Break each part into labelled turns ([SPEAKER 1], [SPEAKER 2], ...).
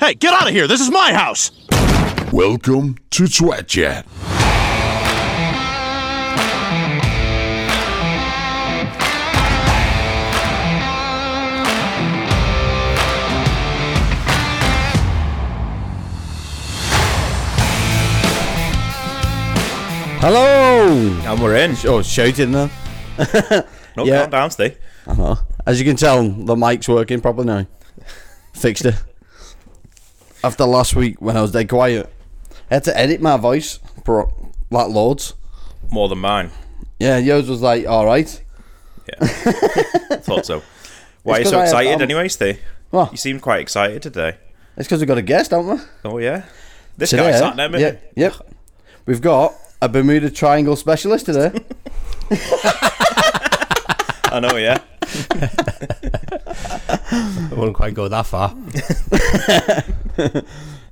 [SPEAKER 1] Hey, get out of here! This is my house!
[SPEAKER 2] Welcome to Twat Chat.
[SPEAKER 3] Hello!
[SPEAKER 4] And we're in.
[SPEAKER 3] Oh, shouting now.
[SPEAKER 4] No,
[SPEAKER 3] Yeah.
[SPEAKER 4] calm down, Steve.
[SPEAKER 3] Uh-huh. As you can tell, the mic's working properly now. Fixed it. After last week when I was dead quiet, I had to edit my voice, bro, like loads.
[SPEAKER 4] More than mine.
[SPEAKER 3] Yeah, yours was like, alright.
[SPEAKER 4] Yeah. Thought so. Why are you
[SPEAKER 3] It's 'cause
[SPEAKER 4] so
[SPEAKER 3] I have-
[SPEAKER 4] excited
[SPEAKER 3] um,
[SPEAKER 4] anyway, Steve?
[SPEAKER 3] What?
[SPEAKER 4] You seem quite excited today.
[SPEAKER 3] It's because we've got a guest, haven't we?
[SPEAKER 4] Oh, yeah? This
[SPEAKER 3] Today.
[SPEAKER 4] guy sat there, mate.
[SPEAKER 3] Yep, yep. We've got a Bermuda Triangle specialist today.
[SPEAKER 4] I know, yeah.
[SPEAKER 5] I wouldn't quite go that far.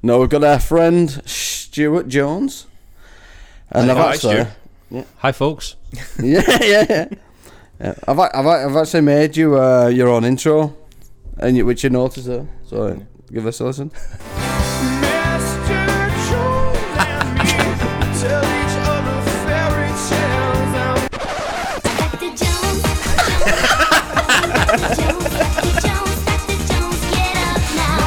[SPEAKER 3] no, we've got our friend Stuart Jones. And I've
[SPEAKER 4] Hi,
[SPEAKER 3] actually,
[SPEAKER 4] Stu.
[SPEAKER 5] Hi, folks.
[SPEAKER 3] yeah, yeah, yeah. yeah. I've, ac- I've, ac- I've actually made you uh, your own intro, and you, which you noticed there. So uh, give us a listen.
[SPEAKER 6] Dr. Jones, Dr. Jones, Dr. Jones, Dr. Jones, get up now.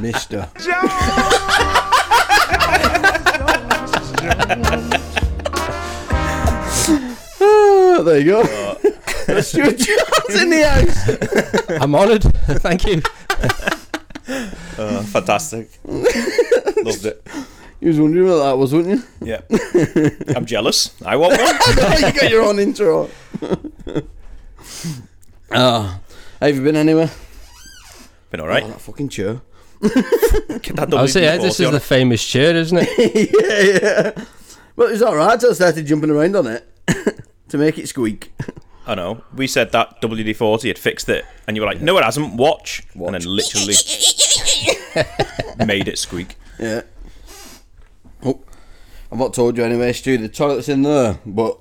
[SPEAKER 3] Mister. Ah, there you go. That's Stuart Jones in the house.
[SPEAKER 5] I'm honoured. Thank you.
[SPEAKER 4] Uh, fantastic. Loved it.
[SPEAKER 3] You was wondering what that was, wouldn't you?
[SPEAKER 4] Yeah. I'm jealous. I want one.
[SPEAKER 3] Oh, you got your own intro. Ah, how have you been anywhere?
[SPEAKER 4] Been all right.
[SPEAKER 3] Oh, that fucking chair.
[SPEAKER 5] I'll say, yeah, eh, this is the famous chair, isn't it?
[SPEAKER 3] yeah, yeah. Well, it was alright till I started jumping around on it to make it squeak.
[SPEAKER 4] I know. We said that WD 40 had fixed it, and you were like, no, it hasn't. Watch. And then literally made it squeak.
[SPEAKER 3] Yeah. Oh, I've not told you anyway, Stu. The toilet's in there, but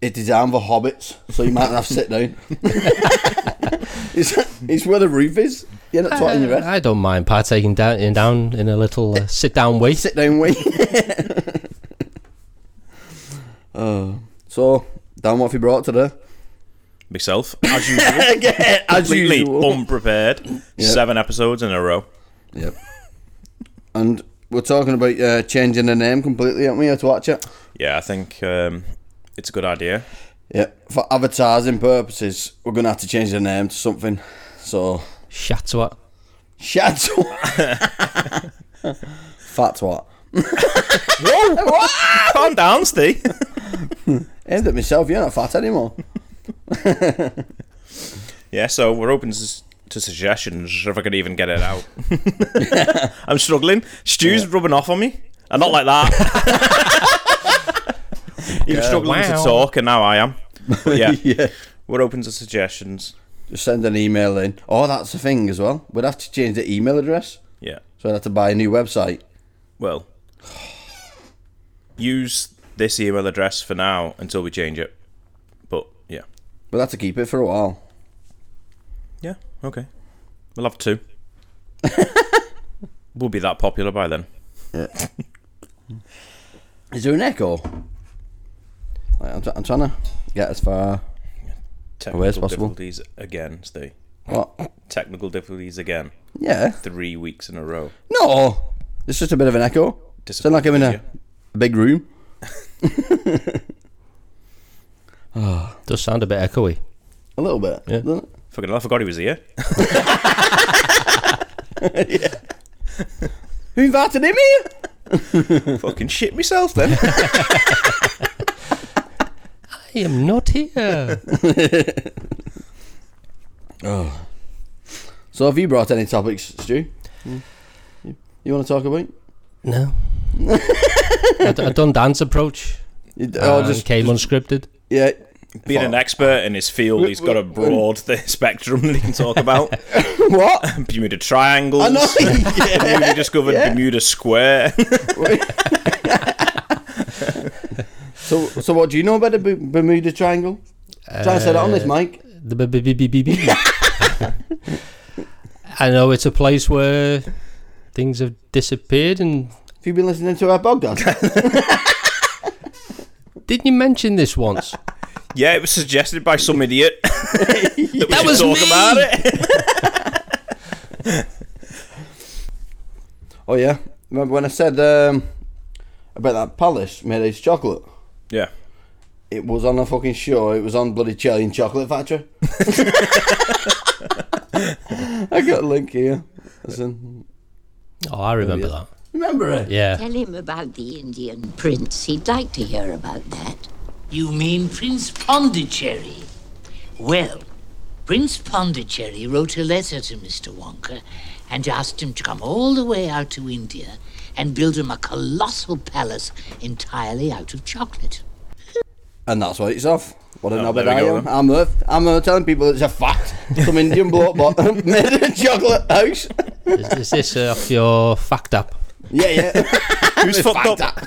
[SPEAKER 3] it's designed for hobbits, so you might have to sit down. it's, it's where the roof is. You're not twatting your head.
[SPEAKER 5] I don't mind partaking down in, down in a little uh, sit down wait.
[SPEAKER 3] Sit down, we. Oh, so, Dan, what have you brought today?
[SPEAKER 4] Myself, as usual.
[SPEAKER 3] As
[SPEAKER 4] completely
[SPEAKER 3] usual.
[SPEAKER 4] unprepared. Seven episodes in a row.
[SPEAKER 3] Yep. And we're talking about uh, changing the name completely, aren't we? To watch it.
[SPEAKER 4] Yeah, I think um, it's a good idea.
[SPEAKER 3] Yeah. For advertising purposes, we're going to have to change the name to something. So,
[SPEAKER 5] Shat what?
[SPEAKER 3] Shad twat. Fat twat. Whoa!
[SPEAKER 4] Calm down, Steve.
[SPEAKER 3] Aimed at myself, you're not fat anymore.
[SPEAKER 4] yeah, so we're open s- to suggestions if I can even get it out. I'm struggling. Stu's rubbing off on me. I'm not like that. you were struggling
[SPEAKER 5] wow.
[SPEAKER 4] to talk, and now I am. But yeah,
[SPEAKER 3] yeah.
[SPEAKER 4] we're open to suggestions.
[SPEAKER 3] Just send an email in. Oh, that's the thing as well. We'd have to change the email address.
[SPEAKER 4] Yeah.
[SPEAKER 3] So I'd have to buy a new website.
[SPEAKER 4] Well, use this email address for now until we change it. But yeah.
[SPEAKER 3] We'd have to keep it for a while.
[SPEAKER 4] Yeah, okay. We'll have two. we'll be that popular by then.
[SPEAKER 3] Is there an echo? Like, I'm, try- I'm trying to get as far.
[SPEAKER 4] Technical
[SPEAKER 3] where's possible?
[SPEAKER 4] difficulties again, Steve.
[SPEAKER 3] What?
[SPEAKER 4] Technical difficulties again.
[SPEAKER 3] Yeah.
[SPEAKER 4] Three weeks in a row.
[SPEAKER 3] No! It's just a bit of an echo. Sound like I'm in a,
[SPEAKER 4] Disappointed,
[SPEAKER 3] a big room.
[SPEAKER 5] Does sound a bit echoey.
[SPEAKER 3] A little bit.
[SPEAKER 5] Yeah.
[SPEAKER 3] doesn't it?
[SPEAKER 4] Fucking hell, I forgot he was here.
[SPEAKER 3] Who invited him here?
[SPEAKER 4] Fucking shit myself then.
[SPEAKER 5] I am not here.
[SPEAKER 3] So have you brought any topics, Stu?
[SPEAKER 5] Hmm.
[SPEAKER 3] You- You want to talk about?
[SPEAKER 5] no. I, d- I done dance approach.
[SPEAKER 3] You d-
[SPEAKER 5] Oh,
[SPEAKER 3] oh, just
[SPEAKER 5] came unscripted.
[SPEAKER 3] yeah.
[SPEAKER 4] Being an expert in his field, he's got a broad spectrum that he can talk about.
[SPEAKER 3] What?
[SPEAKER 4] Bermuda triangles.
[SPEAKER 3] I know.
[SPEAKER 4] Bermuda discovered
[SPEAKER 3] Yeah.
[SPEAKER 4] Bermuda Square.
[SPEAKER 5] Uh,
[SPEAKER 3] so, so what do you know about the B- Bermuda Triangle? Try and say that on this mic.
[SPEAKER 5] the b- b- b- b- b- b- I know it's a place where things have disappeared. And
[SPEAKER 3] Have you been listening to our podcast?
[SPEAKER 5] didn't you mention this once?
[SPEAKER 4] Yeah, it was suggested by some idiot. that we should
[SPEAKER 5] was
[SPEAKER 4] talk
[SPEAKER 5] me!
[SPEAKER 4] about it.
[SPEAKER 3] oh yeah, remember when I said um, about that Palace made his chocolate?
[SPEAKER 4] yeah.
[SPEAKER 3] It was on a fucking show. It was on bloody Charlie and Chocolate Factory. I got a link here. Listen,
[SPEAKER 5] Oh, I remember that.
[SPEAKER 3] remember it?
[SPEAKER 5] Yeah.
[SPEAKER 7] Tell him about the Indian prince. He'd like to hear about that.
[SPEAKER 8] You mean Prince Pondicherry? Well, Prince Pondicherry wrote a letter to Mr. Wonka and asked him to come all the way out to India and build him a colossal palace entirely out of chocolate.
[SPEAKER 3] And that's what it's off. What a
[SPEAKER 4] Oh,
[SPEAKER 3] knob
[SPEAKER 4] there
[SPEAKER 3] I
[SPEAKER 4] we go
[SPEAKER 3] am.
[SPEAKER 4] then.
[SPEAKER 3] I'm uh, I'm uh, telling people it's a fact. Some Indian bloke bought made a chocolate house.
[SPEAKER 5] Is, is this uh, off your fact app?
[SPEAKER 3] Yeah, yeah.
[SPEAKER 4] Who's fucked up?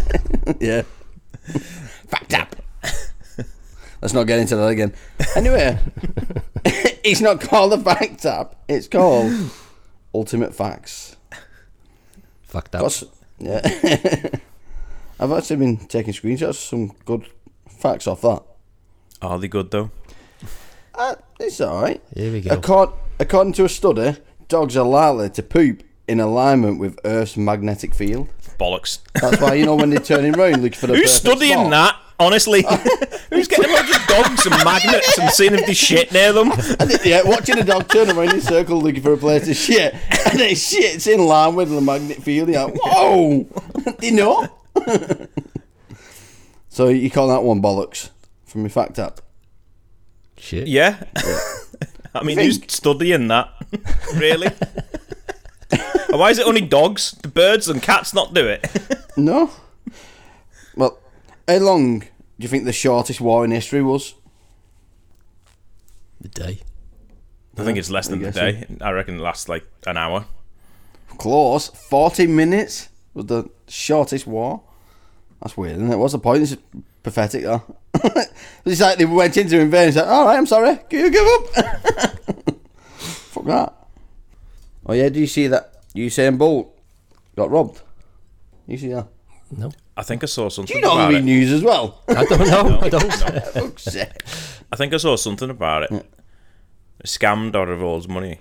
[SPEAKER 3] yeah. Fact up. Let's not get into that again. Anyway, it's not called the fact tap. It's called Ultimate Facts.
[SPEAKER 5] Fact app.
[SPEAKER 3] Got s- yeah. I've actually been taking screenshots of some good facts off that.
[SPEAKER 4] Are they good though?
[SPEAKER 3] Uh, it's alright.
[SPEAKER 5] Here we go.
[SPEAKER 3] Accord- according to a study, dogs are likely to poop in alignment with Earth's magnetic field.
[SPEAKER 4] Bollocks.
[SPEAKER 3] That's why, you know, when they're turning round looking for the
[SPEAKER 4] Who's
[SPEAKER 3] perfect
[SPEAKER 4] studying
[SPEAKER 3] spot.
[SPEAKER 4] that? Honestly, who's getting loads of dogs and magnets and seeing if they shit near them?
[SPEAKER 3] yeah, watching a dog turn around in a circle looking for a place to shit, and it shits in line with the magnet field. You're like, whoa, do you know? so you call that one bollocks from your fact app?
[SPEAKER 5] Shit.
[SPEAKER 4] Yeah. I mean, who's
[SPEAKER 3] Think.
[SPEAKER 4] studying that? Really? And Why is it only dogs? The birds and cats not do it?
[SPEAKER 3] No. Well, how long do you think the shortest war in history was?
[SPEAKER 5] The day.
[SPEAKER 4] I think it's less than
[SPEAKER 3] I
[SPEAKER 4] a
[SPEAKER 3] guess
[SPEAKER 4] day. I reckon it lasts like an hour.
[SPEAKER 3] Close, forty minutes was the shortest war. That's weird, isn't it? What's the point? It's pathetic, though. it's like they went into it in vain. It's like, all right, I'm sorry. Can you give up? Fuck that. Oh yeah, do you see that Usain Bolt got robbed? You see that?
[SPEAKER 5] No.
[SPEAKER 4] I think I saw something
[SPEAKER 3] You don't
[SPEAKER 4] about
[SPEAKER 3] read
[SPEAKER 4] it.
[SPEAKER 3] news as well.
[SPEAKER 5] I don't know. I don't.
[SPEAKER 3] Fuck's sake.
[SPEAKER 4] I think I saw something about it. Scammed out of all his money.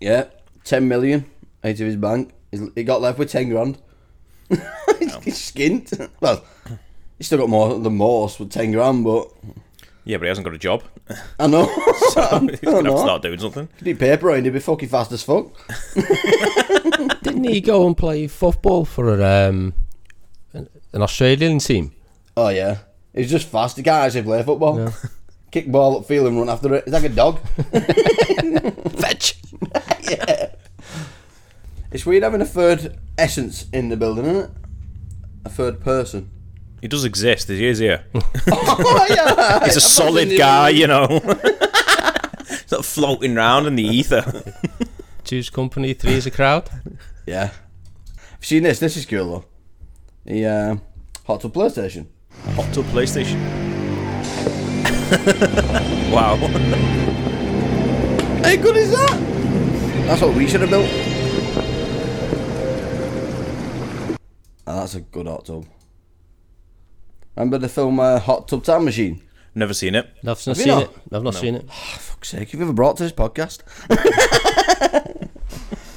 [SPEAKER 3] yeah, ten million out of his bank. He's- He got left with ten grand. He's skint. Well, he's still got more than most with ten grand, but
[SPEAKER 4] Yeah, but he hasn't got a job.
[SPEAKER 3] I know.
[SPEAKER 4] He's going to have
[SPEAKER 3] know.
[SPEAKER 4] to start doing something.
[SPEAKER 3] Did paper round, he'd be fucking fast as fuck.
[SPEAKER 5] Didn't he go and play football for um, an Australian team?
[SPEAKER 3] Oh yeah. He's just fast, he can't actually play football. Kick ball up field and run after it. He's like a dog.
[SPEAKER 5] Fetch.
[SPEAKER 3] It's weird having a third essence in the building, isn't it? A third person.
[SPEAKER 4] He does exist. He is here.
[SPEAKER 3] Oh yeah.
[SPEAKER 4] He's a solid guy, you know. He's not floating round in the ether.
[SPEAKER 5] Two's company, three is a crowd.
[SPEAKER 3] Yeah. Have you seen this? This is cool though. He uh, hot tub PlayStation.
[SPEAKER 4] Hot tub PlayStation. wow.
[SPEAKER 3] How good is that? That's what we should have built. Ah, that's a good hot tub. Remember the film uh, Hot Tub Time Machine?
[SPEAKER 4] Never seen it.
[SPEAKER 5] No, I've not
[SPEAKER 3] you
[SPEAKER 5] seen
[SPEAKER 3] not?
[SPEAKER 5] it. I've not seen it.
[SPEAKER 3] fuck's sake, you've ever brought to this podcast?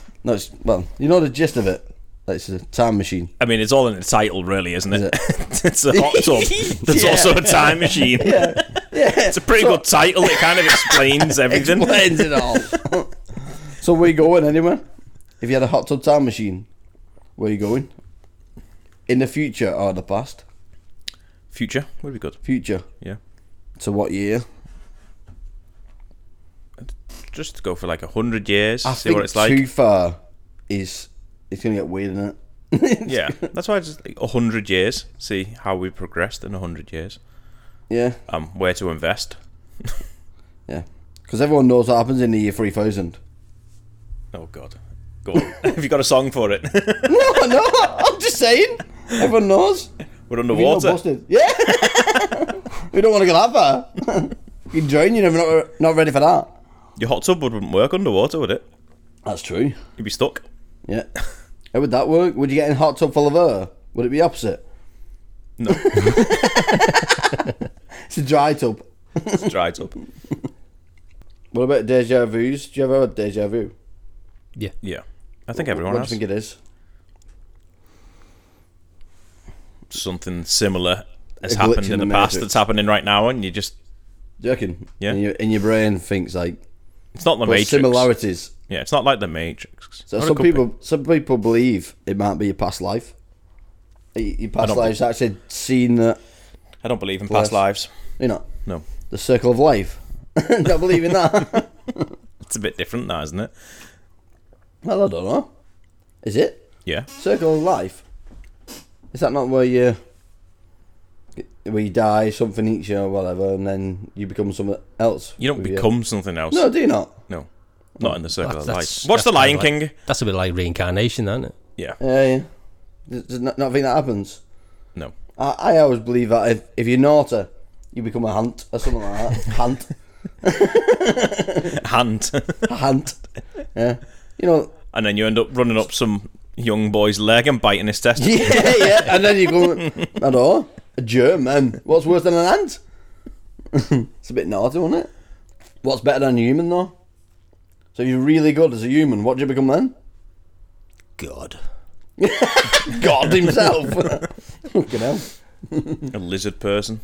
[SPEAKER 3] no, it's, well, you know the gist of it. That It's a time machine.
[SPEAKER 4] I mean, it's all in the title, really, isn't it? it's a hot tub. That's
[SPEAKER 3] Yeah.
[SPEAKER 4] also a time machine.
[SPEAKER 3] Yeah,
[SPEAKER 4] It's a pretty good title. It kind of explains everything.
[SPEAKER 3] explains it all. so where you going anyway? If you had a hot tub time machine, where you going? In the future or the past?
[SPEAKER 4] Future would be good.
[SPEAKER 3] Future.
[SPEAKER 4] Yeah.
[SPEAKER 3] To what year?
[SPEAKER 4] Just go for like a hundred years.
[SPEAKER 3] I
[SPEAKER 4] see
[SPEAKER 3] think
[SPEAKER 4] what it's like.
[SPEAKER 3] too far is it's gonna get weird, isn't it?
[SPEAKER 4] Yeah. That's why I just like a hundred years. See how we progressed in a hundred years.
[SPEAKER 3] yeah,
[SPEAKER 4] Um, where to invest?
[SPEAKER 3] yeah. Because everyone knows what happens in the year three thousand.
[SPEAKER 4] Oh God. Go on. Have you got a song for it?
[SPEAKER 3] no, Oh, no, I'm just saying. Everyone knows.
[SPEAKER 4] We're
[SPEAKER 3] We know
[SPEAKER 4] underwater.
[SPEAKER 3] Boston. Yeah. we don't want to go that far. You'd drown, you're never not, not ready for that.
[SPEAKER 4] Your hot tub wouldn't work underwater, would it?
[SPEAKER 3] That's true.
[SPEAKER 4] You'd be stuck.
[SPEAKER 3] Yeah. How would that work? Would you get in a hot tub full of air? Would it be opposite?
[SPEAKER 4] No.
[SPEAKER 3] It's a dry tub.
[SPEAKER 4] it's dry tub.
[SPEAKER 3] What about deja vu's? Do you ever have deja vu?
[SPEAKER 4] Yeah. I think everyone
[SPEAKER 3] what
[SPEAKER 4] has
[SPEAKER 3] do you think it is?
[SPEAKER 4] something similar has
[SPEAKER 3] A glitch
[SPEAKER 4] happened
[SPEAKER 3] in
[SPEAKER 4] in the,
[SPEAKER 3] the
[SPEAKER 4] past that's
[SPEAKER 3] matrix.
[SPEAKER 4] happening right now, and you just
[SPEAKER 3] Do you reckon?
[SPEAKER 4] Yeah.
[SPEAKER 3] And your, and your brain thinks like
[SPEAKER 4] it's not the
[SPEAKER 3] what
[SPEAKER 4] Matrix.
[SPEAKER 3] similarities.
[SPEAKER 4] Yeah, it's not like the Matrix.
[SPEAKER 3] So
[SPEAKER 4] Or it
[SPEAKER 3] some
[SPEAKER 4] could be.
[SPEAKER 3] people some people believe it might be your past life. Y- Your past
[SPEAKER 4] don't
[SPEAKER 3] life's actually seen that
[SPEAKER 4] I don't believe in
[SPEAKER 3] Bless.
[SPEAKER 4] past lives.
[SPEAKER 3] you know
[SPEAKER 4] No,
[SPEAKER 3] the circle of life. Not believing that.
[SPEAKER 4] it's a bit different now, isn't it?
[SPEAKER 3] well, I don't know. Is it
[SPEAKER 4] Yeah,
[SPEAKER 3] circle of life? Is that not where you where you die, something eats you or whatever, and then you become something else?
[SPEAKER 4] you don't
[SPEAKER 3] with your-
[SPEAKER 4] become something else.
[SPEAKER 3] No, do you not?
[SPEAKER 4] No. not in the circle
[SPEAKER 5] That's-
[SPEAKER 4] of life.
[SPEAKER 5] that's-
[SPEAKER 4] What's
[SPEAKER 5] that's
[SPEAKER 4] the Lion
[SPEAKER 5] kinda
[SPEAKER 4] King?
[SPEAKER 5] like- That's a bit like reincarnation, isn't it?
[SPEAKER 4] Yeah,
[SPEAKER 3] Yeah, yeah. Does, does not, not think that happens.
[SPEAKER 4] no.
[SPEAKER 3] I, I always believe that if, if you're naughty, you become a hunt or something like that. hunt.
[SPEAKER 4] Hand,
[SPEAKER 3] A hunt. Yeah. You know.
[SPEAKER 4] and then you end up running up some young boy's leg and biting his testicle.
[SPEAKER 3] Yeah, yeah. And then you go, I don't know, a germ, man. What's worse than an ant? it's a bit naughty, isn't it? What's better than a human, though? So if you're really good as a human, what do you become then?
[SPEAKER 5] God.
[SPEAKER 3] God himself. Fucking hell.
[SPEAKER 4] A lizard person.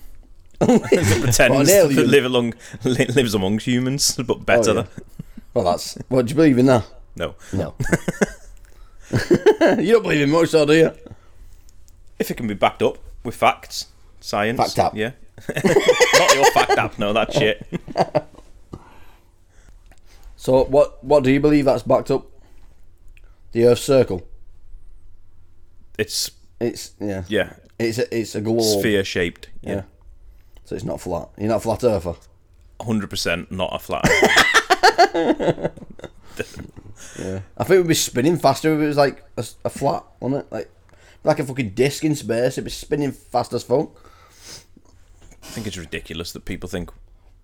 [SPEAKER 4] pretends
[SPEAKER 3] What an
[SPEAKER 4] to
[SPEAKER 3] alien.
[SPEAKER 4] live along, li- lives amongst humans, but better.
[SPEAKER 3] Oh, yeah. Well, that's. What do you believe in that?
[SPEAKER 4] No,
[SPEAKER 5] No.
[SPEAKER 3] You don't believe in much, though, do you?
[SPEAKER 4] if it can be backed up with facts, science.
[SPEAKER 3] Fact app.
[SPEAKER 4] Yeah. Not your fact app, no, that shit.
[SPEAKER 3] So what? What do you believe that's backed up? The Earth circle.
[SPEAKER 4] It's,
[SPEAKER 3] It's yeah.
[SPEAKER 4] yeah,
[SPEAKER 3] It's a, it's a globe.
[SPEAKER 4] sphere shaped.
[SPEAKER 3] Yeah.
[SPEAKER 4] Yeah.
[SPEAKER 3] So it's not flat. You're not a flat earther.
[SPEAKER 4] 100% not a flat earth.
[SPEAKER 3] I think we'd be spinning faster if it was like a, s- a flat, wouldn't it? Like like a fucking disc in space. It'd be spinning fast as fuck.
[SPEAKER 4] I think it's ridiculous that people think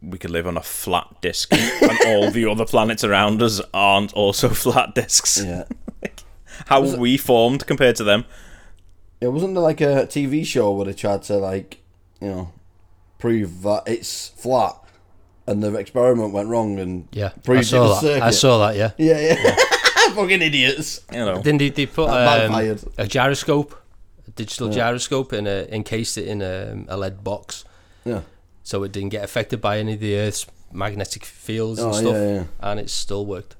[SPEAKER 4] we could live on a flat disc and all the other planets around us aren't also flat discs.
[SPEAKER 3] Yeah.
[SPEAKER 4] How are we formed compared to them?
[SPEAKER 3] It wasn't there like a TV show where they tried to like, you know, prove that it's flat, and the experiment went wrong and
[SPEAKER 5] Yeah. I
[SPEAKER 3] proved it
[SPEAKER 5] saw
[SPEAKER 3] was
[SPEAKER 5] that. I
[SPEAKER 3] circuit.
[SPEAKER 5] saw that, yeah.
[SPEAKER 3] Yeah, yeah. fucking idiots.
[SPEAKER 4] You know,
[SPEAKER 5] Then they, they put
[SPEAKER 3] That
[SPEAKER 5] um,
[SPEAKER 3] backfired.
[SPEAKER 5] a gyroscope, a digital gyroscope, in a, encased it in a, a lead box
[SPEAKER 3] Yeah.
[SPEAKER 5] so it didn't get affected by any of the Earth's magnetic fields
[SPEAKER 3] Oh,
[SPEAKER 5] and stuff.
[SPEAKER 3] yeah, yeah.
[SPEAKER 5] And it still worked.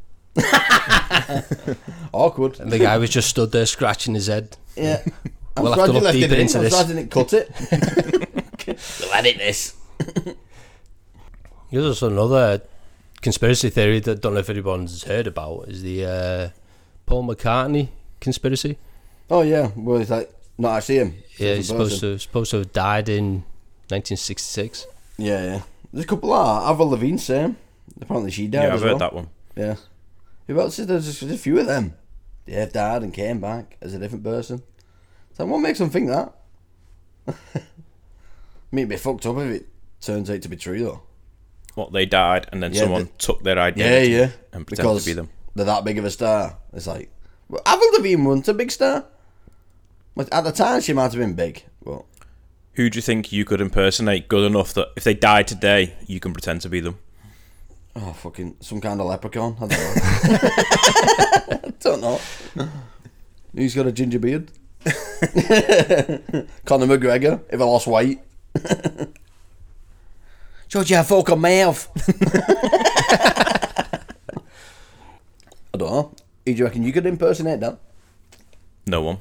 [SPEAKER 3] Awkward.
[SPEAKER 5] The guy was just stood there scratching his head.
[SPEAKER 3] Yeah. I'm
[SPEAKER 5] We'll
[SPEAKER 3] glad
[SPEAKER 5] have to
[SPEAKER 3] you
[SPEAKER 5] look
[SPEAKER 3] left
[SPEAKER 5] deeper
[SPEAKER 3] it in.
[SPEAKER 5] into
[SPEAKER 3] I'm
[SPEAKER 5] this.
[SPEAKER 3] glad I didn't cut it. we'll edit this.
[SPEAKER 5] There's also another conspiracy theory that I don't know if anyone's heard about is the uh, Paul McCartney conspiracy.
[SPEAKER 3] Oh yeah, well it's like not actually him.
[SPEAKER 5] Yeah, he's supposed to supposed to have died in 1966.
[SPEAKER 3] Yeah, yeah. There's a couple of Avril Lavigne, same. Apparently she died.
[SPEAKER 4] yeah,
[SPEAKER 3] as
[SPEAKER 4] I've heard
[SPEAKER 3] well.
[SPEAKER 4] that one.
[SPEAKER 3] Yeah. Who else is there? There's just a few of them. They've died and came back as a different person. So what makes them think that? I mean, it'd be fucked up if it turns out to be true though.
[SPEAKER 4] What, they died and then
[SPEAKER 3] Yeah,
[SPEAKER 4] someone
[SPEAKER 3] the-
[SPEAKER 4] took their
[SPEAKER 3] Yeah,
[SPEAKER 4] identity
[SPEAKER 3] yeah.
[SPEAKER 4] and pretended
[SPEAKER 3] because
[SPEAKER 4] to be them.
[SPEAKER 3] they're that big of a star. It's like well, Avril Lavigne wasn't a big star. But at the time, she might have been big. Well,
[SPEAKER 4] Who do you think you could impersonate good enough that if they die today, you can pretend to be them?
[SPEAKER 3] oh fucking some kind of leprechaun. I don't know. don't know. Who's got a ginger beard? Conor McGregor. If I lost weight. George, you have fucking mouth. I don't know. Who do you reckon you could impersonate that?
[SPEAKER 4] No one.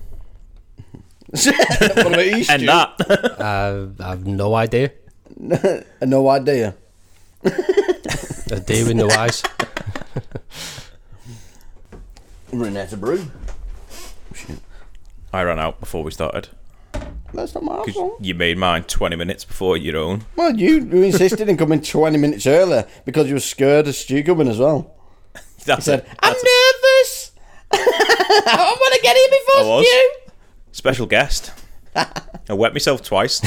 [SPEAKER 3] what about you,
[SPEAKER 4] And
[SPEAKER 3] Stu?
[SPEAKER 4] that.
[SPEAKER 5] I, I have no idea.
[SPEAKER 3] No idea.
[SPEAKER 5] A day with no eyes.
[SPEAKER 3] Renetta Brew.
[SPEAKER 4] I ran out before we started.
[SPEAKER 3] That's not my
[SPEAKER 4] 'Cause
[SPEAKER 3] fault.
[SPEAKER 4] You made mine 20 minutes before your own.
[SPEAKER 3] Well, you, you insisted in coming 20 minutes earlier because you were scared of Stu coming as well.
[SPEAKER 4] That's
[SPEAKER 3] Said,
[SPEAKER 4] it.
[SPEAKER 3] I'm
[SPEAKER 4] That's it.
[SPEAKER 3] nervous. I want to get
[SPEAKER 4] I
[SPEAKER 3] here before
[SPEAKER 4] was.
[SPEAKER 3] Stu.
[SPEAKER 4] Special guest. I wet myself twice.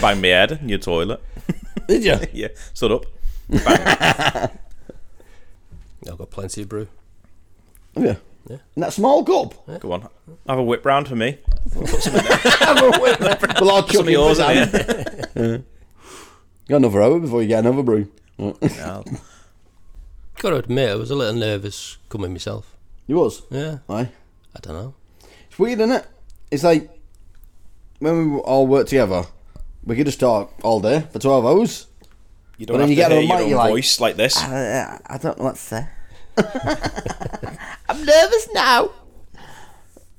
[SPEAKER 4] Bang my head in your toilet.
[SPEAKER 3] Did you?
[SPEAKER 4] Yeah, stood up.
[SPEAKER 5] I've got plenty of brew.
[SPEAKER 3] Oh, yeah. And that small gob.
[SPEAKER 4] Go on, have a whip round for me.
[SPEAKER 3] well, I'll chuck
[SPEAKER 4] Some of yours,
[SPEAKER 3] in.
[SPEAKER 4] in here.
[SPEAKER 3] You got another hour before you get another brew.
[SPEAKER 4] No.
[SPEAKER 5] Got to admit, I was a little nervous coming myself.
[SPEAKER 3] You was?
[SPEAKER 5] Yeah,
[SPEAKER 3] Aye.
[SPEAKER 5] I don't know.
[SPEAKER 3] It's weird, isn't it? It's like when we all work together, we could just talk all day for 12 hours.
[SPEAKER 4] You don't
[SPEAKER 3] But then
[SPEAKER 4] have to
[SPEAKER 3] you get
[SPEAKER 4] hear
[SPEAKER 3] on
[SPEAKER 4] your
[SPEAKER 3] mic,
[SPEAKER 4] own
[SPEAKER 3] you're like- "Uh,
[SPEAKER 4] voice like this.
[SPEAKER 3] I, I don't know what to say. I'm nervous now.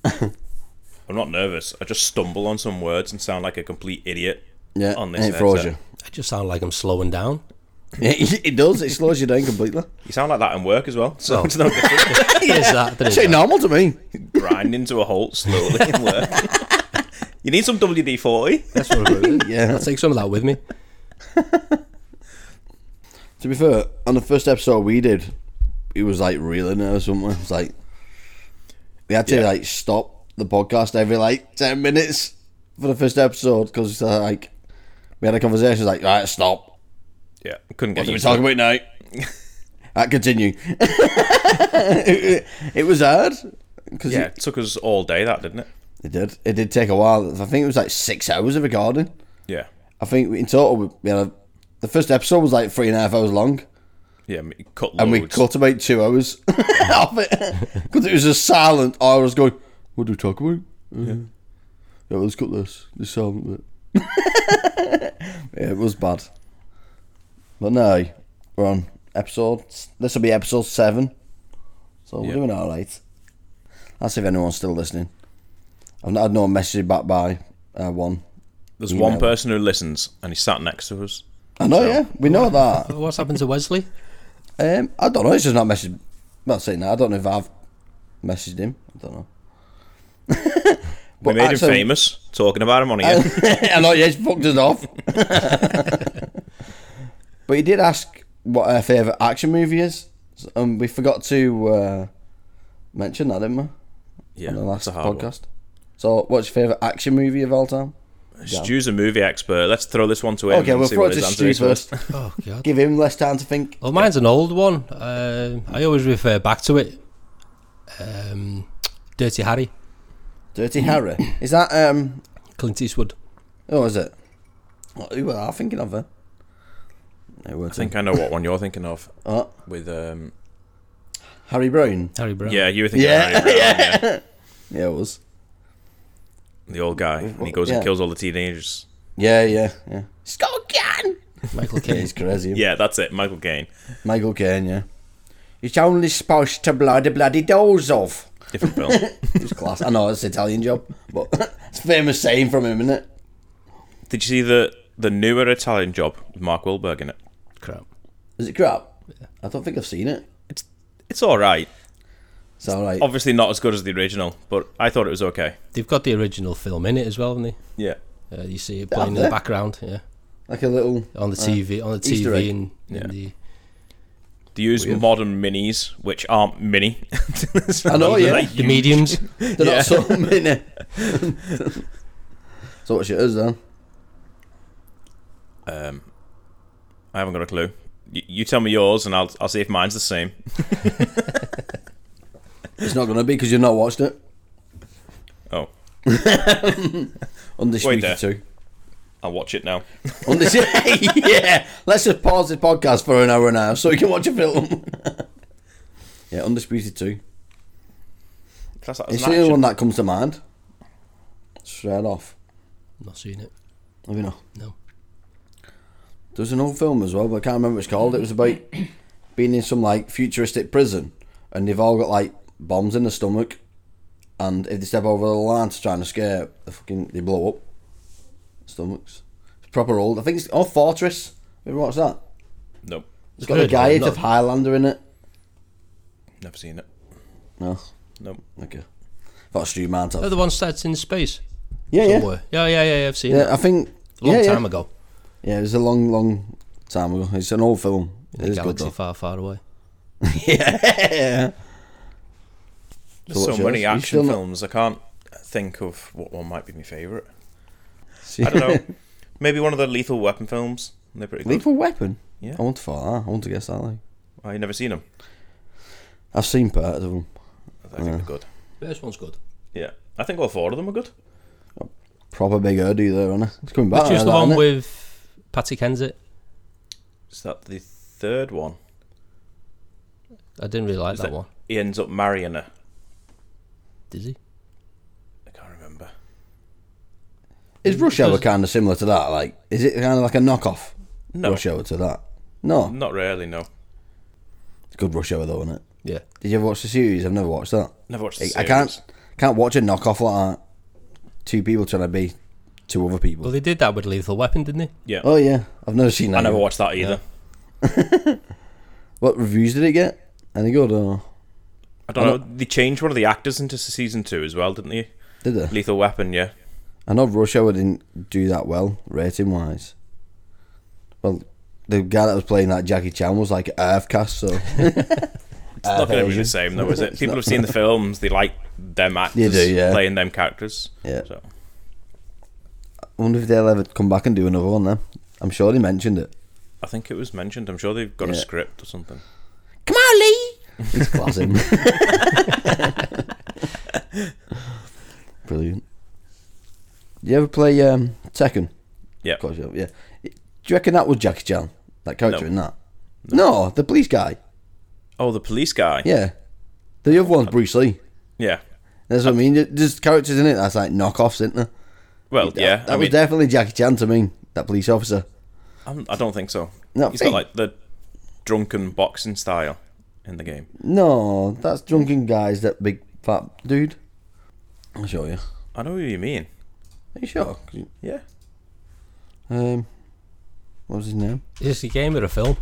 [SPEAKER 4] I'm not nervous. I just stumble on some words and sound like a complete idiot.
[SPEAKER 3] Yeah,
[SPEAKER 4] on
[SPEAKER 3] and
[SPEAKER 4] this
[SPEAKER 3] it throws you.
[SPEAKER 4] headset.
[SPEAKER 5] I just sound like I'm slowing down.
[SPEAKER 3] it, it does, it slows you down completely.
[SPEAKER 4] You sound like that in work as well. So
[SPEAKER 5] Oh.
[SPEAKER 4] it's no different.
[SPEAKER 5] There's that. There is
[SPEAKER 3] Pretty
[SPEAKER 5] that.
[SPEAKER 3] normal to me.
[SPEAKER 4] Grind into a halt slowly in work. you need some WD forty.
[SPEAKER 5] That's what I'm doing.
[SPEAKER 3] Yeah.
[SPEAKER 5] I'll take some of that with me.
[SPEAKER 3] To be fair, on the first episode we did, it was like really nervous, wasn't we? It was like we had to
[SPEAKER 4] Yeah.
[SPEAKER 3] like stop the podcast every like ten minutes for the first episode because like we had a conversation like, all right, stop.
[SPEAKER 4] Yeah, couldn't get
[SPEAKER 3] What are we
[SPEAKER 4] used
[SPEAKER 3] talking
[SPEAKER 4] to it.
[SPEAKER 3] about now? I continue. it, it was hard because
[SPEAKER 4] Yeah,
[SPEAKER 3] it,
[SPEAKER 4] it took us all day that, didn't it?
[SPEAKER 3] it did. It did take a while. I think it was like six hours of recording.
[SPEAKER 4] Yeah,
[SPEAKER 3] I think in total we- we had a, the first episode was like three and a half hours long.
[SPEAKER 4] yeah. m- Cut loads.
[SPEAKER 3] and we cut about two hours off it because it was just silent. I was going, "What do we talk about?" Uh, yeah. let's cut this. This silent bit. Yeah, it was bad, but now we're on episode. This will be episode seven, so we're
[SPEAKER 4] Yeah.
[SPEAKER 3] doing all right. That's if anyone's still listening. I've not had no message back by uh, one.
[SPEAKER 4] There's
[SPEAKER 3] email.
[SPEAKER 4] one person who listens, and he sat next to us.
[SPEAKER 3] I know, yeah, we know that.
[SPEAKER 5] What's happened to Wesley?
[SPEAKER 3] Um, I don't know. It's just not messaged. Not saying that. I don't know if I've messaged him. I don't know.
[SPEAKER 4] We made
[SPEAKER 3] actually- uh,
[SPEAKER 4] him famous talking about him on here.
[SPEAKER 3] I know. Yeah, he's fucked us off. but he did ask what our favourite action movie is, So- and we forgot to uh, mention that, didn't we?
[SPEAKER 4] yeah,
[SPEAKER 3] On the last
[SPEAKER 4] that's a hard one.
[SPEAKER 3] podcast. So, what's your favourite action movie of all time?
[SPEAKER 4] Stu's a movie expert. Let's throw this one to him.
[SPEAKER 3] okay,
[SPEAKER 4] and
[SPEAKER 3] we'll
[SPEAKER 4] see
[SPEAKER 3] throw
[SPEAKER 4] what
[SPEAKER 3] it to
[SPEAKER 4] his answer
[SPEAKER 3] Stu
[SPEAKER 4] is
[SPEAKER 3] first.
[SPEAKER 5] Oh God.
[SPEAKER 3] Give him less time to think.
[SPEAKER 5] Well, mine's an old one. Um I always refer back to it. Um, Dirty Harry,
[SPEAKER 3] Dirty Harry. Is that um?
[SPEAKER 5] Clint Eastwood.
[SPEAKER 3] Oh, is it? What, who were I thinking of then? No,
[SPEAKER 4] I think I know what one you're thinking of.
[SPEAKER 3] Oh,
[SPEAKER 4] With um,
[SPEAKER 3] Harry Brown.
[SPEAKER 5] Harry Brown.
[SPEAKER 4] yeah, you were thinking
[SPEAKER 3] Yeah,
[SPEAKER 4] of Harry Brown, yeah.
[SPEAKER 3] Yeah, it was.
[SPEAKER 4] the old guy, and he goes
[SPEAKER 3] yeah.
[SPEAKER 4] and kills all the teenagers.
[SPEAKER 3] Yeah, yeah, yeah. Scott Gann.
[SPEAKER 5] Michael
[SPEAKER 3] Yeah,
[SPEAKER 5] Caine.
[SPEAKER 3] he's crazy.
[SPEAKER 4] Yeah, that's it. Michael Caine.
[SPEAKER 3] Michael Caine, yeah. It's only supposed to bloody bloody doze off.
[SPEAKER 4] Different film.
[SPEAKER 3] It's class. I know it's an Italian job, but it's a famous saying from him, isn't it?
[SPEAKER 4] Did you see the the newer Italian job with Mark Wahlberg in it?
[SPEAKER 5] Crap.
[SPEAKER 3] Is it crap? I don't think I've seen it.
[SPEAKER 4] It's it's all right.
[SPEAKER 3] It's all right.
[SPEAKER 4] Obviously not as good as the original, but I thought it was okay.
[SPEAKER 5] They've got the original film in it as well, haven't
[SPEAKER 4] Yeah.
[SPEAKER 5] they? Uh, you see it playing in
[SPEAKER 3] they?
[SPEAKER 5] the background. Yeah,
[SPEAKER 3] Like a little.
[SPEAKER 5] on the TV, on the
[SPEAKER 3] Easter egg.
[SPEAKER 5] TV, and in,
[SPEAKER 4] Yeah.
[SPEAKER 5] the
[SPEAKER 4] They use modern minis, which aren't mini.
[SPEAKER 3] I know, yeah.
[SPEAKER 5] the mediums.
[SPEAKER 3] They're not so many. so what's yours then?
[SPEAKER 4] I haven't got a clue. You, you tell me yours, and I'll I'll see if mine's the same.
[SPEAKER 3] It's not going to be because you've not watched it.
[SPEAKER 4] Oh,
[SPEAKER 3] Undisputed
[SPEAKER 4] there.
[SPEAKER 3] too.
[SPEAKER 4] I'll watch it now.
[SPEAKER 3] Undisputed. yeah. Let's just pause this podcast for an hour and a half so we can watch a film. yeah, Undisputed too.
[SPEAKER 4] Class that as
[SPEAKER 3] It's
[SPEAKER 4] an
[SPEAKER 3] the only one
[SPEAKER 4] action.
[SPEAKER 3] that comes to mind. Straight off.
[SPEAKER 5] Not seen it.
[SPEAKER 3] Have you not?
[SPEAKER 5] No.
[SPEAKER 3] There was an old film as well, but I can't remember what it's called. It was about being in some like futuristic prison, and they've all got like bombs in the stomach, and if they step over the line to try and escape, they fucking they blow up stomachs. It's proper old. I think it's oh Fortress. Have you ever watched that?
[SPEAKER 4] Nope,
[SPEAKER 3] It's got the
[SPEAKER 5] Heard
[SPEAKER 3] guy
[SPEAKER 5] of it,
[SPEAKER 3] of
[SPEAKER 5] no.
[SPEAKER 3] Highlander in it.
[SPEAKER 4] never seen it.
[SPEAKER 3] No,
[SPEAKER 4] Nope.
[SPEAKER 3] okay. Thought Stu might
[SPEAKER 5] Oh,
[SPEAKER 3] have.
[SPEAKER 5] the one that's in space
[SPEAKER 3] Yeah, yeah,
[SPEAKER 5] somewhere. Yeah, yeah, yeah. I've seen it.
[SPEAKER 3] yeah. I think
[SPEAKER 5] A long
[SPEAKER 3] yeah,
[SPEAKER 5] time
[SPEAKER 3] yeah.
[SPEAKER 5] ago.
[SPEAKER 3] Yeah, it was a long, long time ago. It's an old film.
[SPEAKER 5] In
[SPEAKER 3] It
[SPEAKER 5] a
[SPEAKER 3] is good
[SPEAKER 5] galaxy
[SPEAKER 3] though.
[SPEAKER 5] far, far away.
[SPEAKER 3] yeah.
[SPEAKER 4] There's so
[SPEAKER 3] what's
[SPEAKER 4] many
[SPEAKER 3] yours? You still
[SPEAKER 4] action
[SPEAKER 3] not-
[SPEAKER 4] films. I can't think of what one might be my favourite. I don't know. Maybe one of the Lethal Weapon films. They're pretty good.
[SPEAKER 3] Lethal Weapon.
[SPEAKER 4] Yeah.
[SPEAKER 3] I want to fight that. I want to guess that. Like,
[SPEAKER 4] Oh, you never seen them?
[SPEAKER 3] I've seen part of them.
[SPEAKER 4] I think they're good.
[SPEAKER 5] First one's good.
[SPEAKER 4] Yeah. I think all four of them are good.
[SPEAKER 3] Proper big hoodie there, isn't it? It's coming back.
[SPEAKER 5] Which is
[SPEAKER 3] now,
[SPEAKER 5] the
[SPEAKER 3] that,
[SPEAKER 5] one
[SPEAKER 3] innit?
[SPEAKER 5] with Patty Kensett?
[SPEAKER 4] Is that the third one?
[SPEAKER 5] I didn't really like that,
[SPEAKER 4] that-
[SPEAKER 5] one.
[SPEAKER 4] He ends up marrying her.
[SPEAKER 5] Did he?
[SPEAKER 4] I can't remember.
[SPEAKER 3] Is Rush Hour
[SPEAKER 5] Because-
[SPEAKER 3] kind of similar to that? Like, is it kind of like a knockoff
[SPEAKER 4] No.
[SPEAKER 3] Rush Hour to that? No,
[SPEAKER 4] Not really, no.
[SPEAKER 3] it's good Rush Hour though, isn't it?
[SPEAKER 5] Yeah.
[SPEAKER 3] Did you ever watch the series? I've never watched that.
[SPEAKER 4] Never watched the
[SPEAKER 3] I, I
[SPEAKER 4] series.
[SPEAKER 3] can't can't watch a knockoff like that. Two people trying to be two other people.
[SPEAKER 5] Well, they did that with Lethal Weapon, didn't they?
[SPEAKER 4] Yeah.
[SPEAKER 3] oh yeah, I've never seen that.
[SPEAKER 4] I never
[SPEAKER 3] yet.
[SPEAKER 4] watched that either.
[SPEAKER 3] What reviews did it get? Any good or
[SPEAKER 4] I don't know. They changed one of the actors into season two as well, didn't they?
[SPEAKER 3] did they?
[SPEAKER 4] Lethal Weapon, yeah.
[SPEAKER 3] I know Rush Hour didn't do that well rating wise. Well, the guy that was playing that Jackie Chan was like Earthcast, so
[SPEAKER 4] It's not going to be
[SPEAKER 3] Asian.
[SPEAKER 4] the same, though, is it? People have seen the films. They like them actors
[SPEAKER 3] do, yeah.
[SPEAKER 4] playing them characters.
[SPEAKER 3] Yeah.
[SPEAKER 4] So.
[SPEAKER 3] I wonder if they'll ever come back and do another one. Then I'm sure they mentioned it.
[SPEAKER 4] I think it was mentioned. I'm sure they've got a
[SPEAKER 3] Yeah.
[SPEAKER 4] script or something.
[SPEAKER 3] Come on, Lee. It's classic. Brilliant. You ever play um, Tekken?
[SPEAKER 4] Yeah.
[SPEAKER 3] Of course you have, yeah. Do you reckon that was Jackie Chan? That character
[SPEAKER 4] No.
[SPEAKER 3] in that? No. the police guy.
[SPEAKER 4] Oh, the police guy.
[SPEAKER 3] Yeah. The other one's Bruce Lee.
[SPEAKER 4] Yeah.
[SPEAKER 3] That's what I mean. There's characters in it that's like knockoffs, isn't there?
[SPEAKER 4] Well, yeah.
[SPEAKER 3] That,
[SPEAKER 4] I,
[SPEAKER 3] was
[SPEAKER 4] mean,
[SPEAKER 3] definitely Jackie Chan to me, that police officer.
[SPEAKER 4] I'm, I don't think so.
[SPEAKER 3] No,
[SPEAKER 4] He's
[SPEAKER 3] hey.
[SPEAKER 4] got like the drunken boxing style in the game.
[SPEAKER 3] No, that's drunken guys, that big fat dude. I'll show you.
[SPEAKER 4] I know who you mean.
[SPEAKER 3] Are you sure? 'Cause you-
[SPEAKER 4] Yeah.
[SPEAKER 3] Um, what was his name?
[SPEAKER 5] Is this a game or a film?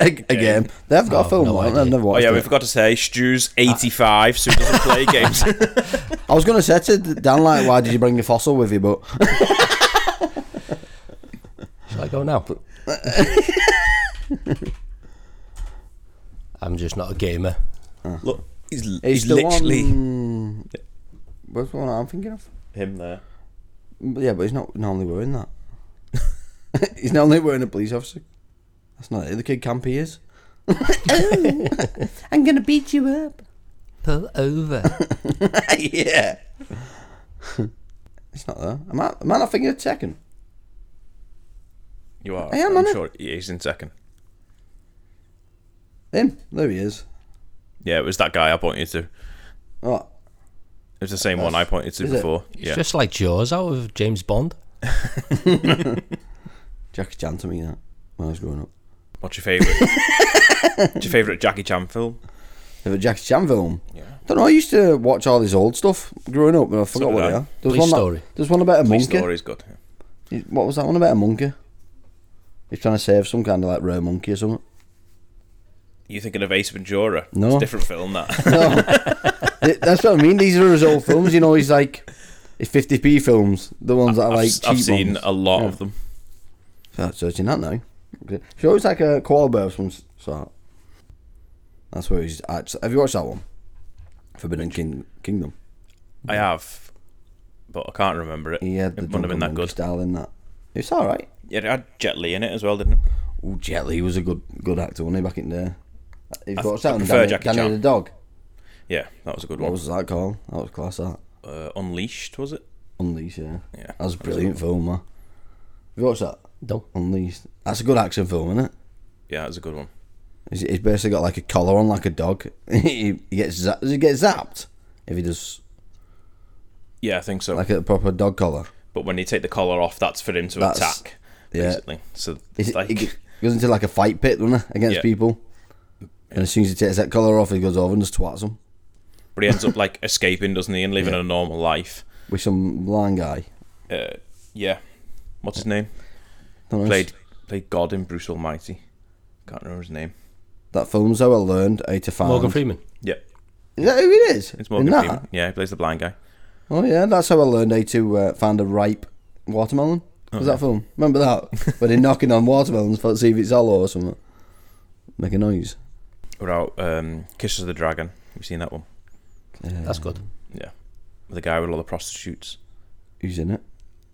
[SPEAKER 3] Again, they've got
[SPEAKER 5] Oh,
[SPEAKER 3] a film
[SPEAKER 5] no
[SPEAKER 3] on.
[SPEAKER 5] idea.
[SPEAKER 3] I've never
[SPEAKER 4] Oh
[SPEAKER 3] watched
[SPEAKER 4] yeah, we
[SPEAKER 3] it.
[SPEAKER 4] forgot to say Stu's 85, so he doesn't play games.
[SPEAKER 3] I was going to say to Dan, like, why did you bring the fossil with you? But
[SPEAKER 5] Shall I go now? I'm just not a gamer.
[SPEAKER 4] Look, he's,
[SPEAKER 3] it's
[SPEAKER 4] he's
[SPEAKER 3] the
[SPEAKER 4] literally
[SPEAKER 3] one. What's the one I'm thinking of?
[SPEAKER 4] him there.
[SPEAKER 3] But yeah, but he's not normally wearing that. he's normally wearing a police officer. That's not it. The kid campy is. Oh, I'm gonna beat you up.
[SPEAKER 5] Pull over.
[SPEAKER 3] yeah. it's not there. Am I? Am I not thinking of Tekken?
[SPEAKER 4] You are.
[SPEAKER 3] I am,
[SPEAKER 4] I'm
[SPEAKER 3] innit?
[SPEAKER 4] sure yeah, he's in second.
[SPEAKER 3] Him? There he is.
[SPEAKER 4] Yeah, it was that guy I pointed to. It
[SPEAKER 3] Oh,
[SPEAKER 4] was the same one I pointed to
[SPEAKER 3] is it?
[SPEAKER 4] before.
[SPEAKER 5] It's
[SPEAKER 4] Yeah.
[SPEAKER 5] just like Jaws out of James Bond.
[SPEAKER 3] Jackie Chan to me that when I was growing up.
[SPEAKER 4] What's your favourite? What's your favourite Jackie Chan film?
[SPEAKER 3] They were Jackie Chan film.
[SPEAKER 4] Yeah.
[SPEAKER 3] Don't know. I used to watch all his old stuff growing up, but I forgot
[SPEAKER 4] did
[SPEAKER 3] what
[SPEAKER 4] I.
[SPEAKER 3] they are. There was
[SPEAKER 5] Police
[SPEAKER 3] one that-
[SPEAKER 5] Story.
[SPEAKER 3] There was one about a
[SPEAKER 4] Police
[SPEAKER 3] monkey.
[SPEAKER 4] Story's good.
[SPEAKER 3] What was that one about a monkey? He's trying to save some kind of like rare monkey or something.
[SPEAKER 4] You thinking of Ace Ventura?
[SPEAKER 3] No.
[SPEAKER 4] It's a different film that.
[SPEAKER 3] No. Th- That's what I mean. These are his old films. You know, he's like his 50p films, the ones that are
[SPEAKER 4] I've,
[SPEAKER 3] like
[SPEAKER 4] s-
[SPEAKER 3] cheap
[SPEAKER 4] I've seen
[SPEAKER 3] ones.
[SPEAKER 4] a lot
[SPEAKER 3] Yeah.
[SPEAKER 4] of them.
[SPEAKER 3] Start searching that now. She always like a koala bear of some s- sort. That's where he's actually. Have you watched that one? Forbidden King, Kingdom.
[SPEAKER 4] I have, but I can't remember it.
[SPEAKER 3] He had
[SPEAKER 4] it
[SPEAKER 3] the
[SPEAKER 4] wouldn't have been
[SPEAKER 3] drunken
[SPEAKER 4] that
[SPEAKER 3] monkey
[SPEAKER 4] good.
[SPEAKER 3] style in that. It's all right.
[SPEAKER 4] Yeah, it had Jet Li in it as well, didn't it?
[SPEAKER 3] Oh, Jet Li was a good good actor, wasn't he? Back in there. He's got
[SPEAKER 4] I
[SPEAKER 3] that one.
[SPEAKER 4] prefer
[SPEAKER 3] Danny,
[SPEAKER 4] Jackie
[SPEAKER 3] Danny
[SPEAKER 4] Chan.
[SPEAKER 3] the dog.
[SPEAKER 4] Yeah, that was a good
[SPEAKER 3] What
[SPEAKER 4] one.
[SPEAKER 3] was that called? That was class. That
[SPEAKER 4] uh, Unleashed was it?
[SPEAKER 3] Unleashed. Yeah.
[SPEAKER 4] Yeah,
[SPEAKER 3] That was a brilliant film, man. Have you watched that?
[SPEAKER 5] No.
[SPEAKER 3] Unleashed. That's a good action film, isn't it?
[SPEAKER 4] Yeah, that was a good one.
[SPEAKER 3] He's, he's basically got like a collar on, like a dog. he, he gets za- does he get zapped if he does
[SPEAKER 4] Yeah, I think so.
[SPEAKER 3] like a proper dog collar.
[SPEAKER 4] but when you take the collar off, that's for him to
[SPEAKER 3] That's-
[SPEAKER 4] attack.
[SPEAKER 3] yeah.
[SPEAKER 4] Basically. So it's
[SPEAKER 3] Is it,
[SPEAKER 4] like
[SPEAKER 3] he g- goes into like a fight pit, doesn't he, against
[SPEAKER 4] Yeah.
[SPEAKER 3] people? And as soon as he takes that collar off, he goes over and just twats him
[SPEAKER 4] but he ends up like escaping, doesn't he, and living a normal life.
[SPEAKER 3] with some blind guy.
[SPEAKER 4] Uh, yeah. What's his name?
[SPEAKER 3] Don't know,
[SPEAKER 4] Played played God in Bruce Almighty. Can't remember his name.
[SPEAKER 3] that film's how I learned how to find.
[SPEAKER 5] Morgan Freeman.
[SPEAKER 4] Yeah.
[SPEAKER 3] Is that who it is?
[SPEAKER 4] It's
[SPEAKER 3] In
[SPEAKER 4] Morgan
[SPEAKER 3] that?
[SPEAKER 4] Freeman. Yeah, he plays the blind guy.
[SPEAKER 3] Oh yeah, that's how I learned how to uh, find a ripe watermelon.
[SPEAKER 4] Oh,
[SPEAKER 3] Was that film? Remember that? Where they're knocking on watermelons for see if it's hollow or something. Make a noise.
[SPEAKER 4] What about um, Kisses of the Dragon? Have you seen that one?
[SPEAKER 5] That's good.
[SPEAKER 4] Yeah. With the guy with all the prostitutes.
[SPEAKER 3] Who's in it?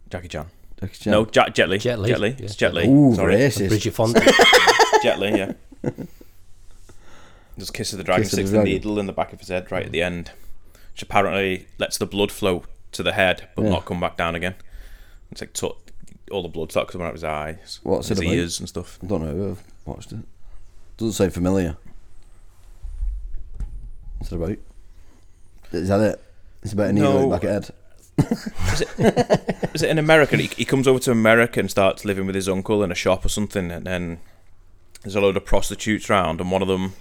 [SPEAKER 4] Jackie Chan.
[SPEAKER 3] Exchange.
[SPEAKER 4] No, Jack Jetly.
[SPEAKER 5] Jet Li,
[SPEAKER 4] Jetly.
[SPEAKER 5] yeah.
[SPEAKER 4] It's Jetly.
[SPEAKER 3] Ooh,
[SPEAKER 4] Sorry.
[SPEAKER 3] racist.
[SPEAKER 5] Bridget Fonda.
[SPEAKER 4] Jetly, yeah. Just Kiss of the Dragon
[SPEAKER 3] Kiss of the
[SPEAKER 4] sticks the,
[SPEAKER 3] Dragon.
[SPEAKER 4] needle in the back of his head right at the end, which apparently lets the blood flow to the head but not come back down again. It's like to- all the blood starts coming out of his eyes,
[SPEAKER 3] What's it
[SPEAKER 4] his
[SPEAKER 3] about?
[SPEAKER 4] ears and stuff.
[SPEAKER 3] I don't know. I've watched it. Doesn't sound familiar. What's it about? Is that it? It's about a needle in
[SPEAKER 4] No.
[SPEAKER 3] the back of head.
[SPEAKER 4] Is it in America? He, he comes over to America and starts living with his uncle in a shop or something, and then there's a load of prostitutes round, and one of them,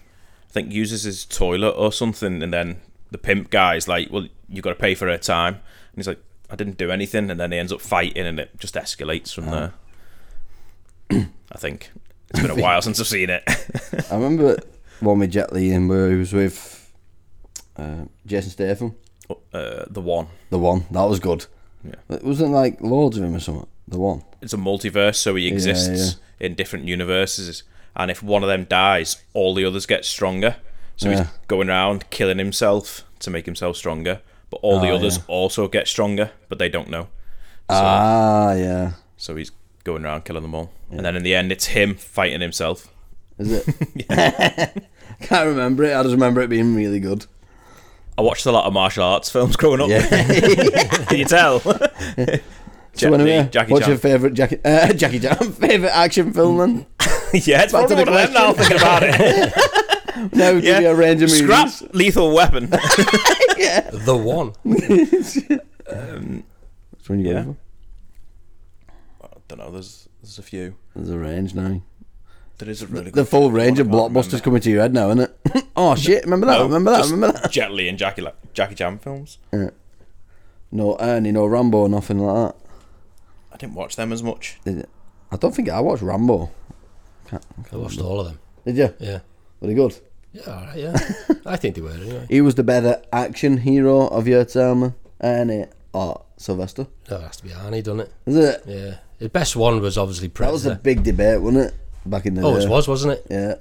[SPEAKER 4] I think, uses his toilet or something, and then the pimp guy's like, "Well, you got to pay for her time," and he's like, "I didn't do anything," and then he ends up fighting, and it just escalates from there. I think it's been a while since I've seen it.
[SPEAKER 3] I remember one with Jet Li in where he was with uh, Jason Statham.
[SPEAKER 4] uh, the one.
[SPEAKER 3] The one that was good.
[SPEAKER 4] Yeah.
[SPEAKER 3] It wasn't like loads of him or something. The one.
[SPEAKER 4] it's a multiverse, so he exists in different universes. And if one of them dies, all the others get stronger. So
[SPEAKER 3] Yeah.
[SPEAKER 4] he's going around killing himself to make himself stronger. But all the
[SPEAKER 3] Oh,
[SPEAKER 4] others
[SPEAKER 3] yeah.
[SPEAKER 4] also get stronger, but they don't know.
[SPEAKER 3] Ah, yeah.
[SPEAKER 4] So he's going around killing them all. And then in the end, it's him fighting himself.
[SPEAKER 3] Is it? Can't remember it. I just remember it being really good.
[SPEAKER 4] I watched a lot of martial arts films growing up.
[SPEAKER 3] Yeah.
[SPEAKER 4] Can you tell?
[SPEAKER 3] so
[SPEAKER 4] Jet Li,
[SPEAKER 3] anyway,
[SPEAKER 4] Jackie
[SPEAKER 3] what's
[SPEAKER 4] Chan.
[SPEAKER 3] your favourite Jackie uh, Jackie Chan favourite action film? Then
[SPEAKER 4] yeah, it's
[SPEAKER 3] Back to
[SPEAKER 4] probably one
[SPEAKER 3] the
[SPEAKER 4] of them now. Thinking about it,
[SPEAKER 3] no, give me
[SPEAKER 4] yeah.
[SPEAKER 3] a range of movies.
[SPEAKER 4] Scrap Lethal Weapon.
[SPEAKER 5] the one.
[SPEAKER 3] Which one you
[SPEAKER 4] Yeah.
[SPEAKER 3] yeah. for?
[SPEAKER 4] don't know. There's there's a few.
[SPEAKER 3] There's a range now.
[SPEAKER 4] There is a really
[SPEAKER 3] The
[SPEAKER 4] good
[SPEAKER 3] full
[SPEAKER 4] one.
[SPEAKER 3] range
[SPEAKER 4] I
[SPEAKER 3] of
[SPEAKER 4] can't remember.
[SPEAKER 3] blockbusters coming to your head now, isn't it? oh shit! Remember that?
[SPEAKER 4] No,
[SPEAKER 3] remember that?
[SPEAKER 4] just
[SPEAKER 3] Remember that?
[SPEAKER 4] Jet Li and Jackie like, Jackie Chan films.
[SPEAKER 3] No Ernie, no Rambo, nothing like
[SPEAKER 4] I didn't watch them as much.
[SPEAKER 3] that. Did it? I don't think I watched Rambo.
[SPEAKER 5] I watched all of them.
[SPEAKER 3] Did you?
[SPEAKER 5] Yeah.
[SPEAKER 3] Were they good?
[SPEAKER 5] Yeah, all right, yeah. I think they were anyway.
[SPEAKER 3] He was the better action hero of your time, Ernie or Sylvester.
[SPEAKER 5] No, it has to be Arnie, done it?
[SPEAKER 3] Is it?
[SPEAKER 5] Yeah. The best one was obviously
[SPEAKER 3] That was
[SPEAKER 5] Predator.
[SPEAKER 3] a uh, big debate, wasn't it? Back in the
[SPEAKER 5] oh,
[SPEAKER 3] day.
[SPEAKER 5] it was, wasn't it?
[SPEAKER 3] Yeah.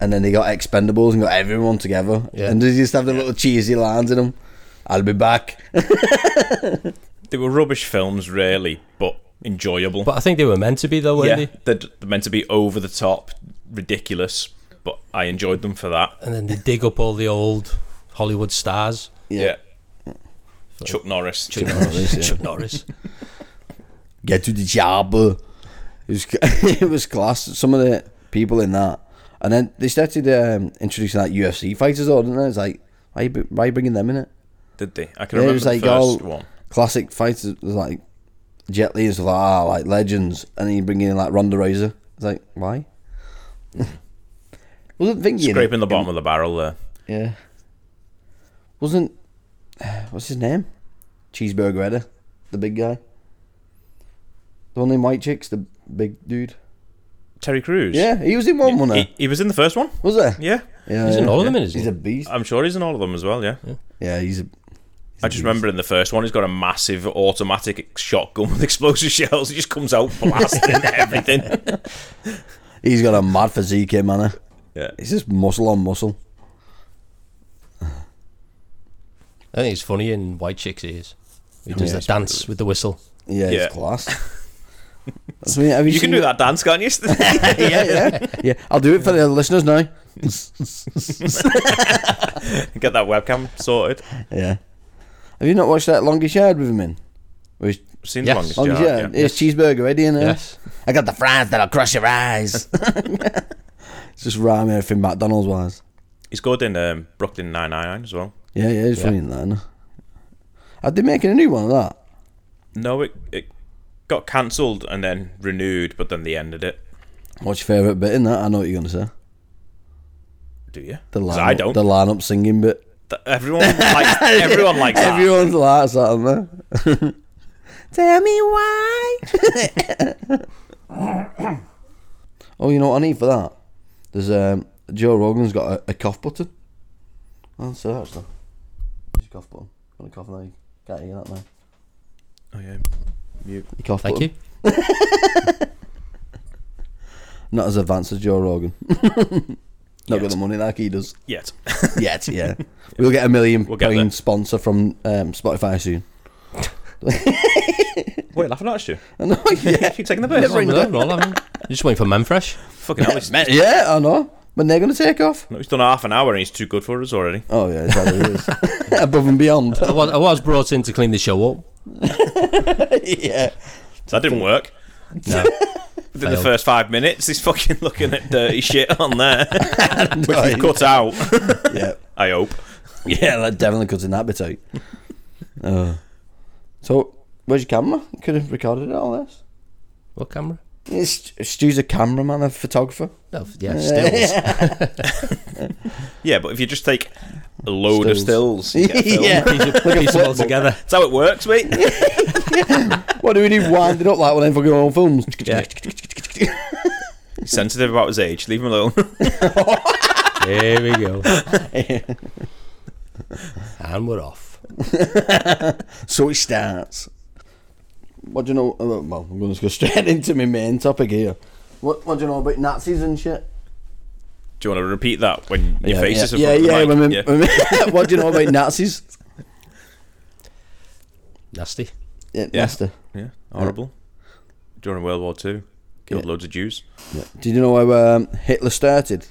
[SPEAKER 3] And then they got Expendables and got everyone together.
[SPEAKER 5] Yeah.
[SPEAKER 3] And they just have the little cheesy lines in them. I'll be back.
[SPEAKER 4] They were rubbish films, really, but enjoyable.
[SPEAKER 5] But I think they were meant to be though, weren't
[SPEAKER 4] yeah,
[SPEAKER 5] they?
[SPEAKER 4] they're, d- they're meant to be over the top, ridiculous, but I enjoyed them for that.
[SPEAKER 5] And then they dig up all the old Hollywood stars.
[SPEAKER 4] Yeah. Chuck Norris. Chuck
[SPEAKER 5] Chuck Norris.
[SPEAKER 3] Get to the job. It was, it was class. Some of the people in that. And then they started um, introducing like UFC fighters, all, didn't they? It's like, why you, br- why you bringing them in it?
[SPEAKER 4] Did they? I can
[SPEAKER 3] Yeah, it
[SPEAKER 4] remember
[SPEAKER 3] was
[SPEAKER 4] the
[SPEAKER 3] like oh, all
[SPEAKER 4] first one.
[SPEAKER 3] classic fighters. It was like Jet Li is like, ah, like legends. And then you bring in like Ronda Rousey. It's like, why? Wasn't thinking.
[SPEAKER 4] Scraping the bottom of the barrel there.
[SPEAKER 3] Yeah. Wasn't what's his name? Cheeseburger Edder, the big guy. The one in White Chicks, the big dude.
[SPEAKER 4] Terry Crews.
[SPEAKER 3] Yeah, he was in one, wasn't
[SPEAKER 4] He,
[SPEAKER 3] he?
[SPEAKER 4] he was in the first one.
[SPEAKER 3] Was there?
[SPEAKER 4] Yeah. Uh,
[SPEAKER 3] yeah,
[SPEAKER 5] Isn't
[SPEAKER 3] yeah.
[SPEAKER 5] all of them in, isn't
[SPEAKER 3] He's a beast.
[SPEAKER 4] I'm sure he's in all of them as well, yeah.
[SPEAKER 3] Yeah, he's a.
[SPEAKER 4] I just remember in the first one, he's got a massive automatic shotgun with explosive shells. He just comes out blasting everything.
[SPEAKER 3] He's got a mad physique, him, man. eh?
[SPEAKER 4] Yeah.
[SPEAKER 3] He's just muscle on muscle.
[SPEAKER 5] I think it's funny in White Chicks ears. He does
[SPEAKER 3] Yeah,
[SPEAKER 5] the dance with the whistle.
[SPEAKER 3] Yeah, he's
[SPEAKER 4] Yeah.
[SPEAKER 3] class. That's me. Have you,
[SPEAKER 4] You can
[SPEAKER 3] seen
[SPEAKER 4] do that dance, can't you?
[SPEAKER 3] yeah, yeah, yeah. I'll do it for the listeners now.
[SPEAKER 4] Get that webcam sorted.
[SPEAKER 3] Yeah. Have you not watched that longest yard with him in? Where he's
[SPEAKER 4] Seen
[SPEAKER 5] Yes.
[SPEAKER 4] the longest
[SPEAKER 3] Longest
[SPEAKER 4] yard.
[SPEAKER 3] yard.
[SPEAKER 4] yeah.
[SPEAKER 3] It's cheeseburger ready in there.
[SPEAKER 5] Yes.
[SPEAKER 3] I got the fries that'll crush your eyes. it's just rhyming everything McDonald's wise.
[SPEAKER 4] He's good in um, Brooklyn Nine Nine as well.
[SPEAKER 3] Yeah, yeah, it's funny in that. isn't it? Are they making a new one of that?
[SPEAKER 4] No, it it got cancelled and then renewed, but then they ended it.
[SPEAKER 3] What's your favourite bit in that? I know what you're gonna say.
[SPEAKER 4] Do you?
[SPEAKER 3] The
[SPEAKER 4] 'Cause
[SPEAKER 3] line
[SPEAKER 4] I don't.
[SPEAKER 3] the lineup singing bit.
[SPEAKER 4] Th- everyone likes. Everyone likes that.
[SPEAKER 3] Everyone likes that, don't they? Tell me why. oh, you know what I need for that? There's um Joe Rogan's got a, a cough button. Oh, so that's done. There's a cough button. Got a cough now. Can't hear that now.
[SPEAKER 4] Oh yeah. You-
[SPEAKER 3] Your cough
[SPEAKER 5] Thank
[SPEAKER 3] button.
[SPEAKER 5] you.
[SPEAKER 3] Not as advanced as Joe Rogan. Not got
[SPEAKER 4] Yet.
[SPEAKER 3] the money like he does.
[SPEAKER 4] Yet.
[SPEAKER 3] Yet, yeah. we'll get a 1000000
[SPEAKER 4] We'll
[SPEAKER 3] pound
[SPEAKER 4] get there.
[SPEAKER 3] sponsor from um, Spotify soon.
[SPEAKER 4] What are you laughing at, Stu?
[SPEAKER 3] No, yeah.
[SPEAKER 4] You're taking the piss.
[SPEAKER 5] No, no, no, I mean, you're just waiting for Memfresh.
[SPEAKER 4] Fucking hell, he's, no,
[SPEAKER 3] yeah, I know. When they're going to take off?
[SPEAKER 4] he's done half an hour and he's too good for us already.
[SPEAKER 3] Oh, yeah, is that what it is? Above and beyond.
[SPEAKER 5] I was, I was brought in to clean the show up.
[SPEAKER 3] yeah.
[SPEAKER 4] That didn't work.
[SPEAKER 5] No,
[SPEAKER 4] Within the
[SPEAKER 5] Failed.
[SPEAKER 4] first five minutes, he's fucking looking at dirty shit on there, which he's cut out.
[SPEAKER 3] Yeah.
[SPEAKER 4] I hope.
[SPEAKER 3] Yeah, that definitely cuts an habit out. Uh, so, where's your camera? You could have recorded all this.
[SPEAKER 5] what camera?
[SPEAKER 3] It's, Stu's a cameraman, a photographer.
[SPEAKER 5] No, yeah, stills.
[SPEAKER 4] Yeah, but if you just take a load of stills, you get a film.
[SPEAKER 3] yeah. Like a
[SPEAKER 5] Piece them all
[SPEAKER 3] flipbook.
[SPEAKER 5] together.
[SPEAKER 4] That's how it works, mate.
[SPEAKER 3] What do we need winding up like when they fucking own films?
[SPEAKER 4] He's sensitive about his age. Leave him alone.
[SPEAKER 5] Here we go. and we're off.
[SPEAKER 3] so it starts. What do you know? uh, Well, I'm going to go straight into my main topic here. What, what do you know about Nazis and shit?
[SPEAKER 4] Do you want to repeat that when your face is in
[SPEAKER 3] yeah, uh,
[SPEAKER 4] front of the
[SPEAKER 3] yeah.
[SPEAKER 4] mic?
[SPEAKER 3] when we-
[SPEAKER 4] Yeah.
[SPEAKER 3] when we- what do you know about Nazis?
[SPEAKER 5] Nasty.
[SPEAKER 3] Yeah,
[SPEAKER 4] Yeah.
[SPEAKER 3] Nesta.
[SPEAKER 4] Yeah, horrible. During World War Two, killed loads of Jews.
[SPEAKER 3] Did you know how um, Hitler started?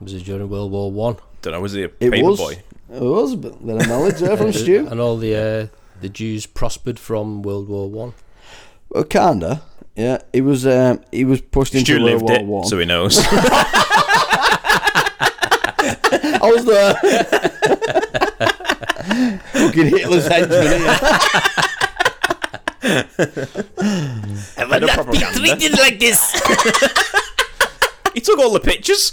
[SPEAKER 5] Was it during World War One?
[SPEAKER 4] Don't know, was he a
[SPEAKER 3] It
[SPEAKER 4] paper
[SPEAKER 3] was.
[SPEAKER 4] boy?
[SPEAKER 3] It was, but bit of knowledge there from Stu.
[SPEAKER 5] And all the uh, the Jews prospered from World War One.
[SPEAKER 3] Well, kinda. Yeah, he was. Um, he was pushed into
[SPEAKER 4] Stu lived
[SPEAKER 3] World War
[SPEAKER 4] it,
[SPEAKER 3] One.
[SPEAKER 4] so he knows.
[SPEAKER 3] I was there. Fucking Hitler's henchman. innit?
[SPEAKER 4] Head of propaganda.
[SPEAKER 8] like this.
[SPEAKER 4] He took all the pictures.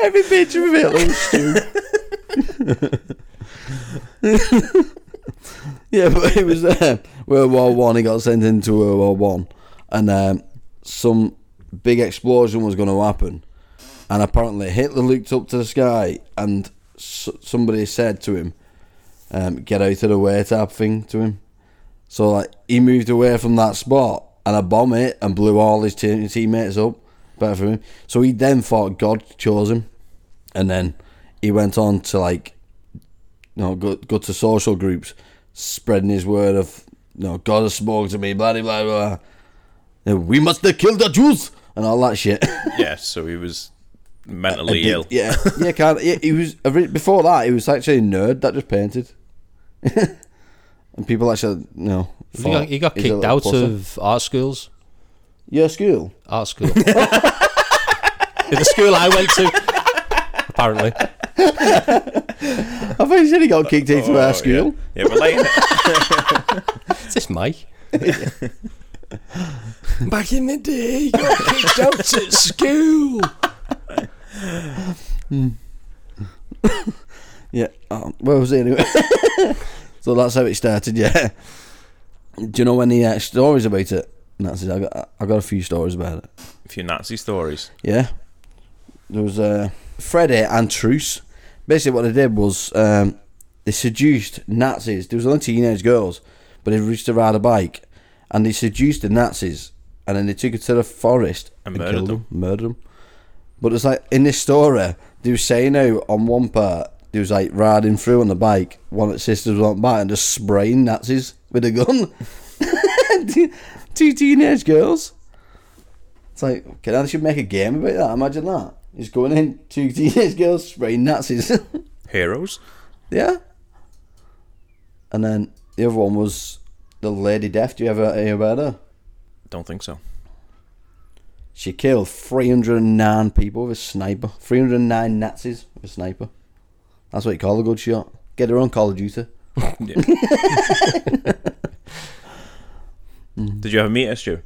[SPEAKER 3] Every picture of Hitler was Stu. yeah, but it was um, World War One. He got sent into World War One, and um, some big explosion was going to happen. And apparently, Hitler looked up to the sky, and s- somebody said to him, um, "Get out of the way," type thing to him. So like he moved away from that spot, and a bomb hit and blew all his te- teammates up. Better for him. So he then thought God chose him, and then he went on to like, you know, go, go to social groups, spreading his word of, you know, God has spoken to me, blah blah blah. blah. And We must kill the Jews and all that shit.
[SPEAKER 4] yeah, so he was mentally ill.
[SPEAKER 3] yeah, yeah, kind of. Yeah, he was ori- before that. He was actually a nerd that just painted, and people actually you know.
[SPEAKER 5] He
[SPEAKER 3] thought,
[SPEAKER 5] got, he got
[SPEAKER 3] "He's a
[SPEAKER 5] kicked
[SPEAKER 3] little
[SPEAKER 5] out
[SPEAKER 3] pusser."
[SPEAKER 5] of art schools.
[SPEAKER 3] your school.
[SPEAKER 5] Art school. the school I went to. Apparently,
[SPEAKER 3] I thought you said he got kicked into
[SPEAKER 4] Oh,
[SPEAKER 3] our school.
[SPEAKER 4] Yeah, yeah relating it.
[SPEAKER 5] is this Mike? Back in the day, you got kicked out at school.
[SPEAKER 3] Yeah. Oh, where was he anyway? so that's how it started. Yeah. Do you know any uh, stories about it? Nazis. I got I got a few stories about it.
[SPEAKER 4] A few Nazi stories.
[SPEAKER 3] Yeah. There was uh, Freddy and Truce. Basically, what they did was um, they seduced Nazis. There was only teenage girls, but they reached to ride a bike, and they seduced the Nazis, and then they took her to the forest
[SPEAKER 4] And murdered
[SPEAKER 3] killed
[SPEAKER 4] them.
[SPEAKER 3] Murdered them. But it's like in this story, they were saying how on one part they was like riding through on the bike, one of the sisters went by and just spraying Nazis with a gun. Two- Two teenage girls. It's like, okay, I should make a game about that. Imagine that. He's going in, two teenage girls spraying Nazis.
[SPEAKER 4] Heroes.
[SPEAKER 3] yeah. And then the other one was the Lady Death. Do you ever hear about her?
[SPEAKER 4] Don't think so.
[SPEAKER 3] She killed 309 people with a sniper. 309 Nazis with a sniper. That's what you call a good shot. Get her on Call of Duty.
[SPEAKER 4] Yeah. Did you ever meet her, Stu?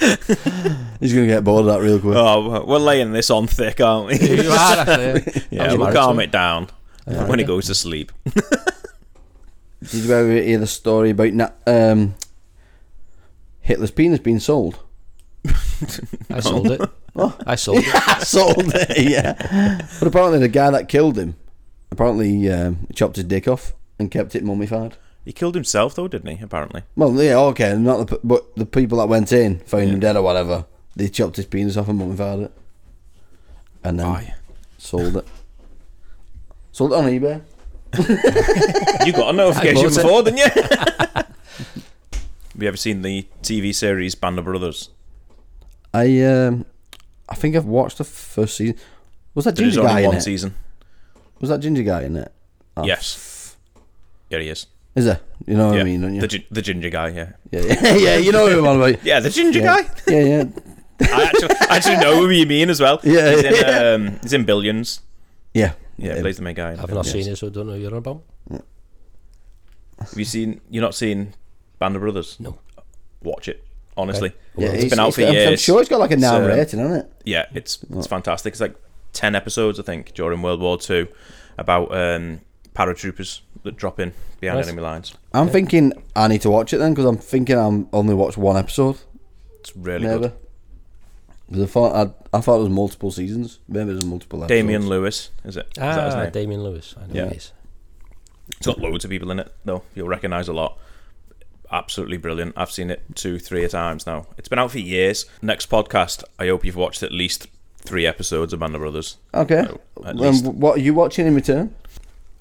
[SPEAKER 3] He's going to get bored of that real quick.
[SPEAKER 4] Oh, we're laying this on thick, aren't we?
[SPEAKER 5] You are actually. I
[SPEAKER 4] yeah,
[SPEAKER 5] was
[SPEAKER 4] we'll
[SPEAKER 5] married
[SPEAKER 4] calm
[SPEAKER 5] to
[SPEAKER 4] it down when he goes to sleep.
[SPEAKER 3] Did you ever hear the story about Na- um, Hitler's penis being sold?
[SPEAKER 5] I sold it. I sold it.
[SPEAKER 3] sold it, yeah. But apparently, the guy that killed him apparently um, chopped his dick off and kept it mummified.
[SPEAKER 4] He killed himself, though, didn't he? Apparently.
[SPEAKER 3] Well, yeah, okay, not the p- but the people that went in found him dead or whatever. They chopped his penis off and mummified it, and then sold it. Sold it on eBay.
[SPEAKER 4] You got a notification
[SPEAKER 5] bought it.
[SPEAKER 4] before, didn't you? Have you ever seen the TV series Band of Brothers?
[SPEAKER 3] I um, I think I've watched the first season. Was that
[SPEAKER 4] There is
[SPEAKER 3] ginger guy
[SPEAKER 4] only
[SPEAKER 3] in
[SPEAKER 4] one
[SPEAKER 3] it?
[SPEAKER 4] season.
[SPEAKER 3] Was that ginger guy in it? Oh,
[SPEAKER 4] Yes. Yeah, he is.
[SPEAKER 3] Is there? You know what
[SPEAKER 4] yeah.
[SPEAKER 3] I mean? Don't you?
[SPEAKER 4] the, gi- the ginger guy, yeah.
[SPEAKER 3] yeah, yeah, yeah, you know who I'm on about.
[SPEAKER 4] Yeah, the ginger
[SPEAKER 3] yeah,
[SPEAKER 4] guy.
[SPEAKER 3] yeah, yeah.
[SPEAKER 4] I actually, I actually know who you mean as well.
[SPEAKER 3] Yeah,
[SPEAKER 4] he's in, Um, he's in Billions.
[SPEAKER 3] yeah.
[SPEAKER 4] Yeah, plays the main guy. in
[SPEAKER 5] I've not
[SPEAKER 4] Billions.
[SPEAKER 5] seen it, so I don't know what you're on about.
[SPEAKER 4] Have you seen? You're not seen Band of Brothers?
[SPEAKER 5] No.
[SPEAKER 4] Watch it. Honestly,
[SPEAKER 3] Yeah,
[SPEAKER 4] it's
[SPEAKER 3] he's-
[SPEAKER 4] been out
[SPEAKER 3] he's-
[SPEAKER 4] for
[SPEAKER 3] I'm-
[SPEAKER 4] years.
[SPEAKER 3] I'm sure it's got like a
[SPEAKER 4] It's,
[SPEAKER 3] now
[SPEAKER 4] um,
[SPEAKER 3] rating, hasn't it?
[SPEAKER 4] yeah, it's it's fantastic. It's like ten episodes, I think, during World War Two, about um, paratroopers that drop in behind
[SPEAKER 5] Nice.
[SPEAKER 4] enemy lines.
[SPEAKER 3] I'm thinking I need to watch it then because I'm thinking I'm only watched one episode.
[SPEAKER 4] It's really
[SPEAKER 3] Maybe.
[SPEAKER 4] good.
[SPEAKER 3] 'Cause I thought i I thought it was multiple seasons. Maybe there's multiple. Episodes.
[SPEAKER 4] Damien Lewis, is it? Is that his
[SPEAKER 5] Ah,
[SPEAKER 4] name?
[SPEAKER 5] Damien Lewis. I know
[SPEAKER 4] Yeah.
[SPEAKER 5] who he is.
[SPEAKER 4] It's got loads of people in it, though. You'll recognise a lot. Absolutely brilliant. I've seen it two, three times now. It's been out for years. Next podcast, I hope you've watched at least three episodes of Band of Brothers.
[SPEAKER 3] Okay.
[SPEAKER 4] At
[SPEAKER 3] And
[SPEAKER 4] least.
[SPEAKER 3] what are you watching in return?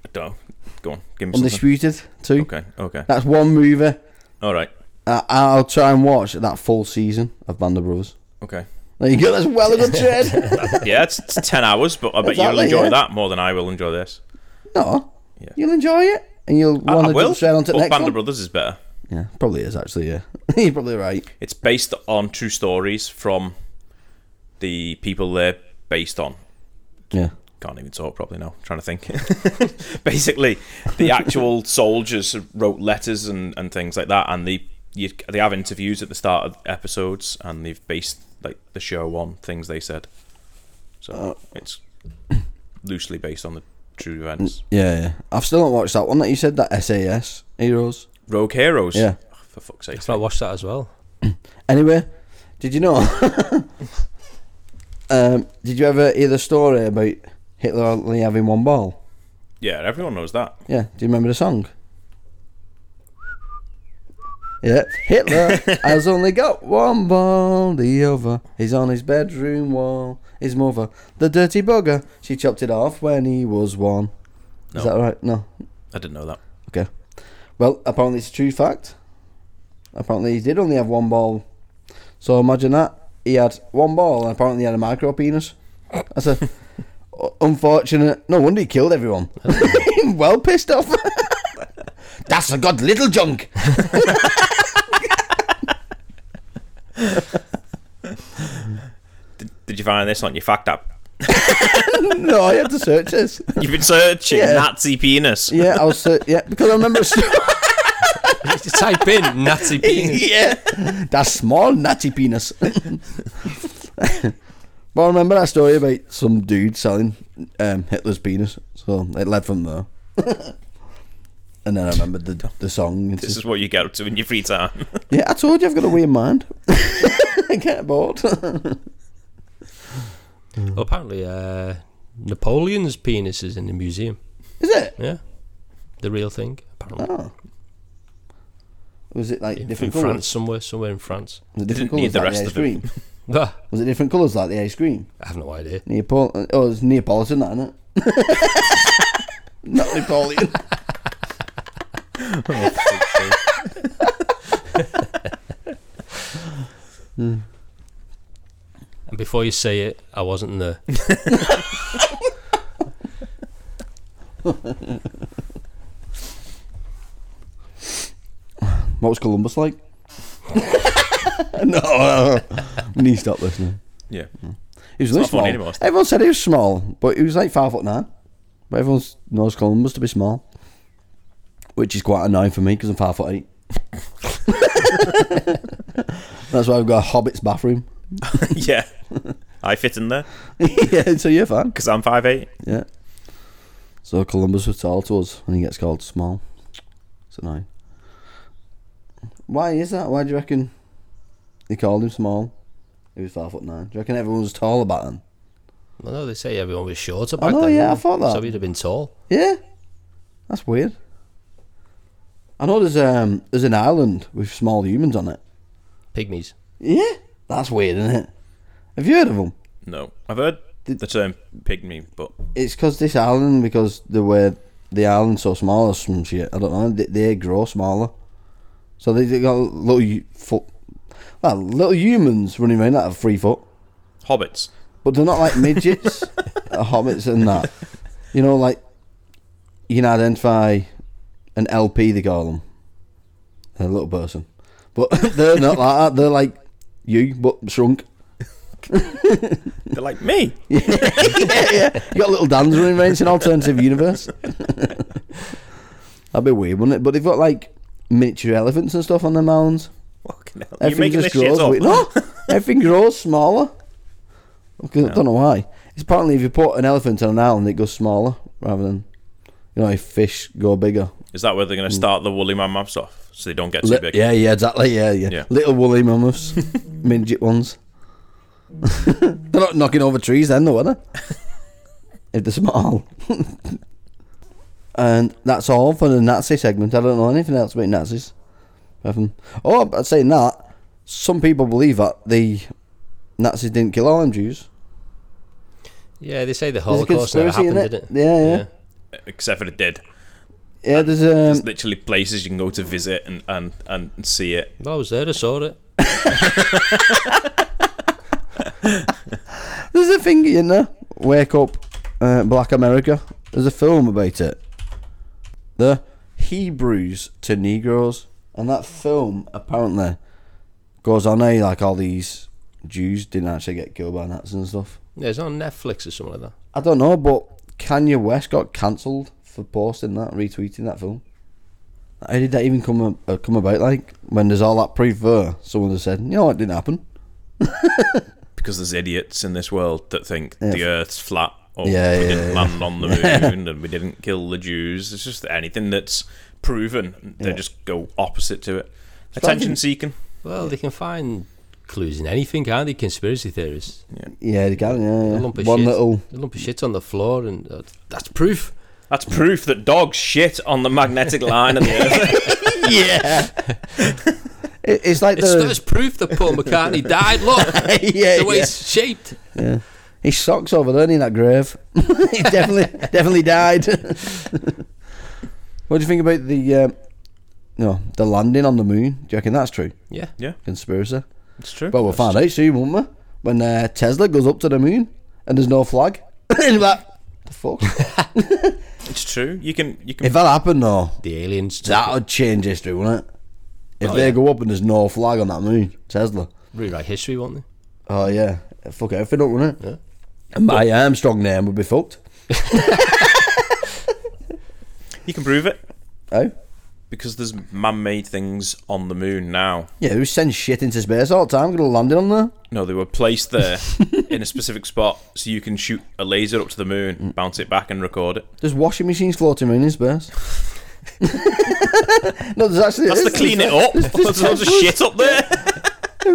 [SPEAKER 4] I don't. Go on, give me something.
[SPEAKER 3] Undisputed two.
[SPEAKER 4] Okay, okay.
[SPEAKER 3] That's one movie.
[SPEAKER 4] All right,
[SPEAKER 3] I I'll try and watch that full season of Band of Brothers.
[SPEAKER 4] okay.
[SPEAKER 3] There you go. That's well a good trade.
[SPEAKER 4] Yeah, it's, it's 10 hours, but I bet you'll
[SPEAKER 3] Exactly,
[SPEAKER 4] enjoy
[SPEAKER 3] yeah.
[SPEAKER 4] that more than I will enjoy this.
[SPEAKER 3] no,
[SPEAKER 4] Yeah.
[SPEAKER 3] you'll enjoy it, and you'll
[SPEAKER 4] I,
[SPEAKER 3] want
[SPEAKER 4] I
[SPEAKER 3] to
[SPEAKER 4] will.
[SPEAKER 3] jump straight on to the
[SPEAKER 4] but
[SPEAKER 3] next
[SPEAKER 4] Band
[SPEAKER 3] one.
[SPEAKER 4] of Brothers is better.
[SPEAKER 3] yeah, probably is actually. Yeah, you're probably right.
[SPEAKER 4] It's based on true stories from the people they're based on.
[SPEAKER 3] Yeah.
[SPEAKER 4] can't even talk properly now. I'm trying to think. Basically, the actual soldiers wrote letters and, and things like that, and they you, they have interviews at the start of episodes, and they've based like the show on things they said. So
[SPEAKER 3] Uh.
[SPEAKER 4] it's loosely based on the true
[SPEAKER 3] Mm.
[SPEAKER 4] events.
[SPEAKER 3] Yeah, yeah. I've still not watched that one that you said that SAS Heroes.
[SPEAKER 4] Rogue heroes.
[SPEAKER 3] Yeah.
[SPEAKER 4] Oh, for fuck's sake.
[SPEAKER 5] I've not watched that as well.
[SPEAKER 3] Anyway, did you know? um, did you ever hear the story about Hitler only having one ball?
[SPEAKER 4] Yeah, everyone knows that.
[SPEAKER 3] Yeah. Do you remember the song? Yeah, Hitler has only got one ball. The other is on his bedroom wall. His mother, the dirty bugger, she chopped it off when he was one. Is that right? No.
[SPEAKER 4] I didn't know that.
[SPEAKER 3] Okay. Well, apparently it's a true fact. Apparently he did only have one ball. So imagine that. He had one ball and apparently he had a micro penis. That's a unfortunate no wonder he killed everyone. well pissed off. That's a god little junk.
[SPEAKER 4] Did, did you find this on your fact app?
[SPEAKER 3] no, I had to search this.
[SPEAKER 4] You've been searching
[SPEAKER 3] Yeah.
[SPEAKER 4] Nazi penis.
[SPEAKER 3] Yeah, I was ser- yeah, because I remember a story.
[SPEAKER 5] Type in Nazi penis.
[SPEAKER 3] yeah. That small natty penis. but I remember that story about some dude selling um, Hitler's penis. So it led from there. and then I remembered the the song. It's
[SPEAKER 4] This
[SPEAKER 3] just,
[SPEAKER 4] is what you get up to in your free time.
[SPEAKER 3] yeah, I told you I've got a weird mind. I get bored.
[SPEAKER 5] Well, apparently, uh, Napoleon's penis is in the museum.
[SPEAKER 3] Is it?
[SPEAKER 5] Yeah, the real thing. Apparently,
[SPEAKER 3] Oh. Was it like
[SPEAKER 5] in, in
[SPEAKER 3] different
[SPEAKER 5] France,
[SPEAKER 3] colours?
[SPEAKER 5] somewhere, somewhere in France.
[SPEAKER 3] Was it
[SPEAKER 4] They didn't
[SPEAKER 3] different
[SPEAKER 4] need
[SPEAKER 3] colours
[SPEAKER 4] the
[SPEAKER 3] like
[SPEAKER 4] rest
[SPEAKER 3] ice
[SPEAKER 4] of it.
[SPEAKER 3] cream?
[SPEAKER 5] Ah,
[SPEAKER 3] Was it different colours like the ice cream?
[SPEAKER 5] I have no idea.
[SPEAKER 3] Neapol- oh, it's Neapolitan, that, isn't it? Not Napoleon. Oh,
[SPEAKER 5] And before you say it, I wasn't there.
[SPEAKER 3] What was Columbus like? no, no, no. we need to stop listening.
[SPEAKER 4] yeah.
[SPEAKER 3] He was really
[SPEAKER 4] not funny
[SPEAKER 3] small.
[SPEAKER 4] anymore, is it?
[SPEAKER 3] Everyone said he was small, but he was like five foot nine. But everyone knows Columbus to be small, which is quite annoying for me because I'm five foot eight. That's why I've got a hobbit's bathroom.
[SPEAKER 4] yeah. I fit in there
[SPEAKER 3] yeah, so you're fine.
[SPEAKER 4] because I'm 5'8.
[SPEAKER 3] Yeah. So Columbus was tall to us, and he gets called small. It's annoying. Why is that? Why do you reckon they called him small? He was five foot nine. Do you reckon everyone was tall about him?
[SPEAKER 5] Well, no, they say everyone was shorter back
[SPEAKER 3] know,
[SPEAKER 5] then.
[SPEAKER 3] yeah, I
[SPEAKER 5] didn't they?
[SPEAKER 3] thought that.
[SPEAKER 5] So he'd have been tall.
[SPEAKER 3] Yeah, that's weird. I know there's um there's an island with small humans on it.
[SPEAKER 5] Pygmies.
[SPEAKER 3] Yeah, that's weird, isn't it? Have you heard of them?
[SPEAKER 4] No. I've heard the term pygmy, but
[SPEAKER 3] It's because this island, because they were the island so small or some shit. I don't know. They, they grow smaller, so they, they got little hu- foot, well, little humans running around that are three foot,
[SPEAKER 4] hobbits.
[SPEAKER 3] but they're not like midgets, or hobbits, and that. You know, like you can identify an LP. They call them a little person, but they're not like that. They're like you, but shrunk.
[SPEAKER 4] They're like me.
[SPEAKER 3] You got little Dan's running around. It's an alternative universe. That'd be weird, wouldn't it? But they've got like miniature elephants and stuff on their mounds.
[SPEAKER 4] Fucking hell. You're making this shit
[SPEAKER 3] grows.
[SPEAKER 4] up.
[SPEAKER 3] weird. No, everything grows smaller. Okay, I don't know why. It's apparently if you put an elephant on an island, it goes smaller rather than you know if fish go bigger.
[SPEAKER 4] Is that where they're going to start the woolly mammoths off so they don't get too
[SPEAKER 3] Li-
[SPEAKER 4] big?
[SPEAKER 3] Mm. yeah, yeah, exactly. Yeah, yeah.
[SPEAKER 4] Yeah.
[SPEAKER 3] Little woolly mammoths, midget ones. they're not knocking over trees then, though, are they? if they're small. and that's all for the Nazi segment. I don't know anything else about Nazis. Apart from- Oh, but saying that, some people believe that the Nazis didn't kill all them Jews.
[SPEAKER 5] Yeah, they say the
[SPEAKER 3] There's a
[SPEAKER 5] Holocaust never
[SPEAKER 3] conspiracy in
[SPEAKER 5] happened,
[SPEAKER 3] it.
[SPEAKER 5] didn't it?
[SPEAKER 3] Yeah, yeah.
[SPEAKER 4] Except for it did.
[SPEAKER 3] Um, Yeah, there's um,
[SPEAKER 4] There's literally places you can go to visit and, and, and see it.
[SPEAKER 5] Well, I was there, I saw it.
[SPEAKER 3] There's a thing in there. Wake up, uh, Black America. There's a film about it. The Hebrews to Negroes, and that film apparently goes on a like all these Jews didn't actually get killed by Nazis and stuff.
[SPEAKER 5] Yeah, it's on Netflix or something like that.
[SPEAKER 3] I don't know, but Kanye West got cancelled for posting that, retweeting that film. How did that even come a- uh, come about? Like when there's all that proof there, someone just said, "You know, it didn't happen."
[SPEAKER 4] because there's idiots in this world that think the Earth's flat, or
[SPEAKER 3] Yeah,
[SPEAKER 4] we
[SPEAKER 3] yeah,
[SPEAKER 4] didn't
[SPEAKER 3] yeah.
[SPEAKER 4] land on the moon, and we didn't kill the Jews. It's just anything that's proven, they just go opposite to it. Attention seeking.
[SPEAKER 5] Well, they can find clues in anything, can't they? Conspiracy theorists.
[SPEAKER 3] Yeah, they can. Yeah,
[SPEAKER 5] A
[SPEAKER 3] yeah.
[SPEAKER 5] lump of
[SPEAKER 3] One
[SPEAKER 5] shit.
[SPEAKER 3] little.
[SPEAKER 5] A lump of shit on the floor, and uh, that's proof.
[SPEAKER 4] That's proof that dogs shit on the magnetic line of the Earth.
[SPEAKER 3] yeah. It- it's like
[SPEAKER 5] It's,
[SPEAKER 3] the
[SPEAKER 5] that's proof that Paul McCartney died. Look,
[SPEAKER 3] Yeah,
[SPEAKER 5] the way
[SPEAKER 3] yeah.
[SPEAKER 5] it's shaped.
[SPEAKER 3] His socks over there in that grave. he definitely definitely died. what do you think about the um, no the landing on the moon? Do you reckon that's true?
[SPEAKER 5] Yeah.
[SPEAKER 4] yeah,
[SPEAKER 3] Conspiracy.
[SPEAKER 4] it's true.
[SPEAKER 3] Well, we'll find out soon, won't we? When uh, Tesla goes up to the moon and there's no flag, and you're like, the fuck?
[SPEAKER 4] It's true. You can you can
[SPEAKER 3] if that happened, though,
[SPEAKER 5] The aliens. took
[SPEAKER 3] that
[SPEAKER 5] it.
[SPEAKER 3] would change history, wouldn't it? If
[SPEAKER 5] Oh,
[SPEAKER 3] they
[SPEAKER 5] yeah.
[SPEAKER 3] go up and there's no flag on that moon, Tesla.
[SPEAKER 5] rewrite history, won't they?
[SPEAKER 3] Oh yeah, fuck everything up, wouldn't it? And my Armstrong name would be fucked.
[SPEAKER 4] you can prove it
[SPEAKER 3] Oh.
[SPEAKER 4] because there's man-made things on the moon now.
[SPEAKER 3] Yeah, who sends shit into space all the time? Gonna land it on there.
[SPEAKER 4] No, they were placed there in a specific spot so you can shoot a laser up to the moon, bounce it back, and record it.
[SPEAKER 3] There's washing machines floating around in space. no, there's actually
[SPEAKER 4] That's to
[SPEAKER 3] there's-
[SPEAKER 4] clean it up. There's loads of shit up there.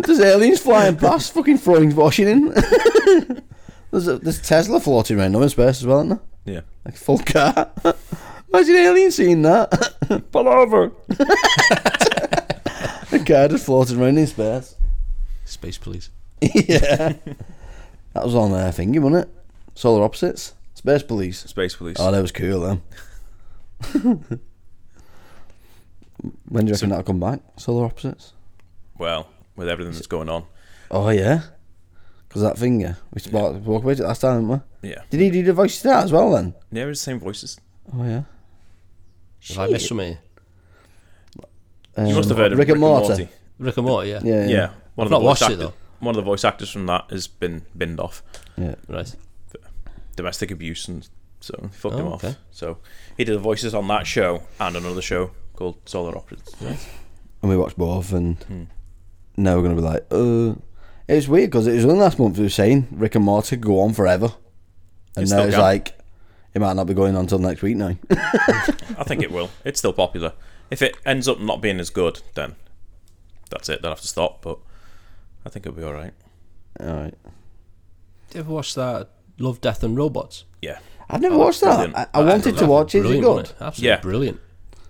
[SPEAKER 3] There's aliens flying past, fucking throwing washing in. there's a, there's Tesla floating around now in space as well, isn't there?
[SPEAKER 4] Yeah.
[SPEAKER 3] Like a full car. Imagine aliens seeing that. Pull over. a car just floating around in space.
[SPEAKER 5] Space police.
[SPEAKER 3] yeah, that was on uh, thingy, wasn't it? Solar opposites, space police.
[SPEAKER 4] Space police.
[SPEAKER 3] Oh, that was cool then. when do you reckon that'll come back? Solar opposites?
[SPEAKER 4] well, with everything that's going on.
[SPEAKER 3] Oh yeah, because that finger we spoke we spoke about it last time, didn't
[SPEAKER 4] Yeah.
[SPEAKER 3] we? Did he do the voice to that as well then?
[SPEAKER 4] Yeah, it's the same voices.
[SPEAKER 3] Oh yeah.
[SPEAKER 5] Have I missed something? here?
[SPEAKER 3] Um,
[SPEAKER 4] You must have heard of
[SPEAKER 3] Rick and Morty.
[SPEAKER 5] Rick and Morty, yeah.
[SPEAKER 3] Yeah,
[SPEAKER 4] Yeah.
[SPEAKER 3] yeah,
[SPEAKER 4] One
[SPEAKER 5] I've
[SPEAKER 4] of the
[SPEAKER 5] not
[SPEAKER 4] voice
[SPEAKER 5] watched it,
[SPEAKER 4] actors,
[SPEAKER 5] though.
[SPEAKER 4] One of the voice actors from that has been binned off.
[SPEAKER 3] yeah.
[SPEAKER 5] Right.
[SPEAKER 4] Domestic abuse and so he fucked
[SPEAKER 5] Oh,
[SPEAKER 4] him off.
[SPEAKER 5] okay.
[SPEAKER 4] So he did the voices on that show and another show called Solar Opposites.
[SPEAKER 3] And we watched both, and now we're gonna be like, uh, it's weird because it was only last month we were saying Rick and Morty could go on forever, and
[SPEAKER 4] It
[SPEAKER 3] now
[SPEAKER 4] still
[SPEAKER 3] it's
[SPEAKER 4] can.
[SPEAKER 3] like it might not be going on until next week now.
[SPEAKER 4] I think it will. It's still popular. If it ends up not being as good, then that's it. They'll have to stop, but I think it'll be alright.
[SPEAKER 3] All right.
[SPEAKER 5] Did you ever watch that Love, Death and Robots?
[SPEAKER 4] Yeah.
[SPEAKER 3] I've never
[SPEAKER 4] Oh,
[SPEAKER 3] watched that.
[SPEAKER 4] brilliant.
[SPEAKER 3] I, I wanted to watch it. Is it
[SPEAKER 5] Brilliant,
[SPEAKER 3] good?
[SPEAKER 5] wasn't it? Absolutely
[SPEAKER 4] Yeah.
[SPEAKER 5] brilliant.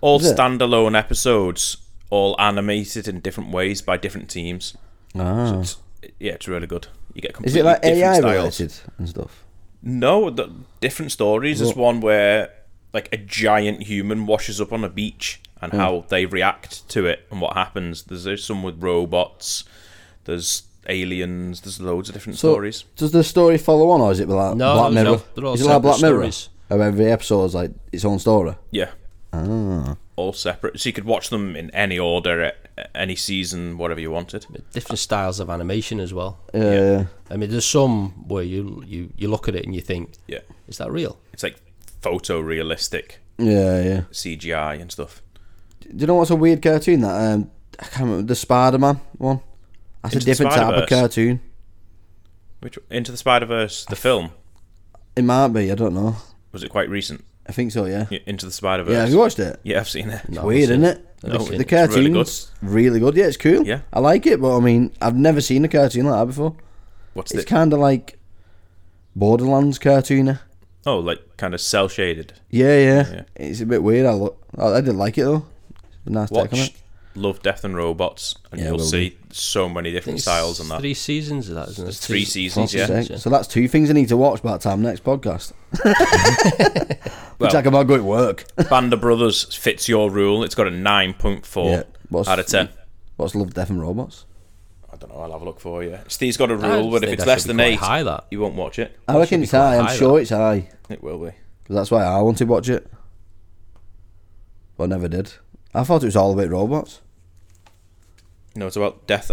[SPEAKER 4] All
[SPEAKER 3] Is it?
[SPEAKER 4] standalone episodes, all animated in different ways by different teams.
[SPEAKER 3] Ah.
[SPEAKER 4] Yeah, it's really good. You get
[SPEAKER 3] Is
[SPEAKER 4] completely
[SPEAKER 3] it like
[SPEAKER 4] different
[SPEAKER 3] AI
[SPEAKER 4] styles.
[SPEAKER 3] related and stuff?
[SPEAKER 4] No, the, different stories. There's one where like a giant human washes up on a beach and
[SPEAKER 3] Hmm.
[SPEAKER 4] how they react to it and what happens. There's, there's some with robots. There's aliens. There's loads of different
[SPEAKER 3] So,
[SPEAKER 4] stories.
[SPEAKER 3] Does the story follow on, or is it like
[SPEAKER 5] No,
[SPEAKER 3] Black
[SPEAKER 5] no, no.
[SPEAKER 3] Mirror?
[SPEAKER 5] They're all
[SPEAKER 3] is it like
[SPEAKER 5] separate
[SPEAKER 3] Black Mirror?
[SPEAKER 5] stories.
[SPEAKER 3] How every episode is like its own story.
[SPEAKER 4] Yeah.
[SPEAKER 3] Ah.
[SPEAKER 4] All separate. So you could watch them in any order, at any season, whatever you wanted.
[SPEAKER 5] Different styles of animation as well.
[SPEAKER 3] Uh,
[SPEAKER 5] I mean, there's some where you you you look at it and you think,
[SPEAKER 4] Yeah.
[SPEAKER 5] is that real?
[SPEAKER 4] It's like photorealistic
[SPEAKER 3] yeah, yeah.
[SPEAKER 4] CGI and stuff.
[SPEAKER 3] Do you know what's a weird cartoon that um I can't remember the Spider Man one? That's
[SPEAKER 4] Into
[SPEAKER 3] a
[SPEAKER 4] the
[SPEAKER 3] different type of
[SPEAKER 4] Spider-Verse.
[SPEAKER 3] cartoon.
[SPEAKER 4] Which Into the Spider Verse, the film,
[SPEAKER 3] It might be. I don't know.
[SPEAKER 4] was it quite recent?
[SPEAKER 3] I think so. Yeah.
[SPEAKER 4] Yeah, Into the Spider
[SPEAKER 3] Yeah. Have
[SPEAKER 4] Verse.
[SPEAKER 3] you watched it?
[SPEAKER 4] Yeah, I've seen it.
[SPEAKER 3] It's weird, isn't it?
[SPEAKER 4] No,
[SPEAKER 3] the
[SPEAKER 4] it's
[SPEAKER 3] cartoon's
[SPEAKER 4] really
[SPEAKER 3] really
[SPEAKER 4] good.
[SPEAKER 3] good. Yeah, it's cool.
[SPEAKER 4] Yeah.
[SPEAKER 3] I like it, but I mean, I've never seen a cartoon like that before.
[SPEAKER 4] What's
[SPEAKER 3] It's
[SPEAKER 4] it?
[SPEAKER 3] kind of like Borderlands cartooner.
[SPEAKER 4] Oh, like kind of cell shaded.
[SPEAKER 3] Yeah, yeah,
[SPEAKER 4] Yeah.
[SPEAKER 3] It's a bit weird. I look. I, I did like it though. It's a nice take on
[SPEAKER 4] Watch
[SPEAKER 3] it.
[SPEAKER 4] Love, Death, and Robots, and
[SPEAKER 3] Yeah,
[SPEAKER 4] you'll
[SPEAKER 3] will
[SPEAKER 4] see so many different styles and
[SPEAKER 5] It's
[SPEAKER 4] that.
[SPEAKER 5] Three seasons of that, isn't it?
[SPEAKER 4] There's three seasons,
[SPEAKER 3] That's
[SPEAKER 4] yeah.
[SPEAKER 3] sick. So that's two things I need to watch by the time next podcast. Which I can about go to work.
[SPEAKER 4] Band of Brothers fits your rule. It's got a 9.4
[SPEAKER 3] Yeah, what's-
[SPEAKER 4] out of 10.
[SPEAKER 3] What's Love, Death and Robots?
[SPEAKER 4] I don't know. I'll have a look for you. Steve's got a
[SPEAKER 5] I
[SPEAKER 4] rule,
[SPEAKER 5] just
[SPEAKER 4] but if
[SPEAKER 5] think
[SPEAKER 4] it's
[SPEAKER 5] that
[SPEAKER 4] less
[SPEAKER 5] should be
[SPEAKER 4] than
[SPEAKER 5] quite
[SPEAKER 4] eight,
[SPEAKER 5] high, that.
[SPEAKER 4] you won't watch it.
[SPEAKER 3] I reckon
[SPEAKER 5] be
[SPEAKER 3] it's high.
[SPEAKER 5] quite
[SPEAKER 3] I'm
[SPEAKER 5] high,
[SPEAKER 3] sure
[SPEAKER 5] that.
[SPEAKER 3] it's high. 'Cause
[SPEAKER 4] It will be.
[SPEAKER 3] that's why I wanted to watch it. But I never did. I thought it was all about robots.
[SPEAKER 4] No, it's about death,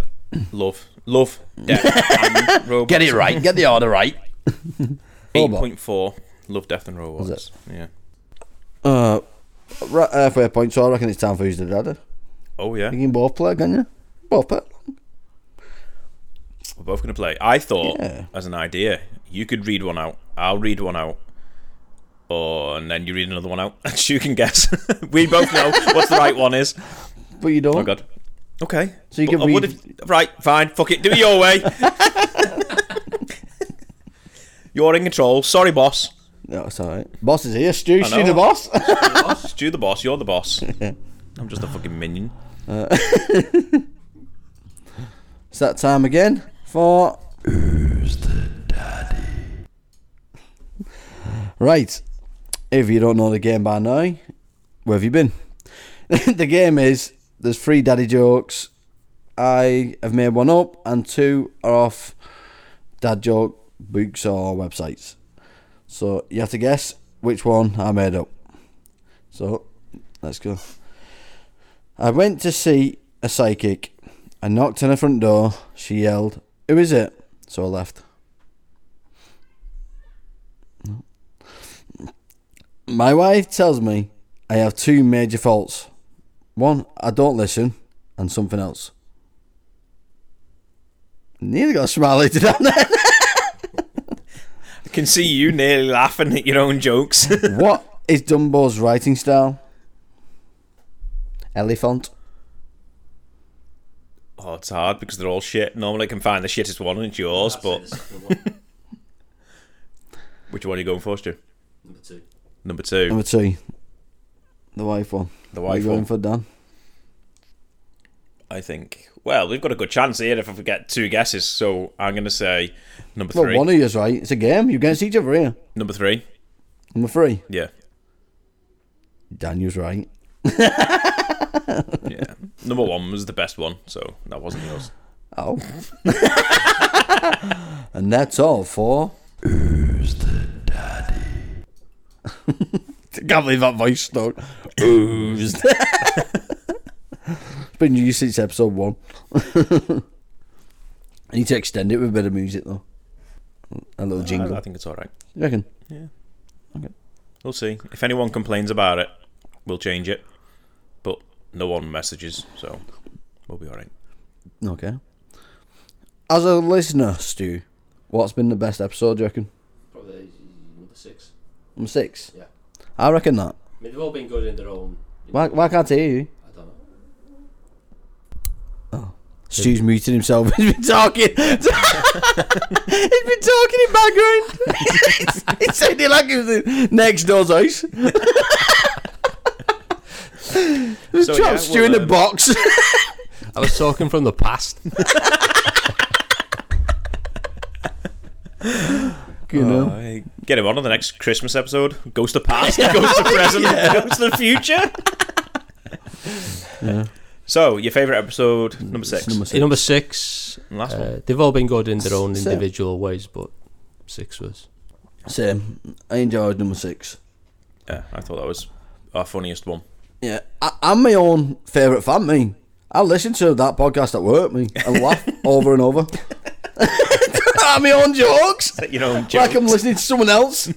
[SPEAKER 4] love, love, death, and robots. Get it right.
[SPEAKER 3] Get the order right.
[SPEAKER 4] Eight
[SPEAKER 3] Robot.
[SPEAKER 4] point four. Love, death, and robots. Yeah.
[SPEAKER 3] Uh, right halfway uh, point, so I reckon it's time for who's the dadder.
[SPEAKER 4] Oh yeah.
[SPEAKER 3] You can both play, can you? Both play.
[SPEAKER 4] We're both gonna play. I thought
[SPEAKER 3] Yeah.
[SPEAKER 4] as an idea, you could read one out. I'll read one out. Or and then you read another one out, and you can guess. we both know what the right one is.
[SPEAKER 3] But you don't.
[SPEAKER 4] Oh god. Okay.
[SPEAKER 3] So you
[SPEAKER 4] But
[SPEAKER 3] can
[SPEAKER 4] I would
[SPEAKER 3] read-
[SPEAKER 4] have- right, fine, fuck it, do it your way. You're in control. Sorry, boss.
[SPEAKER 3] No, it's alright. Boss is here. Stu,
[SPEAKER 4] know.
[SPEAKER 3] Stu the boss.
[SPEAKER 4] Stu the boss, you're the boss. I'm just a fucking minion.
[SPEAKER 3] it's that time again for. Who's the daddy? Right. If you don't know the game by now, where have you been? the game is there's three daddy jokes. I have made one up, and two are off dad joke books or websites. So you have to guess which one I made up. So let's go. I went to see a psychic. I knocked on her front door. She yelled, Who is it? So I left. My wife tells me I have two major faults. One, I don't listen, and something else. Nearly got a smiley to that then.
[SPEAKER 4] I can see you nearly laughing at your own jokes.
[SPEAKER 3] what is Dumbo's writing style? Elephant.
[SPEAKER 4] oh, it's hard because they're all shit. Normally I can find the shittest one and it's yours, but which one are you going for, Stu? Number two. Number two.
[SPEAKER 3] Number two. The wife one.
[SPEAKER 4] The
[SPEAKER 3] What are
[SPEAKER 4] wife
[SPEAKER 3] you going
[SPEAKER 4] one,
[SPEAKER 3] for, Dan?
[SPEAKER 4] I think. Well, we've got a good chance here if I get two guesses, so I'm gonna say number
[SPEAKER 3] Well,
[SPEAKER 4] three.
[SPEAKER 3] one of you's right. It's a game. You're against each other here.
[SPEAKER 4] number three.
[SPEAKER 3] Number three.
[SPEAKER 4] Yeah.
[SPEAKER 3] Daniel's right.
[SPEAKER 4] Yeah. Number one was the best one, so that wasn't yours.
[SPEAKER 3] Oh. and that's all for. Who's the daddy? can't believe that voice stuck. Who's the It's been used since episode one. I need to extend it with a bit of music, though. A little jingle.
[SPEAKER 4] I think it's all right.
[SPEAKER 3] You reckon?
[SPEAKER 4] We'll see. If anyone complains about it, we'll change it. But no one messages, so we'll be all right.
[SPEAKER 3] Okay. As a listener, Stu, what's been the best episode, do you reckon?
[SPEAKER 5] Probably number six.
[SPEAKER 3] Number six?
[SPEAKER 5] Yeah.
[SPEAKER 3] I reckon that.
[SPEAKER 5] I mean, they've all been good in their own.
[SPEAKER 3] Why, why can't I hear you?
[SPEAKER 5] I don't know.
[SPEAKER 3] Stu's muted himself. He's been talking. He's been talking in background. he sounded like he was in next door's house. There's
[SPEAKER 4] So,
[SPEAKER 3] trapped
[SPEAKER 4] yeah,
[SPEAKER 3] Stu
[SPEAKER 4] well,
[SPEAKER 3] in the
[SPEAKER 4] um,
[SPEAKER 3] box.
[SPEAKER 5] I was talking from the past.
[SPEAKER 3] you know.
[SPEAKER 4] Uh, get him on on the next Christmas episode. Goes to past, goes to present, goes to the future. So, your favourite episode, number six.
[SPEAKER 3] Number
[SPEAKER 5] In number six,
[SPEAKER 4] Last
[SPEAKER 5] uh, they've all been good in their own
[SPEAKER 3] Same.
[SPEAKER 5] individual ways, but six was.
[SPEAKER 3] Same. I enjoyed number six.
[SPEAKER 4] Yeah, I thought that was our funniest one.
[SPEAKER 3] Yeah, I, I'm my own favourite fan. Me, I listen to that podcast at work. Me, and laugh over and over. I'm my own jokes.
[SPEAKER 4] You know,
[SPEAKER 3] Like I'm listening to someone else.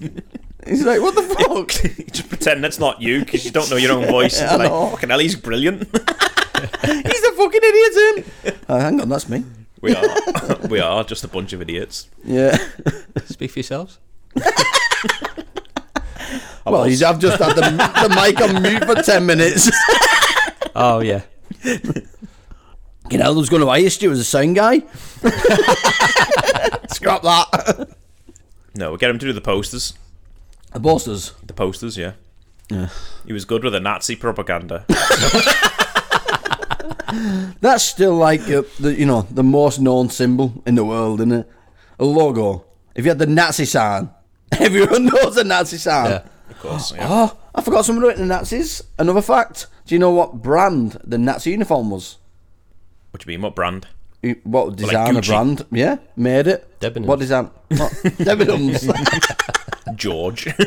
[SPEAKER 3] He's like, what the fuck?
[SPEAKER 4] just pretend that's not you because you don't know your own voice. It's like,
[SPEAKER 3] know.
[SPEAKER 4] fucking hell, he's brilliant.
[SPEAKER 3] He's a fucking idiot, him. Oh, hang on, that's me.
[SPEAKER 4] we are, we are just a bunch of idiots.
[SPEAKER 3] Yeah.
[SPEAKER 5] Speak for yourselves.
[SPEAKER 3] Well, he's, I've just had the, the mic on mute for 10 minutes.
[SPEAKER 5] Oh yeah.
[SPEAKER 3] You know, I was going to hire you as a sound guy. Scrap that.
[SPEAKER 4] No, we get him to do the posters.
[SPEAKER 3] The bosses.
[SPEAKER 4] The posters, yeah. He was good with the Nazi propaganda.
[SPEAKER 3] That's still like, uh, the, you know, the most known symbol in the world, isn't it? A logo. If you had the Nazi sign, everyone knows the Nazi sign.
[SPEAKER 5] Yeah.
[SPEAKER 4] Of course, yeah.
[SPEAKER 3] Oh, I forgot something about the Nazis. Another fact. Do you know what brand the Nazi uniform was?
[SPEAKER 4] What do you mean? What brand?
[SPEAKER 3] You- What designer
[SPEAKER 4] Gucci.
[SPEAKER 3] brand? Yeah, made it.
[SPEAKER 5] Debenhams.
[SPEAKER 3] What design? What? Debenhams.
[SPEAKER 4] George.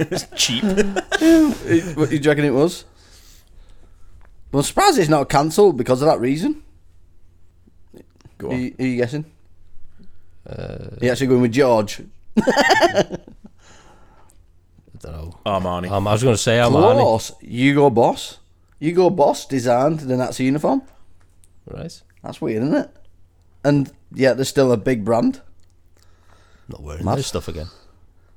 [SPEAKER 4] it's cheap.
[SPEAKER 3] what do you reckon it was? Well, I'm surprised it's not cancelled because of that reason.
[SPEAKER 4] Go
[SPEAKER 3] Who
[SPEAKER 4] on.
[SPEAKER 3] you, who you guessing? Uh, you actually going with George?
[SPEAKER 5] I don't know.
[SPEAKER 4] Armani.
[SPEAKER 5] Um, I was going to say Armani.
[SPEAKER 3] Boss, Hugo Boss. Hugo Boss designed the Nazi uniform.
[SPEAKER 5] Right.
[SPEAKER 3] That's weird, isn't it? And yet they're still a big brand.
[SPEAKER 5] Not wearing
[SPEAKER 3] Mad.
[SPEAKER 5] their stuff again.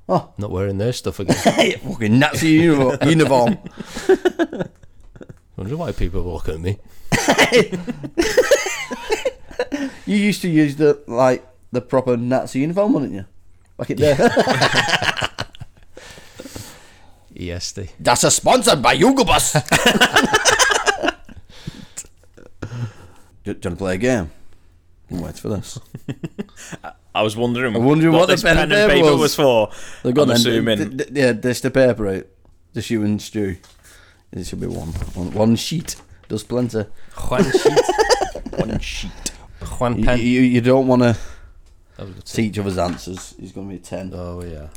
[SPEAKER 3] Oh.
[SPEAKER 5] Not wearing their stuff again.
[SPEAKER 3] Hey, fucking Nazi uni- uniform.
[SPEAKER 5] wonder why people were looking at me.
[SPEAKER 3] You used to use the like the proper Nazi uniform, wouldn't you? Like it there.
[SPEAKER 4] E
[SPEAKER 5] ESD.
[SPEAKER 3] That's a sponsored by Hugo Boss. Do do you want to play a game? Wait for this.
[SPEAKER 4] I was wondering,
[SPEAKER 3] wondering
[SPEAKER 4] what,
[SPEAKER 3] what the
[SPEAKER 4] this
[SPEAKER 3] pen
[SPEAKER 4] pen
[SPEAKER 3] and
[SPEAKER 4] and paper
[SPEAKER 3] paper
[SPEAKER 4] was, for.
[SPEAKER 3] They're gone
[SPEAKER 4] I'm
[SPEAKER 3] then.
[SPEAKER 4] assuming
[SPEAKER 3] D- d- yeah, there's the paper out. Just you and Stu. It should be one. One, one sheet. Does plenty.
[SPEAKER 5] Juan Sheet.
[SPEAKER 4] one sheet.
[SPEAKER 5] Juan
[SPEAKER 3] You,
[SPEAKER 5] Pen.
[SPEAKER 3] you, you don't want to
[SPEAKER 5] That was a
[SPEAKER 3] see each other's answers. He's going to be a 10.
[SPEAKER 5] Oh yeah.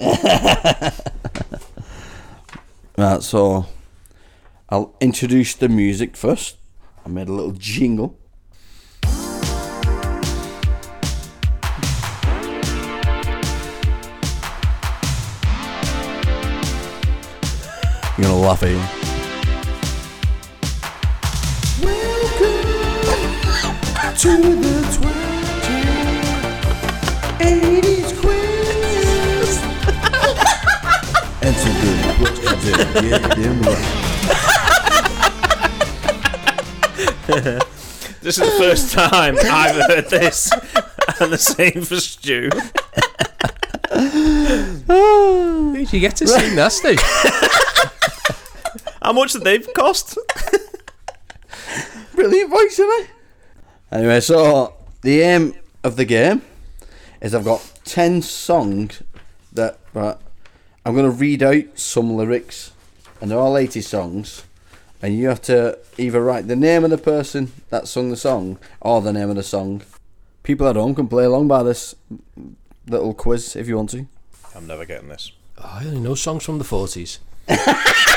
[SPEAKER 4] Okay.
[SPEAKER 3] Right, so I'll introduce the music first. I made a little jingle. You're gonna laugh at you. And some good questions in. Yeah, damn right.
[SPEAKER 4] This is the first time I've heard this, and the same for Stu.
[SPEAKER 5] Who do you get to see nasty?
[SPEAKER 4] How much did they cost?
[SPEAKER 3] Brilliant voice, isn't it? Anyway, so the aim of the game is I've got 10 songs that right, I'm going to read out some lyrics, and they're all 80 songs. And you have to either write the name of the person that sung the song or the name of the song. People at home can play along by this little quiz if you want to.
[SPEAKER 4] I'm never getting this.
[SPEAKER 5] I only know songs from the forties.
[SPEAKER 3] The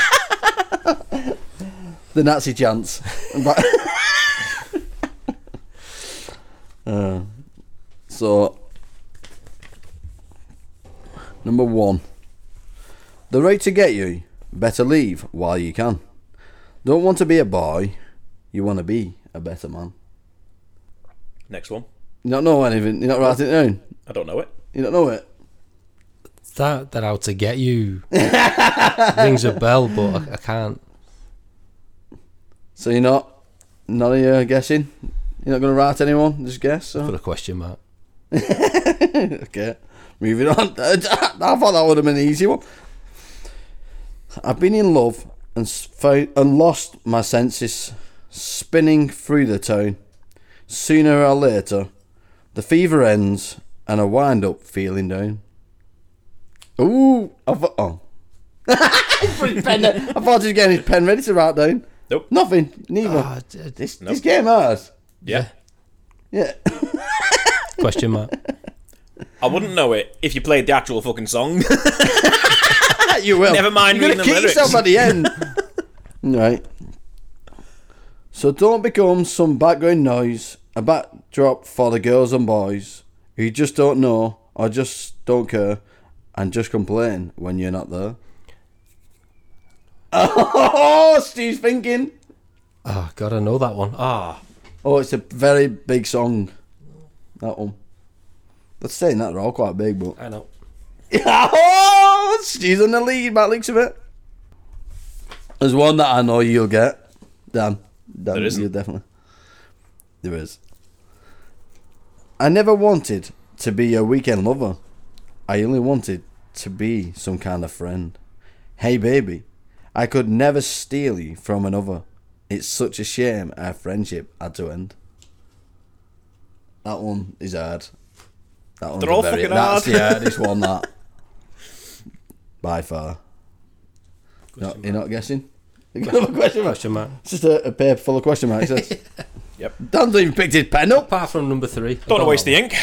[SPEAKER 3] Nazi chants. But- Uh, so, number one. They're out to get you. Better leave while you can. Don't want to be a boy. You want to be a better man.
[SPEAKER 4] Next one.
[SPEAKER 3] You don't know anything. You're not writing it down.
[SPEAKER 4] I don't know it.
[SPEAKER 3] You don't know it.
[SPEAKER 5] That that out to get you rings a bell, but I, I can't.
[SPEAKER 3] So you're not. None of you are guessing. You're not going to write anyone. Just guess. so-
[SPEAKER 5] Put a question mark.
[SPEAKER 3] Okay, moving on. I thought that would have been an easy one. I've been in love and s- found, and lost my senses, spinning through the town. Sooner or later, The fever ends and I wind up feeling down. Ooh, I thought, oh. He's put his pen down. I thought he was getting his pen ready to write down.
[SPEAKER 4] Nope.
[SPEAKER 3] Nothing, neither.
[SPEAKER 5] Ah, d- d-
[SPEAKER 3] this, this game hard.
[SPEAKER 4] Yeah.
[SPEAKER 3] Yeah.
[SPEAKER 5] question mark.
[SPEAKER 4] I wouldn't know it if you played the actual fucking song.
[SPEAKER 3] you will.
[SPEAKER 4] Never mind
[SPEAKER 3] You're
[SPEAKER 4] reading
[SPEAKER 3] gonna
[SPEAKER 4] the
[SPEAKER 3] kick
[SPEAKER 4] lyrics.
[SPEAKER 3] yourself at the end. right. So don't become some background noise, a backdrop for the girls and boys who just don't know or just don't care and just complain when you're not there. Oh, Steve's thinking.
[SPEAKER 5] Oh god, I know that one. Ah,
[SPEAKER 3] Oh, it's a very big song. That one. That's saying that they're all quite big, but
[SPEAKER 5] I know.
[SPEAKER 3] oh, she's on the lead by the looks of it. There's one that I know you'll get. Dan. Dan
[SPEAKER 4] There isn't.
[SPEAKER 3] you'll definitely. There is. I never wanted to be a weekend lover. I only wanted to be some kind of friend. Hey baby, I could never steal you from another. It's such a shame our friendship had to end. That one is hard. That one's
[SPEAKER 4] They're all
[SPEAKER 3] very,
[SPEAKER 4] fucking
[SPEAKER 3] that's
[SPEAKER 4] hard.
[SPEAKER 3] the hardest one that by far. No, you're not guessing. You got another question mark.
[SPEAKER 5] Question mark.
[SPEAKER 3] It's just a, a paper full of question marks. that's-
[SPEAKER 4] Yep.
[SPEAKER 3] Dan's not even picked his pen up.
[SPEAKER 5] Apart from number three, I
[SPEAKER 4] Don't want to waste
[SPEAKER 5] know
[SPEAKER 4] the ink.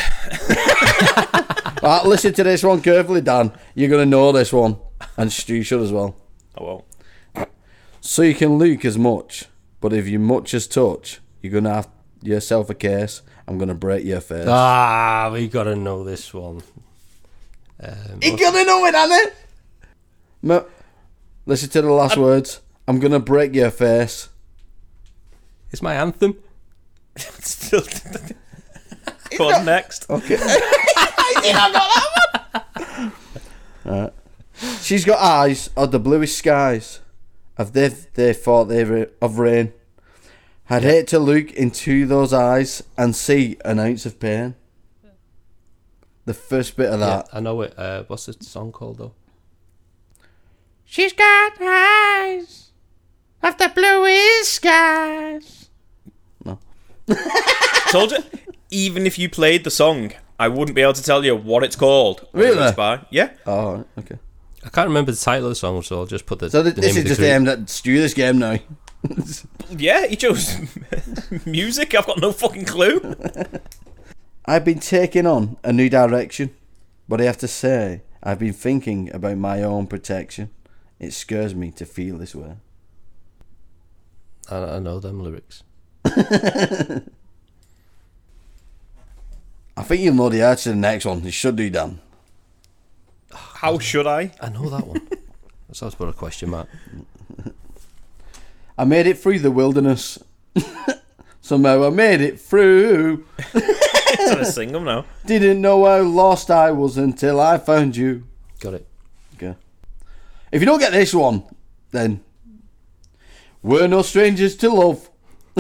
[SPEAKER 3] Right, listen to this one carefully, Dan. You're gonna know this one, and Stu should as well.
[SPEAKER 4] Oh well.
[SPEAKER 3] So you can leak as much, but if you much as touch, you're gonna have yourself a case. I'm gonna break your face.
[SPEAKER 5] that one. Ah, we gotta know this one.
[SPEAKER 3] You're gonna know it, Anna. Mo- listen to the last words. I'm gonna break your face.
[SPEAKER 5] It's my anthem.
[SPEAKER 4] Still. Go on next.
[SPEAKER 3] She's got eyes of the bluest skies, of they they thought they were of rain. I'd hate to look into those eyes and see an ounce of pain. The first bit of that.
[SPEAKER 5] I know it. Uh, what's the song called though?
[SPEAKER 9] She's got eyes of the bluest skies.
[SPEAKER 4] Told you. Even if you played the song, I wouldn't be able to tell you what it's called. or who
[SPEAKER 3] Really?
[SPEAKER 4] It's by. Yeah.
[SPEAKER 3] Oh, alright, okay.
[SPEAKER 5] I can't remember the title of the song, so I'll just put the.
[SPEAKER 3] So th-
[SPEAKER 5] the
[SPEAKER 3] this is
[SPEAKER 5] name of the
[SPEAKER 3] just
[SPEAKER 5] group.
[SPEAKER 3] aimed at Stu this game now.
[SPEAKER 4] Yeah. He chose music. I've got no fucking clue.
[SPEAKER 3] I've been taking on a new direction, but I have to say, I've been thinking about my own protection. It scares me to feel this way.
[SPEAKER 5] I, I know them lyrics.
[SPEAKER 3] I think you'll know the answer to the next one. You should do, Dan.
[SPEAKER 4] How should I?
[SPEAKER 5] I know that one. That's how I put a question mark.
[SPEAKER 3] I made it through the wilderness. Somehow I made it through.
[SPEAKER 4] I'm trying to sing them now.
[SPEAKER 3] Didn't know how lost I was until I found you.
[SPEAKER 5] Got it.
[SPEAKER 3] Okay. If you don't get this one, then we're no strangers to love.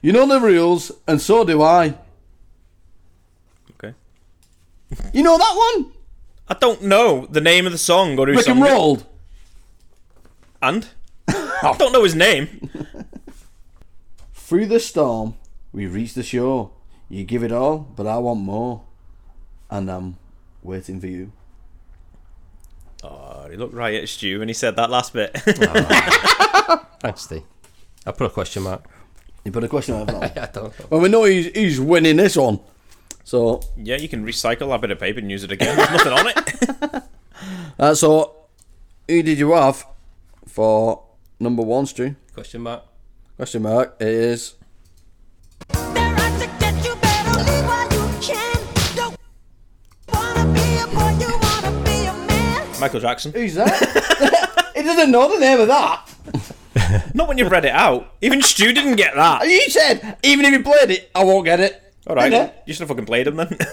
[SPEAKER 3] you know the rules, and so do I.
[SPEAKER 4] Okay.
[SPEAKER 3] You know that one?
[SPEAKER 4] I don't know the name of the song or who
[SPEAKER 3] Rick
[SPEAKER 4] sung
[SPEAKER 3] and
[SPEAKER 4] it.
[SPEAKER 3] rolled.
[SPEAKER 4] And? I don't know his name.
[SPEAKER 3] Through the storm, we reach the shore. You give it all, but I want more, and I'm waiting for you.
[SPEAKER 4] Oh, he looked right at Stu when he said that last bit.
[SPEAKER 5] Thanks, Steve. I put a question mark.
[SPEAKER 3] You put a question over that one.
[SPEAKER 5] I don't know.
[SPEAKER 3] Well, we know he's, he's winning this one. So,
[SPEAKER 4] yeah, you can recycle that bit of paper and use it again. There's nothing on it.
[SPEAKER 3] uh, so who did you have for number one, Stu?
[SPEAKER 5] Question mark.
[SPEAKER 3] Question mark is
[SPEAKER 6] They're out to get you, better leave while you can. Don't wanna be a boy, you wanna be a man.
[SPEAKER 4] Michael Jackson.
[SPEAKER 3] who's that? he doesn't know the name of that.
[SPEAKER 4] Not when you've read it out. Even Stu didn't get that.
[SPEAKER 3] You said even if you played it, I won't get it.
[SPEAKER 4] All right,
[SPEAKER 3] No,
[SPEAKER 4] you should have fucking played him then.
[SPEAKER 3] because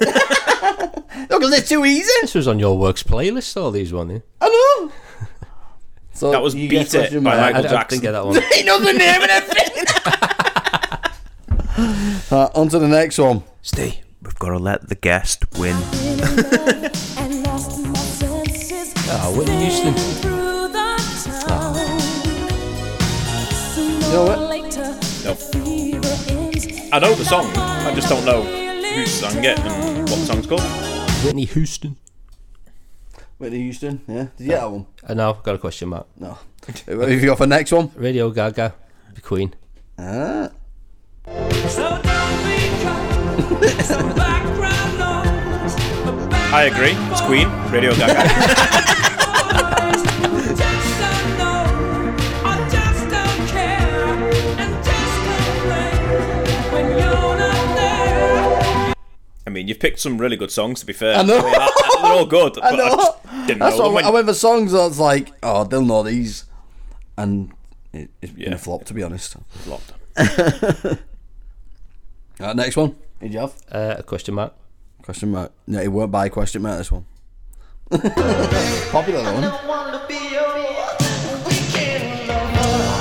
[SPEAKER 3] it's too easy.
[SPEAKER 5] This was on your works playlist. All these one. Yeah?
[SPEAKER 3] I know. So
[SPEAKER 4] That was
[SPEAKER 3] you
[SPEAKER 4] Beat
[SPEAKER 3] guess
[SPEAKER 4] It
[SPEAKER 3] question
[SPEAKER 4] by
[SPEAKER 3] mark.
[SPEAKER 5] I,
[SPEAKER 4] Michael
[SPEAKER 5] I didn't get that one.
[SPEAKER 3] he knows the name and everything. uh, on to the next one.
[SPEAKER 4] Stay. We've got to let the guest win.
[SPEAKER 6] And lost my senses.
[SPEAKER 5] Ah, Whitney Houston.
[SPEAKER 6] Through the town. Sooner
[SPEAKER 3] know
[SPEAKER 6] or
[SPEAKER 3] what?
[SPEAKER 6] later,
[SPEAKER 4] Nope.
[SPEAKER 6] fever ends.
[SPEAKER 4] I know the song. I just don't know who sang it and what the song's called.
[SPEAKER 5] Whitney Houston.
[SPEAKER 3] Whitney Houston, yeah. Did you get that one?
[SPEAKER 5] And now I've got a question, Matt.
[SPEAKER 3] No. Who have you got for next one?
[SPEAKER 5] Radio Gaga, the Queen.
[SPEAKER 3] Ah.
[SPEAKER 4] I agree. It's Queen, Radio Gaga. I mean, you've picked some really good songs. To be fair,
[SPEAKER 3] I know.
[SPEAKER 4] I mean, that- they're all good. But I,
[SPEAKER 3] know.
[SPEAKER 4] just didn't
[SPEAKER 3] That's
[SPEAKER 4] know.
[SPEAKER 3] what
[SPEAKER 4] them.
[SPEAKER 3] I went for songs. I was like, oh, they'll know these, and it, it's been
[SPEAKER 4] Yeah.
[SPEAKER 3] a flop to be honest.
[SPEAKER 4] Flopped.
[SPEAKER 3] Right, Uh, next one. Did you have
[SPEAKER 5] Uh, a question mark.
[SPEAKER 3] question mark? No, it weren't by question mark. This one. Popular one.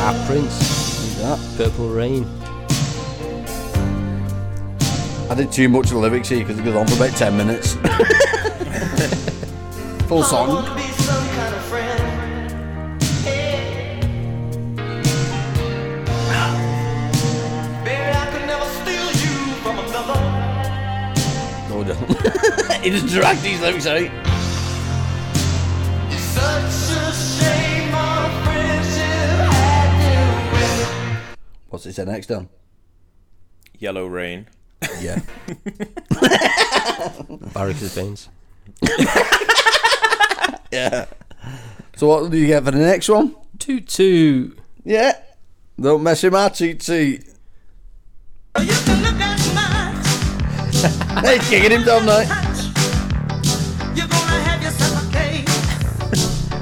[SPEAKER 5] Ah, Prince.
[SPEAKER 3] Look at that.
[SPEAKER 5] Purple Rain.
[SPEAKER 3] I did too much of the lyrics here because it goes on for about ten minutes. Full song. No, don't. he just dragged these lyrics out. What's it say next then?
[SPEAKER 4] Yellow Rain.
[SPEAKER 3] Yeah.
[SPEAKER 5] Barracks' Veins.
[SPEAKER 3] so what do you get for the next one?
[SPEAKER 5] Toot toot.
[SPEAKER 3] Yeah. Don't mess with my cheat sheet. Hey, kicking him down now.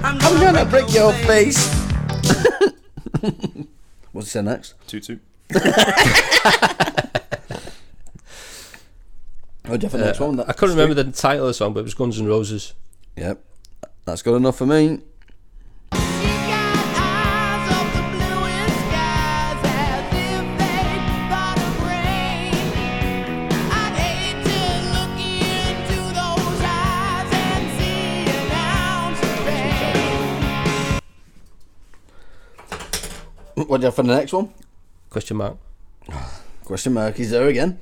[SPEAKER 3] I'm gonna break your face. What's it say next?
[SPEAKER 4] Two two.
[SPEAKER 3] Oh, do you have a next one?
[SPEAKER 5] Uh, I couldn't remember the title of the song, but it was Guns N' Roses.
[SPEAKER 3] Yep. That's good enough for me. What do you have for the next one?
[SPEAKER 5] Question mark.
[SPEAKER 3] Question mark. He's there again.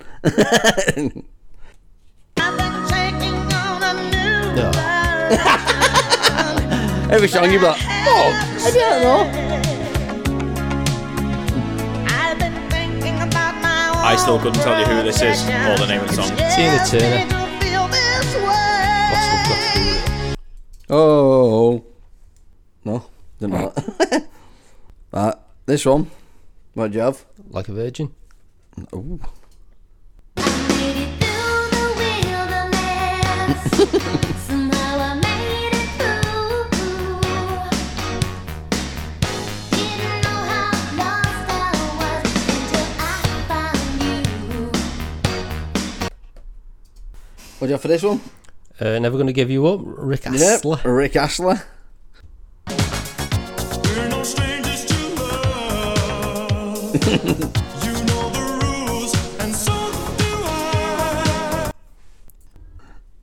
[SPEAKER 3] Every song you like, oh, I don't know.
[SPEAKER 4] I still couldn't tell you who this is or the name of the song.
[SPEAKER 5] Tina Turner.
[SPEAKER 3] Oh. No, didn't know that. right, this one. What do you have?
[SPEAKER 5] Like a Virgin.
[SPEAKER 3] Ooh. What do you have for this one?
[SPEAKER 5] Uh, Never Gonna Give You Up. Rick
[SPEAKER 3] Yep,
[SPEAKER 5] Astley.
[SPEAKER 3] Rick Asler.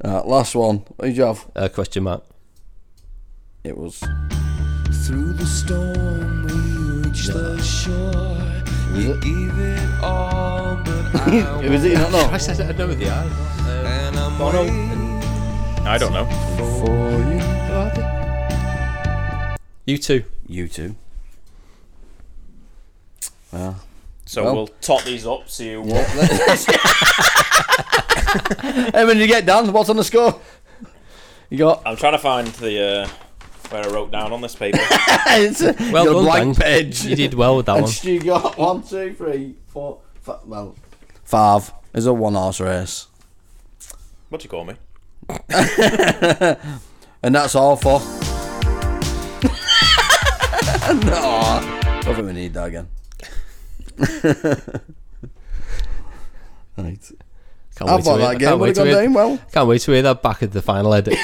[SPEAKER 3] Right, last one. What did you have?
[SPEAKER 5] Uh, question mark.
[SPEAKER 3] It was.
[SPEAKER 10] Through the storm we reach the shore.
[SPEAKER 3] Was it?
[SPEAKER 10] Give it all, but
[SPEAKER 3] It was it. You don't know.
[SPEAKER 5] said I know the
[SPEAKER 10] and I'm
[SPEAKER 5] Bono.
[SPEAKER 4] I don't know.
[SPEAKER 5] You two.
[SPEAKER 3] You two.
[SPEAKER 4] So
[SPEAKER 3] Well.
[SPEAKER 4] we'll top these up. See what
[SPEAKER 3] Hey, when you get down, what's on the score? You got.
[SPEAKER 4] I'm trying to find the uh, where I wrote down on this paper.
[SPEAKER 3] It's a,
[SPEAKER 5] Well
[SPEAKER 3] your
[SPEAKER 5] done,
[SPEAKER 3] blank
[SPEAKER 5] Dan.
[SPEAKER 3] page.
[SPEAKER 5] You did well with that
[SPEAKER 3] and
[SPEAKER 5] one.
[SPEAKER 3] Stu got one, two, three, four, five. Well, five is a one horse race.
[SPEAKER 4] what do you call me?
[SPEAKER 3] And that's all for. no. Don't think we need that again. right.
[SPEAKER 5] Can't
[SPEAKER 3] How
[SPEAKER 5] wait
[SPEAKER 3] about
[SPEAKER 5] to
[SPEAKER 3] that
[SPEAKER 5] hear- I
[SPEAKER 3] again? Would
[SPEAKER 5] can't wait
[SPEAKER 3] have
[SPEAKER 5] to
[SPEAKER 3] gone
[SPEAKER 5] hear-
[SPEAKER 3] down well.
[SPEAKER 5] Can't wait to hear that back at the final edit.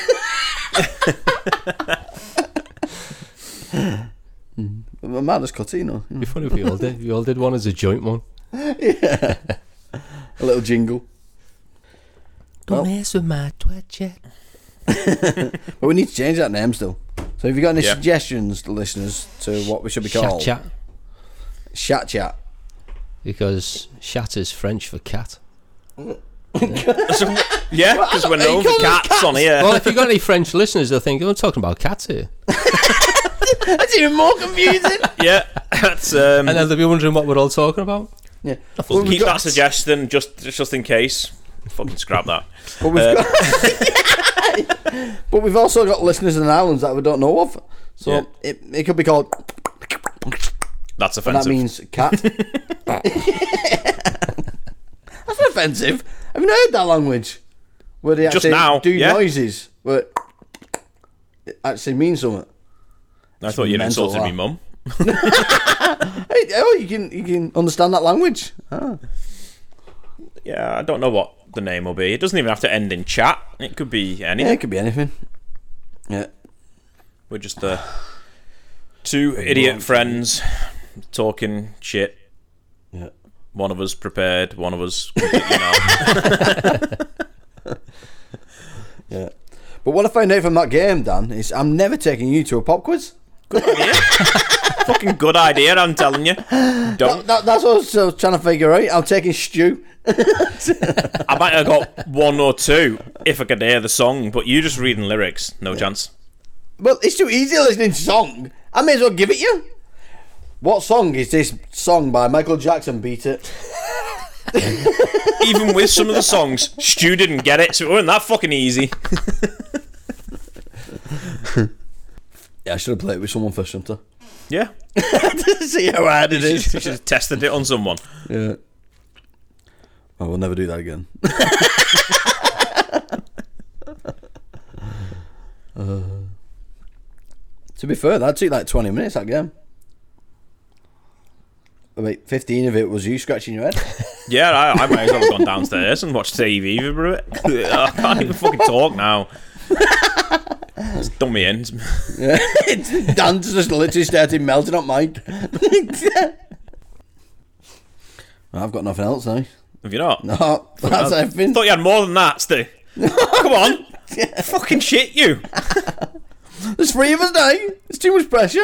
[SPEAKER 3] But Matt is Cotino.
[SPEAKER 5] It'd be funny if we all did. We all did one as a joint one.
[SPEAKER 3] A little jingle. Well.
[SPEAKER 5] mess with my twat yet.
[SPEAKER 3] But we need to change that name still. So if you got any
[SPEAKER 4] Yeah.
[SPEAKER 3] suggestions, listeners, to what we should be
[SPEAKER 5] Chat
[SPEAKER 3] called?
[SPEAKER 5] chat.
[SPEAKER 3] Shat chat.
[SPEAKER 5] Because chat is French for cat.
[SPEAKER 4] So, yeah, because we're known for cats, on here.
[SPEAKER 5] Well, if you've got any French listeners, they'll think, oh, I'm talking about cats here.
[SPEAKER 9] That's even more confusing.
[SPEAKER 4] yeah, that's um.
[SPEAKER 5] And then they'll be wondering what we're all talking about.
[SPEAKER 3] Yeah.
[SPEAKER 4] We'll
[SPEAKER 3] Well,
[SPEAKER 4] keep
[SPEAKER 3] we've got-
[SPEAKER 4] that suggestion just just in case. Fucking scrap that.
[SPEAKER 3] But we've, got, but we've also got listeners in Ireland that we don't know of. So
[SPEAKER 4] Yeah.
[SPEAKER 3] it, it could be called,
[SPEAKER 4] That's
[SPEAKER 3] and that
[SPEAKER 4] offensive.
[SPEAKER 3] means cat. That's not offensive. I've never heard that language. Where they
[SPEAKER 4] Just
[SPEAKER 3] actually
[SPEAKER 4] now,
[SPEAKER 3] do
[SPEAKER 4] yeah.
[SPEAKER 3] noises. Where it actually means something.
[SPEAKER 4] I thought you'd
[SPEAKER 3] mental,
[SPEAKER 4] insulted me,
[SPEAKER 3] that.
[SPEAKER 4] mum.
[SPEAKER 3] Hey, oh, you can, you can understand that language. Ah,
[SPEAKER 4] Yeah, I don't know what the name will be. It doesn't even have to end in chat. It could be
[SPEAKER 3] Yeah,
[SPEAKER 4] anything.
[SPEAKER 3] it could be anything. Yeah.
[SPEAKER 4] We're just uh, two idiot friends talking shit.
[SPEAKER 3] Yeah.
[SPEAKER 4] One of us prepared, one of us completely not.
[SPEAKER 3] Yeah. But what I found out from that game, Dan, is I'm never taking you to a pop quiz.
[SPEAKER 4] Fucking good idea, I'm telling you. Don't.
[SPEAKER 3] That, that's what I was uh, trying to figure out. I'm taking Stu.
[SPEAKER 4] I might have got one or two if I could hear the song, but you just reading lyrics, no chance.
[SPEAKER 3] Well, it's too easy listening to song. I may as well give it you. What song is this song by Michael Jackson? Beat it.
[SPEAKER 4] Even with some of the songs, Stu didn't get it, so it wasn't that fucking easy.
[SPEAKER 3] Yeah, I should have played it with someone first, shouldn't
[SPEAKER 4] Yeah.
[SPEAKER 3] I? See how hard it
[SPEAKER 4] You
[SPEAKER 3] is.
[SPEAKER 4] should have tested it on someone.
[SPEAKER 3] yeah. I will never do that again. Uh, to be fair, that took like 20 minutes, that game. About 15 of it was you scratching your head.
[SPEAKER 4] Yeah, I, I might as well have gone downstairs and watched TV for a bit. I can't even fucking talk now. It's done me in.
[SPEAKER 3] Dan's just literally started melting up mine. I've got nothing else now.
[SPEAKER 4] Have you not?
[SPEAKER 3] No, that's
[SPEAKER 4] I
[SPEAKER 3] everything.
[SPEAKER 4] thought you had more than that, Stu. Come on. Fucking shit, you.
[SPEAKER 3] There's three of us now. It's too much pressure.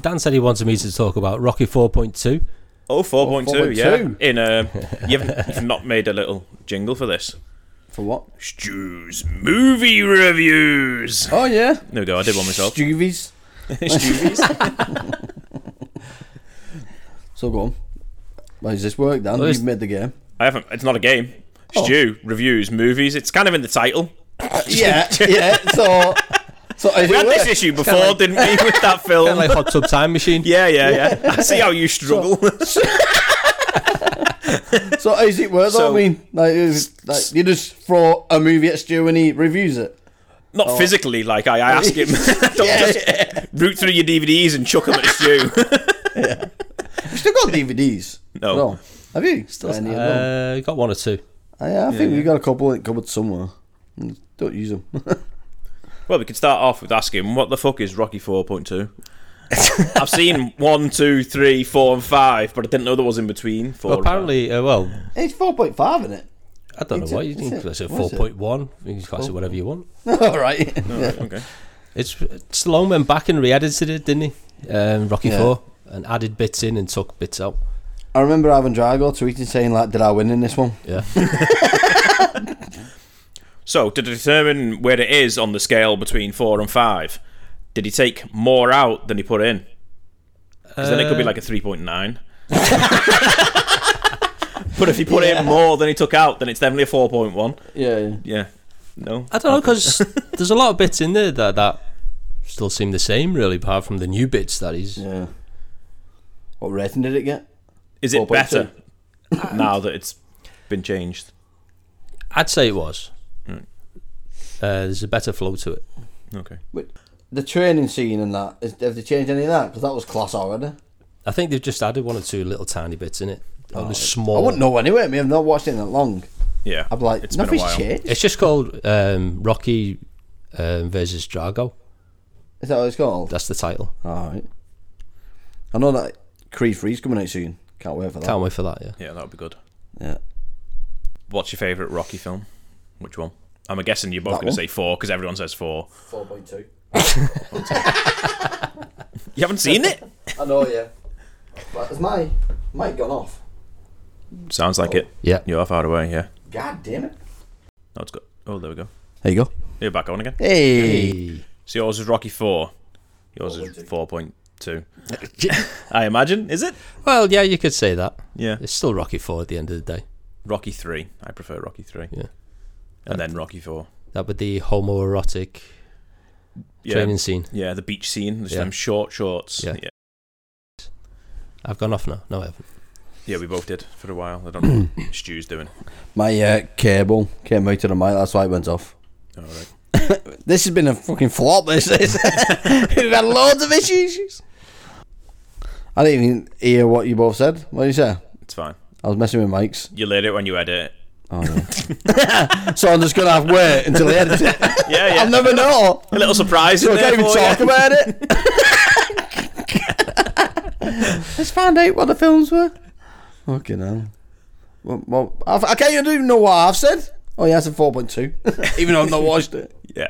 [SPEAKER 5] Dan said he wanted me to talk about Rocky 4.2.
[SPEAKER 4] Oh, 4.2,
[SPEAKER 3] 4.2.
[SPEAKER 4] yeah. In uh, you've, you've not made a little jingle for this.
[SPEAKER 3] For what?
[SPEAKER 4] Stu's movie reviews.
[SPEAKER 3] Oh yeah.
[SPEAKER 4] There we go. I did one myself.
[SPEAKER 3] Stuvies.
[SPEAKER 4] Stu's.
[SPEAKER 3] So go on. Why does this work, Dan?
[SPEAKER 5] it's-
[SPEAKER 3] You've made the game.
[SPEAKER 4] I haven't. It's not a game. Stu reviews movies. It's kind of in the title.
[SPEAKER 3] Yeah, yeah. So, so is
[SPEAKER 4] We
[SPEAKER 3] it
[SPEAKER 4] had this
[SPEAKER 3] work?
[SPEAKER 4] issue before, didn't we, with that film?
[SPEAKER 5] Like Hot Tub Time Machine.
[SPEAKER 4] Yeah, yeah, yeah. I see how you struggle.
[SPEAKER 3] So is it work? though?
[SPEAKER 4] So-
[SPEAKER 3] I mean, like, is, like you just throw a movie at Stu and he reviews it.
[SPEAKER 4] Not physically, like I, I ask him. Don't just root through your DVDs and chuck them at Stu.
[SPEAKER 3] I've still got DVDs.
[SPEAKER 4] No.
[SPEAKER 3] Have you? Still any of them?
[SPEAKER 5] Uh, got one or two.
[SPEAKER 3] I, I think we've got a couple in cupboard somewhere. Don't use them.
[SPEAKER 4] well, we could start off with asking, what the fuck is Rocky 4.2? I've seen one, two, three, four, and 5, but I didn't know there was in between. 4
[SPEAKER 5] Well,
[SPEAKER 4] and five.
[SPEAKER 5] apparently, uh, well,
[SPEAKER 3] it's four point five, isn't it?
[SPEAKER 5] I don't
[SPEAKER 3] It's
[SPEAKER 5] know
[SPEAKER 3] a-
[SPEAKER 5] what you
[SPEAKER 3] it's
[SPEAKER 5] think.
[SPEAKER 3] a-
[SPEAKER 5] That's a
[SPEAKER 3] what is it?
[SPEAKER 5] 4.1. You can class it whatever you want.
[SPEAKER 3] All right. Yeah.
[SPEAKER 4] Okay.
[SPEAKER 5] It's Stallone went back and re-edited it, didn't he? Um, Rocky
[SPEAKER 3] Yeah.
[SPEAKER 5] Four and added bits in and took bits out.
[SPEAKER 3] I remember Ivan Drago tweeting saying like, "Did I win in this one?"
[SPEAKER 5] Yeah,
[SPEAKER 4] So, to determine where it is on the scale between 4 and 5, did he take more out than he put in? Because then it could be like a 3.9. but if he put in more than he took out, then it's definitely a 4.1.
[SPEAKER 3] Yeah. yeah.
[SPEAKER 4] Yeah. No.
[SPEAKER 5] I don't know because there's a lot of bits in there that that still seem the same, really, apart from the new bits that he's.
[SPEAKER 3] Yeah. What rating did it get?
[SPEAKER 4] Is it
[SPEAKER 3] 4.2?
[SPEAKER 4] better now that it's been changed?
[SPEAKER 5] I'd say it was. Uh, there's a better flow to it.
[SPEAKER 4] Okay.
[SPEAKER 3] Wait, the training scene and that. Is, have they changed any of that? Because that was class already.
[SPEAKER 5] I think they've just added one or two little tiny bits in it. Only
[SPEAKER 3] Oh, I
[SPEAKER 5] small.
[SPEAKER 3] wouldn't know anyway. I mean, I've not watched it in that long.
[SPEAKER 4] Yeah.
[SPEAKER 3] I'd be like,
[SPEAKER 4] It's been a
[SPEAKER 3] nothing's
[SPEAKER 4] while.
[SPEAKER 3] changed.
[SPEAKER 5] It's just called um, Rocky um, versus Drago.
[SPEAKER 3] Is that what it's called?
[SPEAKER 5] That's the title.
[SPEAKER 3] All right. I know that Creed 3's coming out soon. Can't wait for that.
[SPEAKER 5] Can't wait for that. Yeah.
[SPEAKER 4] Yeah, that would be good.
[SPEAKER 3] Yeah.
[SPEAKER 4] What's your favourite Rocky film? Which one? I'm guessing you're both going
[SPEAKER 3] That
[SPEAKER 4] to say
[SPEAKER 3] one.
[SPEAKER 4] 4 because everyone says 4.
[SPEAKER 3] Four point two.
[SPEAKER 4] You haven't seen it?
[SPEAKER 3] I know. Yeah. But has my mic gone off?
[SPEAKER 4] Sounds like it.
[SPEAKER 5] Yeah.
[SPEAKER 4] You are far away, yeah.
[SPEAKER 3] God damn it!
[SPEAKER 4] No, it's got. Oh, there we go.
[SPEAKER 3] There you go.
[SPEAKER 4] You're back on again.
[SPEAKER 3] Hey.
[SPEAKER 4] So yours is Rocky Four. Yours is four point two. I imagine. Is it
[SPEAKER 5] Well, yeah, you could say that.
[SPEAKER 4] Yeah.
[SPEAKER 5] It's still Rocky Four at the end of the day.
[SPEAKER 4] Rocky Three? I prefer Rocky Three.
[SPEAKER 5] Yeah.
[SPEAKER 4] And then Rocky Four.
[SPEAKER 5] That with the homoerotic
[SPEAKER 4] Yeah.
[SPEAKER 5] training scene.
[SPEAKER 4] Yeah, the beach scene. There's
[SPEAKER 5] Yeah.
[SPEAKER 4] them short shorts.
[SPEAKER 5] Yeah.
[SPEAKER 4] yeah.
[SPEAKER 5] I've gone off now. No, I haven't.
[SPEAKER 4] Yeah, we both did for a while. I don't know what Stu's doing.
[SPEAKER 3] My uh, cable came out of the mic. That's why it went off.
[SPEAKER 4] All right.
[SPEAKER 3] This has been a fucking flop. This is. We've had loads of issues. I didn't even hear what you both said. What did you say?
[SPEAKER 4] It's fine.
[SPEAKER 3] I was messing with mics.
[SPEAKER 4] You laid it when you edit.
[SPEAKER 3] So I'm just going to have to wait until he edits it.
[SPEAKER 4] Yeah, yeah.
[SPEAKER 3] I'll never know.
[SPEAKER 4] A little surprise.
[SPEAKER 3] So
[SPEAKER 4] in
[SPEAKER 3] I
[SPEAKER 4] there
[SPEAKER 3] can't even
[SPEAKER 4] for
[SPEAKER 3] talk
[SPEAKER 4] you.
[SPEAKER 3] about it. Let's find out what the films were. Fucking hell. Well, well, I've- I can't even know what I've said. Oh, yeah, it's a 4.2. even though I've not watched it.
[SPEAKER 4] Yeah.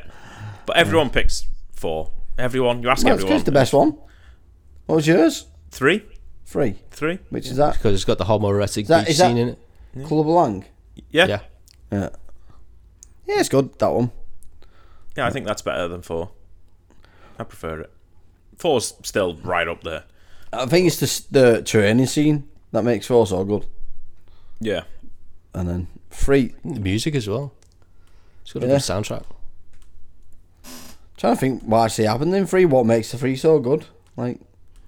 [SPEAKER 4] But everyone picks four. Everyone. You ask
[SPEAKER 3] Well, it's 'cause
[SPEAKER 4] everyone.
[SPEAKER 3] it's the best one. What was yours?
[SPEAKER 4] Three.
[SPEAKER 3] Three.
[SPEAKER 4] Three.
[SPEAKER 3] Which is that?
[SPEAKER 5] Because it's got the homoerotic
[SPEAKER 3] that-
[SPEAKER 5] beach
[SPEAKER 3] is that-
[SPEAKER 5] scene in it.
[SPEAKER 3] Club Lang.
[SPEAKER 4] Yeah.
[SPEAKER 5] Yeah.
[SPEAKER 4] yeah.
[SPEAKER 3] Yeah. Yeah, it's good, that one.
[SPEAKER 4] I think that's better than four. I prefer it. Four's still right up there.
[SPEAKER 3] I think it's the, s- the training scene that makes four so good.
[SPEAKER 4] Yeah.
[SPEAKER 3] And then three.
[SPEAKER 5] The music as well. It's got a
[SPEAKER 3] Yeah.
[SPEAKER 5] good soundtrack.
[SPEAKER 3] trying to think why actually happened in three. What makes the three so good? Like,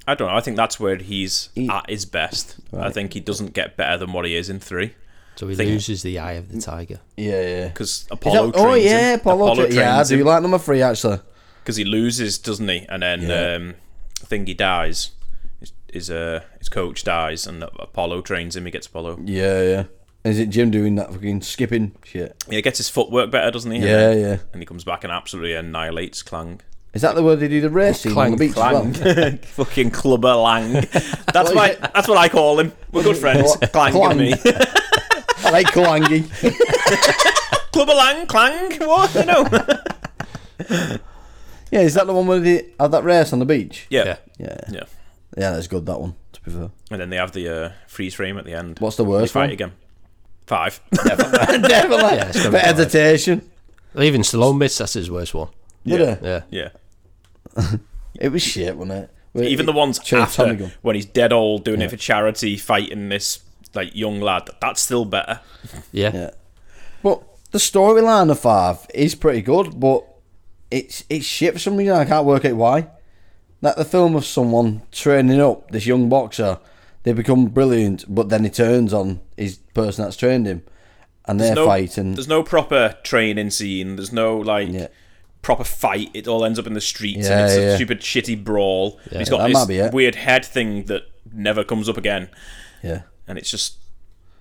[SPEAKER 4] I don't know. I think that's where he's
[SPEAKER 3] He-
[SPEAKER 4] at his best. I think he doesn't get better than what he is in three.
[SPEAKER 5] So he
[SPEAKER 4] Think-
[SPEAKER 5] loses the eye of the tiger.
[SPEAKER 3] yeah, yeah.
[SPEAKER 4] Because
[SPEAKER 3] Is
[SPEAKER 4] Apollo.
[SPEAKER 3] that- oh
[SPEAKER 4] trains
[SPEAKER 3] yeah,
[SPEAKER 4] him.
[SPEAKER 3] Apollo. tra- yeah, I do like number three actually.
[SPEAKER 4] because he loses, doesn't he? And then
[SPEAKER 3] Yeah.
[SPEAKER 4] um, I think he dies. His his, uh, his coach dies, and Apollo trains him. He gets Apollo.
[SPEAKER 3] Yeah, yeah. Is it Jim doing that fucking skipping shit?
[SPEAKER 4] Yeah, he gets his footwork better, doesn't he? And
[SPEAKER 3] Yeah,
[SPEAKER 4] then-
[SPEAKER 3] yeah.
[SPEAKER 4] And he comes back and absolutely annihilates Clang.
[SPEAKER 3] Is that the word they do the race scene on the
[SPEAKER 5] Clank,
[SPEAKER 3] beach as well?
[SPEAKER 4] Fucking clubber Lang. That's
[SPEAKER 3] What
[SPEAKER 4] why.
[SPEAKER 3] is it?
[SPEAKER 4] That's what I call him. We're good friends.
[SPEAKER 3] What?
[SPEAKER 4] Clang,
[SPEAKER 3] Clang.
[SPEAKER 4] and me.
[SPEAKER 3] I like Clangy.
[SPEAKER 4] clubber Lang, Clang. What you know?
[SPEAKER 3] yeah, is that the one where they had that race on the beach?
[SPEAKER 4] yeah. yeah,
[SPEAKER 5] Yeah.
[SPEAKER 3] Yeah, yeah, that's good. That one, to be fair.
[SPEAKER 4] And then they have the uh, freeze frame at the end.
[SPEAKER 3] What's the
[SPEAKER 4] They
[SPEAKER 3] worst
[SPEAKER 4] fight
[SPEAKER 3] one?
[SPEAKER 4] again. Five.
[SPEAKER 3] Definitely.
[SPEAKER 5] it's gonna
[SPEAKER 3] but
[SPEAKER 5] be alright.
[SPEAKER 3] hesitation.
[SPEAKER 5] Even Stallone missed. That's his worst one.
[SPEAKER 3] Did it?
[SPEAKER 5] Yeah.
[SPEAKER 4] yeah.
[SPEAKER 3] It was shit, wasn't it? Where
[SPEAKER 4] Even
[SPEAKER 3] it-
[SPEAKER 4] the ones
[SPEAKER 3] Chewing Tommy
[SPEAKER 4] after
[SPEAKER 3] gun.
[SPEAKER 4] when he's dead old doing it for charity, fighting this like young lad. That's still better.
[SPEAKER 5] Yeah.
[SPEAKER 3] Yeah. But the storyline of five is pretty good, but it's it's shit for some reason. I can't work out why. That the film of someone training up this young boxer, they become brilliant, but then he turns on his person that's trained him, and they're
[SPEAKER 4] There's no,
[SPEAKER 3] fighting.
[SPEAKER 4] There's no proper training scene. There's no like
[SPEAKER 3] Yeah.
[SPEAKER 4] proper fight. It all ends up in the streets
[SPEAKER 3] Yeah,
[SPEAKER 4] and it's
[SPEAKER 3] yeah.
[SPEAKER 4] a stupid shitty brawl. And he's
[SPEAKER 3] Yeah,
[SPEAKER 4] got
[SPEAKER 3] that might be
[SPEAKER 4] this
[SPEAKER 3] it.
[SPEAKER 4] weird head thing that never comes up again,
[SPEAKER 3] Yeah,
[SPEAKER 4] and it's just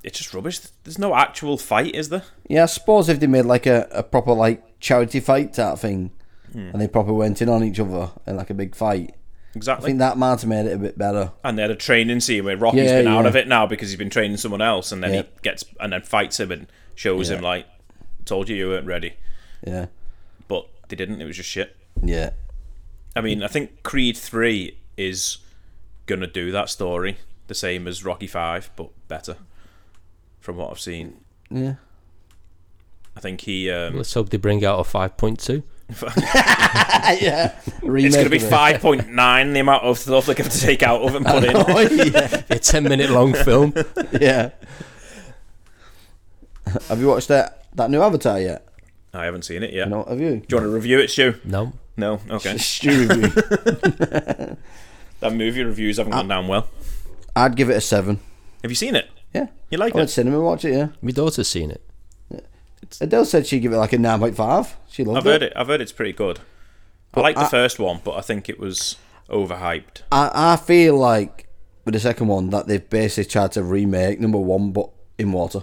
[SPEAKER 4] it's just rubbish. There's no actual fight, is there?
[SPEAKER 3] yeah. I suppose if they made like a, a proper like charity fight type thing,
[SPEAKER 4] Hmm.
[SPEAKER 3] and they proper went in on each other in like a big fight, I
[SPEAKER 4] Exactly.
[SPEAKER 3] think that might have made it a bit better.
[SPEAKER 4] and they had a training scene where Rocky's
[SPEAKER 3] Yeah,
[SPEAKER 4] been out
[SPEAKER 3] yeah.
[SPEAKER 4] of it now because he's been training someone else, and then
[SPEAKER 3] Yeah.
[SPEAKER 4] he gets and then fights him and shows him like, "Told you you weren't ready,"
[SPEAKER 3] Yeah,
[SPEAKER 4] but they didn't. It was just shit.
[SPEAKER 3] yeah.
[SPEAKER 4] I mean, I think Creed Three is gonna do that story the same as Rocky Five, but better. From what I've seen,
[SPEAKER 3] Yeah.
[SPEAKER 4] I think he. Um,
[SPEAKER 5] Let's hope they bring out a five point two.
[SPEAKER 3] yeah.
[SPEAKER 4] it's gonna be five point nine the amount of stuff they're gonna take out of it and put in.
[SPEAKER 3] yeah.
[SPEAKER 5] A ten minute long film.
[SPEAKER 3] yeah. have you watched that that new Avatar yet?
[SPEAKER 4] I haven't seen it yet.
[SPEAKER 3] No, have you?
[SPEAKER 4] Do you want to review it, Stu?
[SPEAKER 5] No.
[SPEAKER 4] No. Okay.
[SPEAKER 3] Stu review.
[SPEAKER 4] that movie reviews haven't
[SPEAKER 3] Ah.
[SPEAKER 4] gone down well.
[SPEAKER 3] I'd give it a seven.
[SPEAKER 4] Have you seen it?
[SPEAKER 3] Yeah.
[SPEAKER 4] You like
[SPEAKER 3] I went
[SPEAKER 4] it?
[SPEAKER 3] to cinema and watched it. Yeah.
[SPEAKER 5] My daughter's seen it.
[SPEAKER 3] Adele said she'd give it like a nine point five. She loved
[SPEAKER 4] I've heard it. I've heard it's pretty good. I like the first one, but I think it was overhyped.
[SPEAKER 3] I, I feel like with the second one that they've basically tried to remake number one, but in water.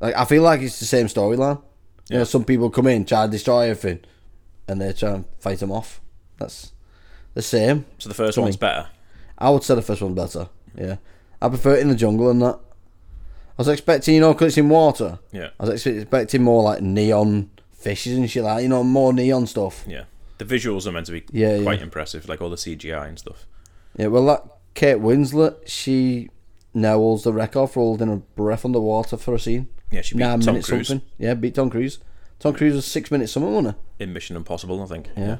[SPEAKER 3] Like I feel like it's the same storyline. You know, some people come in try to destroy everything, and they try and fight them off. That's the same.
[SPEAKER 4] So the first
[SPEAKER 3] to me.
[SPEAKER 4] one's better.
[SPEAKER 3] I would say the first one's better. Yeah, I prefer it in the jungle and that. I was expecting, you know, 'cause it's in water.
[SPEAKER 4] Yeah.
[SPEAKER 3] I was expe- expecting more like neon fishes and shit like, you know, more neon stuff.
[SPEAKER 4] Yeah. The visuals are meant to be
[SPEAKER 3] Yeah,
[SPEAKER 4] quite
[SPEAKER 3] yeah.
[SPEAKER 4] impressive, like all the CGI and stuff.
[SPEAKER 3] Yeah, well, that Kate Winslet, she now holds the record for holding her breath underwater for a scene.
[SPEAKER 4] Yeah, she beat
[SPEAKER 3] nine
[SPEAKER 4] Tom
[SPEAKER 3] minutes
[SPEAKER 4] Cruise.
[SPEAKER 3] something. Yeah, beat Tom Cruise. Tom Cruise was six minutes something, wasn't it?
[SPEAKER 4] in Mission Impossible, I think.
[SPEAKER 3] Yeah.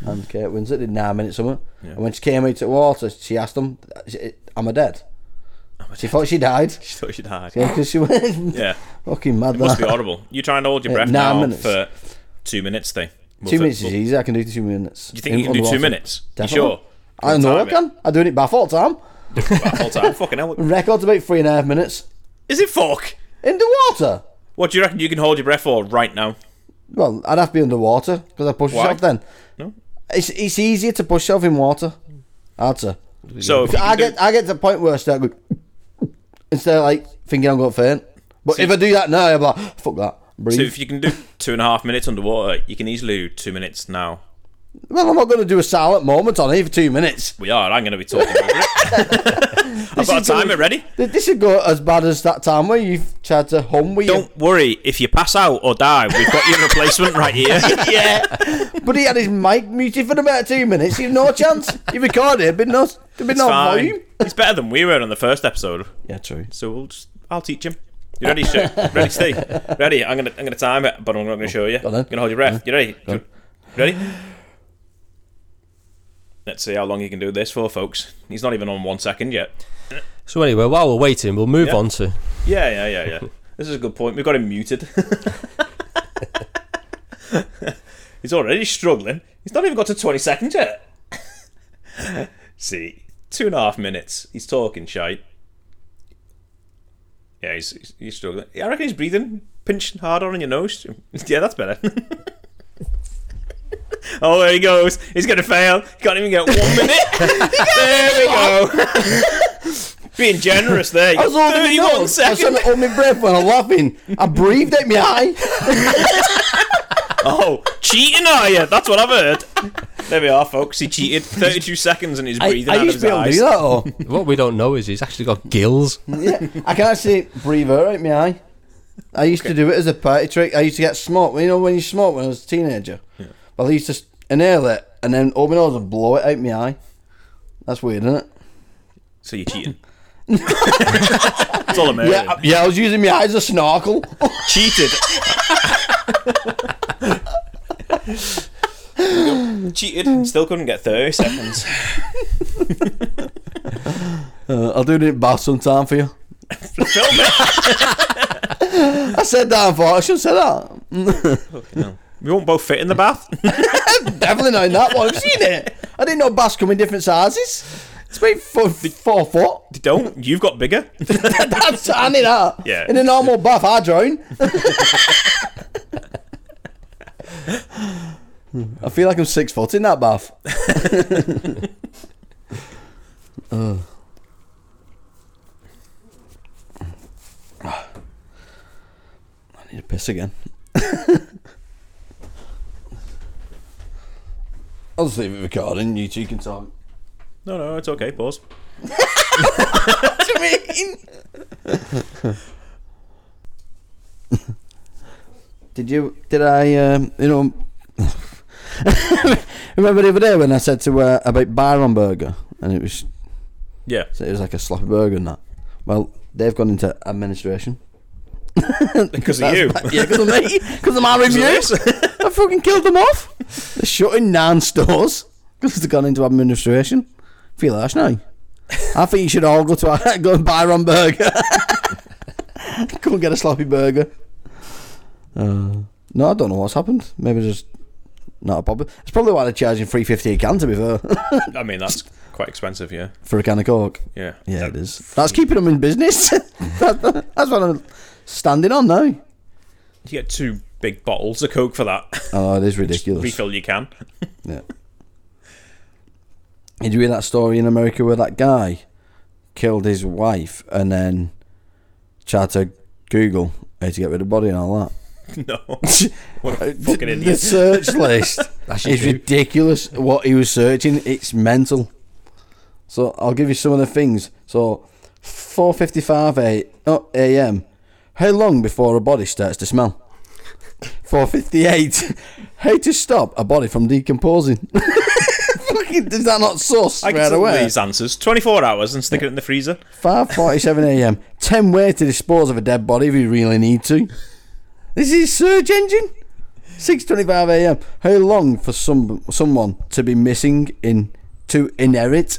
[SPEAKER 3] And Kate Winslet did nine minutes something.
[SPEAKER 4] Yeah.
[SPEAKER 3] And when she came out at water, she asked them, "Am I dead?" she thought she died.
[SPEAKER 4] She thought she died.
[SPEAKER 3] Yeah, because she went.
[SPEAKER 4] Yeah.
[SPEAKER 3] Fucking mad.
[SPEAKER 4] It must be
[SPEAKER 3] that.
[SPEAKER 4] horrible. You try and hold your
[SPEAKER 3] Yeah,
[SPEAKER 4] breath
[SPEAKER 3] nine
[SPEAKER 4] now
[SPEAKER 3] minutes.
[SPEAKER 4] for two minutes, thing.
[SPEAKER 3] Two minutes is easy. I can do two minutes.
[SPEAKER 4] You think you
[SPEAKER 3] In-
[SPEAKER 4] can
[SPEAKER 3] on
[SPEAKER 4] do
[SPEAKER 3] the
[SPEAKER 4] two
[SPEAKER 3] water.
[SPEAKER 4] minutes? You
[SPEAKER 3] Definitely.
[SPEAKER 4] sure?
[SPEAKER 3] I
[SPEAKER 4] Full
[SPEAKER 3] know I
[SPEAKER 4] time,
[SPEAKER 3] can. I'm doing it by full time.
[SPEAKER 4] it. Full time. Fucking hell.
[SPEAKER 3] Record's about three and a half minutes.
[SPEAKER 4] Is it fuck?
[SPEAKER 3] In the water.
[SPEAKER 4] What do you reckon you can hold your breath for right now?
[SPEAKER 3] Well, I'd have to be underwater because I push
[SPEAKER 4] Why?
[SPEAKER 3] myself then.
[SPEAKER 4] No.
[SPEAKER 3] It's, it's easier to push yourself in water. I'd say.
[SPEAKER 4] So if you
[SPEAKER 3] I
[SPEAKER 4] can do-
[SPEAKER 3] get I get to the point where I start going instead of like thinking I'm going to faint. But if I do that now, I'm like fuck that. Breathe.
[SPEAKER 4] so if you can do two and a half minutes underwater, you can easily do two minutes now.
[SPEAKER 3] well, I'm not going to do a silent moment on it for two minutes.
[SPEAKER 4] We are. I'm going to be talking. over it. I've got a
[SPEAKER 3] is gonna-
[SPEAKER 4] timer ready.
[SPEAKER 3] Th- This should go as bad as that time where you tried to hum with
[SPEAKER 4] Don't worry if you pass out or die. We've got your replacement right here.
[SPEAKER 3] yeah. But he had his mic muted for about two minutes. He had no chance. He recorded it, but no, there'd been
[SPEAKER 4] It's
[SPEAKER 3] no
[SPEAKER 4] fine.
[SPEAKER 3] volume.
[SPEAKER 4] It's better than we were on the first episode.
[SPEAKER 3] Yeah, true.
[SPEAKER 4] So we'll just, I'll teach him. You ready, Stu? Ready, Steve? Ready? I'm gonna, I'm gonna time it, but I'm not gonna show you.
[SPEAKER 3] Oh, on
[SPEAKER 4] I'm
[SPEAKER 3] then.
[SPEAKER 4] gonna hold your breath. You ready? Ready? Let's see how long he can do this for, folks. He's not even on one second yet.
[SPEAKER 5] So anyway, while we're waiting, we'll move
[SPEAKER 4] Yeah.
[SPEAKER 5] on to
[SPEAKER 4] Yeah, yeah, yeah, yeah. this is a good point. We've got him muted. He's already struggling. He's not even got to 20 seconds yet. See, two and a half minutes. He's talking shite. Yeah, he's, he's, he's struggling. Yeah, I reckon he's breathing, pinching harder on your nose. yeah, that's better. oh, there he goes. He's going to fail. He can't even get one minute. there we go. Being generous there. You
[SPEAKER 3] I was
[SPEAKER 4] got
[SPEAKER 3] holding
[SPEAKER 4] 31
[SPEAKER 3] my nose. I was trying
[SPEAKER 4] seconds.
[SPEAKER 3] to hold my breath when I'm laughing. I breathed out my eye.
[SPEAKER 4] Oh, cheating are you? That's what I've heard. There we are, folks. He cheated 32 seconds and he's
[SPEAKER 3] I,
[SPEAKER 4] breathing
[SPEAKER 3] I
[SPEAKER 4] out of
[SPEAKER 3] used to
[SPEAKER 4] his
[SPEAKER 3] be able to
[SPEAKER 4] eyes.
[SPEAKER 3] do that. Or,
[SPEAKER 5] what we don't know is he's actually got gills.
[SPEAKER 3] yeah, I can actually breathe air out my eye. I used to do it as a party trick. I used to get smoked. You know when you smoke when I was a teenager. Well, I used to s- inhale it and then open my nose and blow it out my eye. That's weird, isn't it?
[SPEAKER 4] So you're cheating. That's all I'm hearing.
[SPEAKER 3] Yeah, I, yeah. I was using my eye as a snorkel.
[SPEAKER 4] Cheated. cheated. Still couldn't get 30 seconds.
[SPEAKER 3] Uh, I'll do it in bath sometime for you.
[SPEAKER 4] Film it.
[SPEAKER 3] I said that. I thought I should have said that.
[SPEAKER 4] We won't both fit in the bath.
[SPEAKER 3] Definitely not in that one. I've seen it. I didn't know bass come in different sizes. It's about four, four foot.
[SPEAKER 4] You Don't. You've got bigger.
[SPEAKER 3] That's tiny that.
[SPEAKER 4] Yeah.
[SPEAKER 3] In a normal bath, I drown. I feel like I'm six foot in that bath. Ugh. I need to piss again. I'll just leave it recording. You two can talk.
[SPEAKER 4] No, no, it's okay. Pause.
[SPEAKER 3] Did you? Did I? Um, you know. remember the other day when I said to uh, about Byron Burger, and it was
[SPEAKER 4] Yeah.
[SPEAKER 3] it was like a sloppy burger and that. Well, they've gone into administration.
[SPEAKER 4] Because of you.
[SPEAKER 3] yeah, because of me, because of my reviews. I fucking killed them off. They're shutting nine stores because they've gone into administration. Feel harsh now. I think you should all go to go and buy Byron Burger. Come and get a sloppy burger. Uh, no, I don't know what's happened. Maybe just not a problem. It's probably why they're charging three fifty a can to be fair
[SPEAKER 4] I mean, that's quite expensive, yeah.
[SPEAKER 3] for a can of coke.
[SPEAKER 4] Yeah.
[SPEAKER 3] Yeah, it is. That's keeping them in business. that's, that's what I'm standing on now.
[SPEAKER 4] You get two big bottles of Coke for that.
[SPEAKER 3] Oh, it is ridiculous.
[SPEAKER 4] Refill you can.
[SPEAKER 3] Yeah. Did you hear that story in America where that guy killed his wife and then tried to Google how to get rid of body and all
[SPEAKER 4] No.
[SPEAKER 3] that?
[SPEAKER 4] What a fucking
[SPEAKER 3] The
[SPEAKER 4] idiot.
[SPEAKER 3] search list
[SPEAKER 5] should
[SPEAKER 3] is
[SPEAKER 5] do.
[SPEAKER 3] ridiculous. What he was searching, it's mental. So I'll give you some of the things. So, four fifty-five a oh, a.m. How long before a body starts to smell? Four fifty-eight. How to stop a body from decomposing? Fucking, is that not sus
[SPEAKER 4] I can
[SPEAKER 3] right
[SPEAKER 4] tell
[SPEAKER 3] away?
[SPEAKER 4] these answers. 24 hours and stick it in the freezer.
[SPEAKER 3] 5.47am. 10 ways to dispose of a dead body if you really need to. This is search engine. 6.25am. How long for some someone to be missing in to inherit?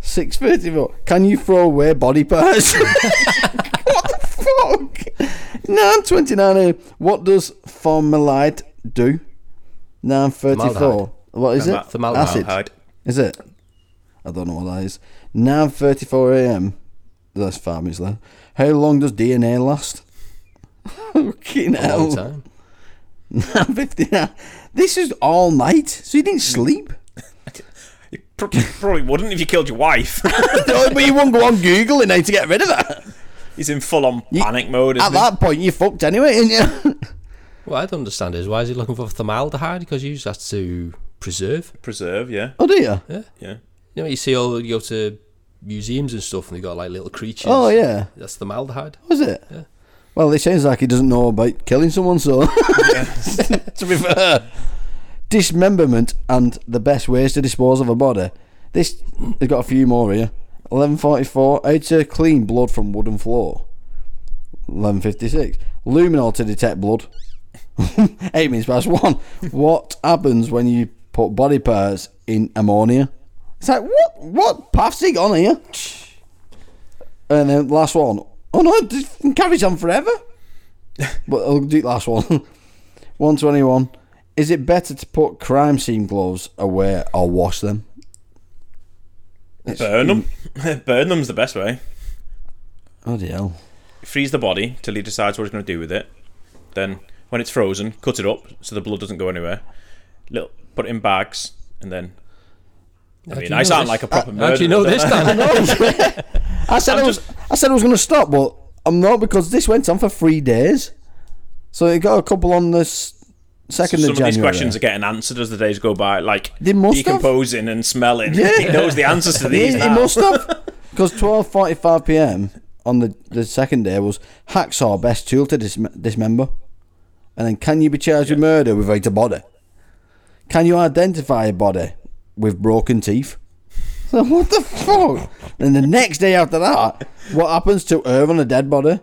[SPEAKER 3] 6.34. Can you throw away body parts? what the fuck? 9.29am. What does formaldehyde do? 9.34.
[SPEAKER 5] Formaldehyde.
[SPEAKER 3] What is it?
[SPEAKER 5] Formaldehyde.
[SPEAKER 3] Acid.
[SPEAKER 4] Formaldehyde.
[SPEAKER 3] Is it? I don't know what that is. Now 34 a.m. That's five minutes left. How long does DNA last? Fucking
[SPEAKER 5] All the
[SPEAKER 3] hell.
[SPEAKER 5] time.
[SPEAKER 3] 59. This is all night, so you didn't sleep?
[SPEAKER 4] You pr- probably wouldn't if you killed your wife.
[SPEAKER 3] no, but you won't go on Google and now to get rid of that.
[SPEAKER 4] He's in full on panic mode,
[SPEAKER 3] At
[SPEAKER 4] isn't he?
[SPEAKER 3] that point, you fucked anyway, didn't you?
[SPEAKER 5] What I don't understand is why is he looking for formaldehyde? Because you use that to preserve.
[SPEAKER 4] Preserve, yeah.
[SPEAKER 3] oh, do you? Yeah.
[SPEAKER 4] Yeah.
[SPEAKER 5] You know, you see all you go to museums and stuff, and they got like little creatures.
[SPEAKER 3] Oh, yeah.
[SPEAKER 5] that's formaldehyde.
[SPEAKER 3] Was it? Well, it sounds like he doesn't know about killing someone, so.
[SPEAKER 4] To be fair.
[SPEAKER 3] dismemberment and the best ways to dispose of a body. This has got a few more here. Eleven forty-four. How to clean blood from wooden floor. Eleven fifty-six. Luminol to detect blood. Eight minutes past one. What happens when you put body parts in ammonia? It's like what? What path's he on here? And then last one. Oh no, this carries on forever. But I'll do last one. 121. Is it better to put crime scene gloves away or wash them?
[SPEAKER 4] Burn them. Burn them's the best way.
[SPEAKER 3] Oh dear. hell.
[SPEAKER 4] Freeze the body till he decides what he's going to do with it. Then, when it's frozen, cut it up so the blood doesn't go anywhere. Little, put it in bags, and then. I mean,
[SPEAKER 5] you
[SPEAKER 4] I
[SPEAKER 5] know
[SPEAKER 4] sound
[SPEAKER 5] this?
[SPEAKER 4] like a proper murderer.
[SPEAKER 5] How do you know
[SPEAKER 4] don't
[SPEAKER 5] this,
[SPEAKER 4] I?
[SPEAKER 5] Dan?
[SPEAKER 3] I said i was. I said I was going to stop, but I'm not because this went on for three days. So it got a couple on the s- second
[SPEAKER 4] Some
[SPEAKER 3] of
[SPEAKER 4] of
[SPEAKER 3] January.
[SPEAKER 4] these questions are getting answered as the days go by, like
[SPEAKER 3] They must have.
[SPEAKER 4] decomposing and smelling.
[SPEAKER 3] Yeah.
[SPEAKER 4] He knows the answers to
[SPEAKER 3] He,
[SPEAKER 4] these
[SPEAKER 3] he
[SPEAKER 4] now.
[SPEAKER 3] must have because 12:45 p.m. on the the second day was hacksaw best tool to dism- dismember, and then can you be charged with murder without a body? Can you identify a body with broken teeth? So what the fuck? then the next day after that, what happens to her on a dead body?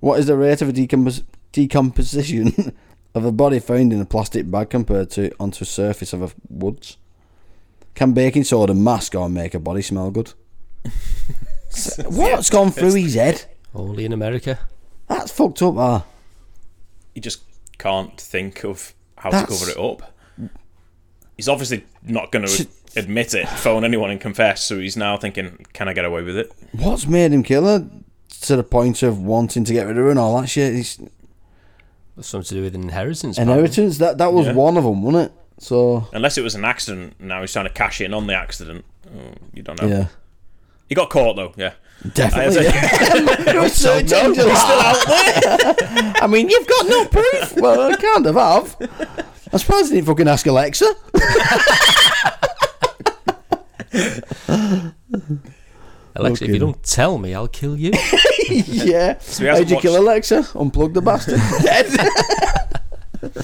[SPEAKER 3] What is the rate of decompos- decomposition of a body found in a plastic bag compared to onto surface of a woods? Can baking soda mask or make a body smell good? So, What's gone through his head?
[SPEAKER 5] Only in America.
[SPEAKER 3] That's fucked up. Ah,
[SPEAKER 4] he just can't think of how
[SPEAKER 3] That's-
[SPEAKER 4] to cover it up. He's obviously not going to admit it, phone anyone and confess. So he's now thinking, "Can I get away with it?"
[SPEAKER 3] what's made him kill her to the point of wanting to get rid of her and all that shit? His
[SPEAKER 5] That's something to do with inheritance. apparently.
[SPEAKER 3] inheritance that that was
[SPEAKER 4] Yeah.
[SPEAKER 3] one of them, wasn't it? So
[SPEAKER 4] Unless it was an accident. Now he's trying to cash in on the accident. Oh, you don't know.
[SPEAKER 3] yeah, Oh,
[SPEAKER 4] He got caught though. Yeah.
[SPEAKER 3] definitely.
[SPEAKER 4] I-
[SPEAKER 3] You're a search engine. I mean, you've got no proof. Well, I can't have. have. I'm surprised I didn't fucking ask Alexa.
[SPEAKER 5] Alexa, if
[SPEAKER 3] Okay.
[SPEAKER 5] you don't tell me, I'll kill you.
[SPEAKER 3] yeah.
[SPEAKER 4] he
[SPEAKER 3] How'd
[SPEAKER 4] hasn't
[SPEAKER 3] you kill
[SPEAKER 4] watched-
[SPEAKER 3] Alexa? Unplug the bastard. Dead.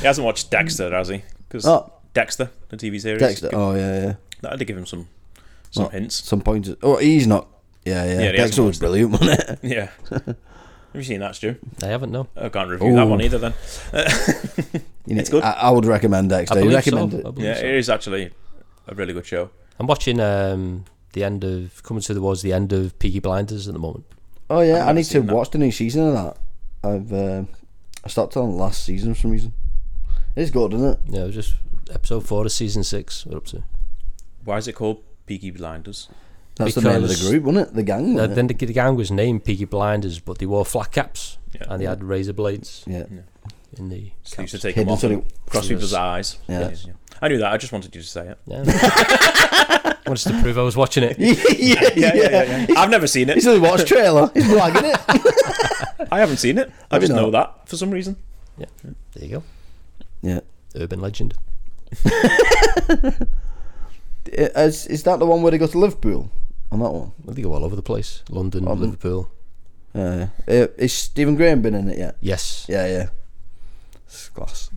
[SPEAKER 4] He hasn't watched Dexter, has he? 'Cause
[SPEAKER 3] Oh.
[SPEAKER 4] Dexter, the TV series.
[SPEAKER 3] Dexter. Oh yeah, yeah.
[SPEAKER 4] That'd give him some some
[SPEAKER 3] What?
[SPEAKER 4] hints.
[SPEAKER 3] Some pointers. Oh, he's not. Yeah, yeah.
[SPEAKER 4] Yeah, he
[SPEAKER 3] Dexter
[SPEAKER 4] hasn't
[SPEAKER 3] was brilliant, wasn't it?
[SPEAKER 4] Yeah. Have you seen that, Stu?
[SPEAKER 5] I haven't, no.
[SPEAKER 4] I can't review that
[SPEAKER 3] Ooh.
[SPEAKER 4] one either. Then.
[SPEAKER 3] You
[SPEAKER 4] It's
[SPEAKER 3] know,
[SPEAKER 4] good.
[SPEAKER 3] I, I would recommend
[SPEAKER 5] I
[SPEAKER 3] Dexter. You
[SPEAKER 5] believe
[SPEAKER 3] recommend
[SPEAKER 5] so. I
[SPEAKER 3] it?
[SPEAKER 5] believe
[SPEAKER 4] Yeah,
[SPEAKER 5] so.
[SPEAKER 4] it is actually a really good show.
[SPEAKER 5] I'm watching um, the end of coming towards the end of Peaky Blinders at the moment.
[SPEAKER 3] Oh yeah, I need to
[SPEAKER 4] seen that.
[SPEAKER 3] watch the new season of that. I've uh, I stopped on last season for some reason. It's good, isn't it?
[SPEAKER 5] Yeah, it was just episode four of season six. We're up to.
[SPEAKER 4] Why is it called Peaky Blinders?
[SPEAKER 3] That's the name of the
[SPEAKER 5] Because-
[SPEAKER 3] group, wasn't it? The gang.
[SPEAKER 5] Uh,
[SPEAKER 3] wasn't it?
[SPEAKER 5] then the, the gang was named Peaky Blinders, but they wore flat caps
[SPEAKER 4] Yeah.
[SPEAKER 5] and they had razor blades
[SPEAKER 3] yeah.
[SPEAKER 5] in the.
[SPEAKER 4] So you used to take
[SPEAKER 3] Hidden
[SPEAKER 4] them off
[SPEAKER 3] till
[SPEAKER 4] and
[SPEAKER 3] it-
[SPEAKER 4] cross people's eyes.
[SPEAKER 3] Yeah.
[SPEAKER 4] I knew that. I just wanted you to say it.
[SPEAKER 5] Yeah. Wanted to prove I was watching it.
[SPEAKER 3] yeah, yeah, yeah,
[SPEAKER 4] I've never seen it.
[SPEAKER 3] He's only watched trailer. He's blagging it.
[SPEAKER 4] I haven't seen it. I
[SPEAKER 3] Maybe
[SPEAKER 4] just know
[SPEAKER 3] not.
[SPEAKER 4] that for some reason.
[SPEAKER 5] Yeah. There you go.
[SPEAKER 3] Yeah.
[SPEAKER 5] Urban legend.
[SPEAKER 3] Uh, Is, is that the one where they go to Liverpool? On that one.
[SPEAKER 5] Well, They go all over the place. London, Liverpool.
[SPEAKER 3] Uh, uh, is Stephen Graham been in it yet?
[SPEAKER 5] Yes.
[SPEAKER 3] Yeah, yeah. It's class.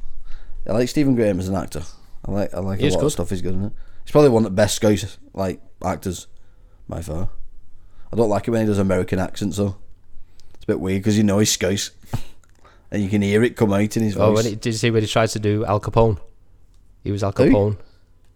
[SPEAKER 3] I like Stephen Graham as an actor. I like I like
[SPEAKER 5] He's
[SPEAKER 3] a lot
[SPEAKER 5] good.
[SPEAKER 3] of stuff he's good in it. He's probably one of the best Scouse like actors by far. I don't like it when he does American accents though. It's a bit weird because you know he's Scouse, and you can hear it come out in his voice.
[SPEAKER 5] Oh, when he, did you see when he tried to do Al Capone? He was Al Capone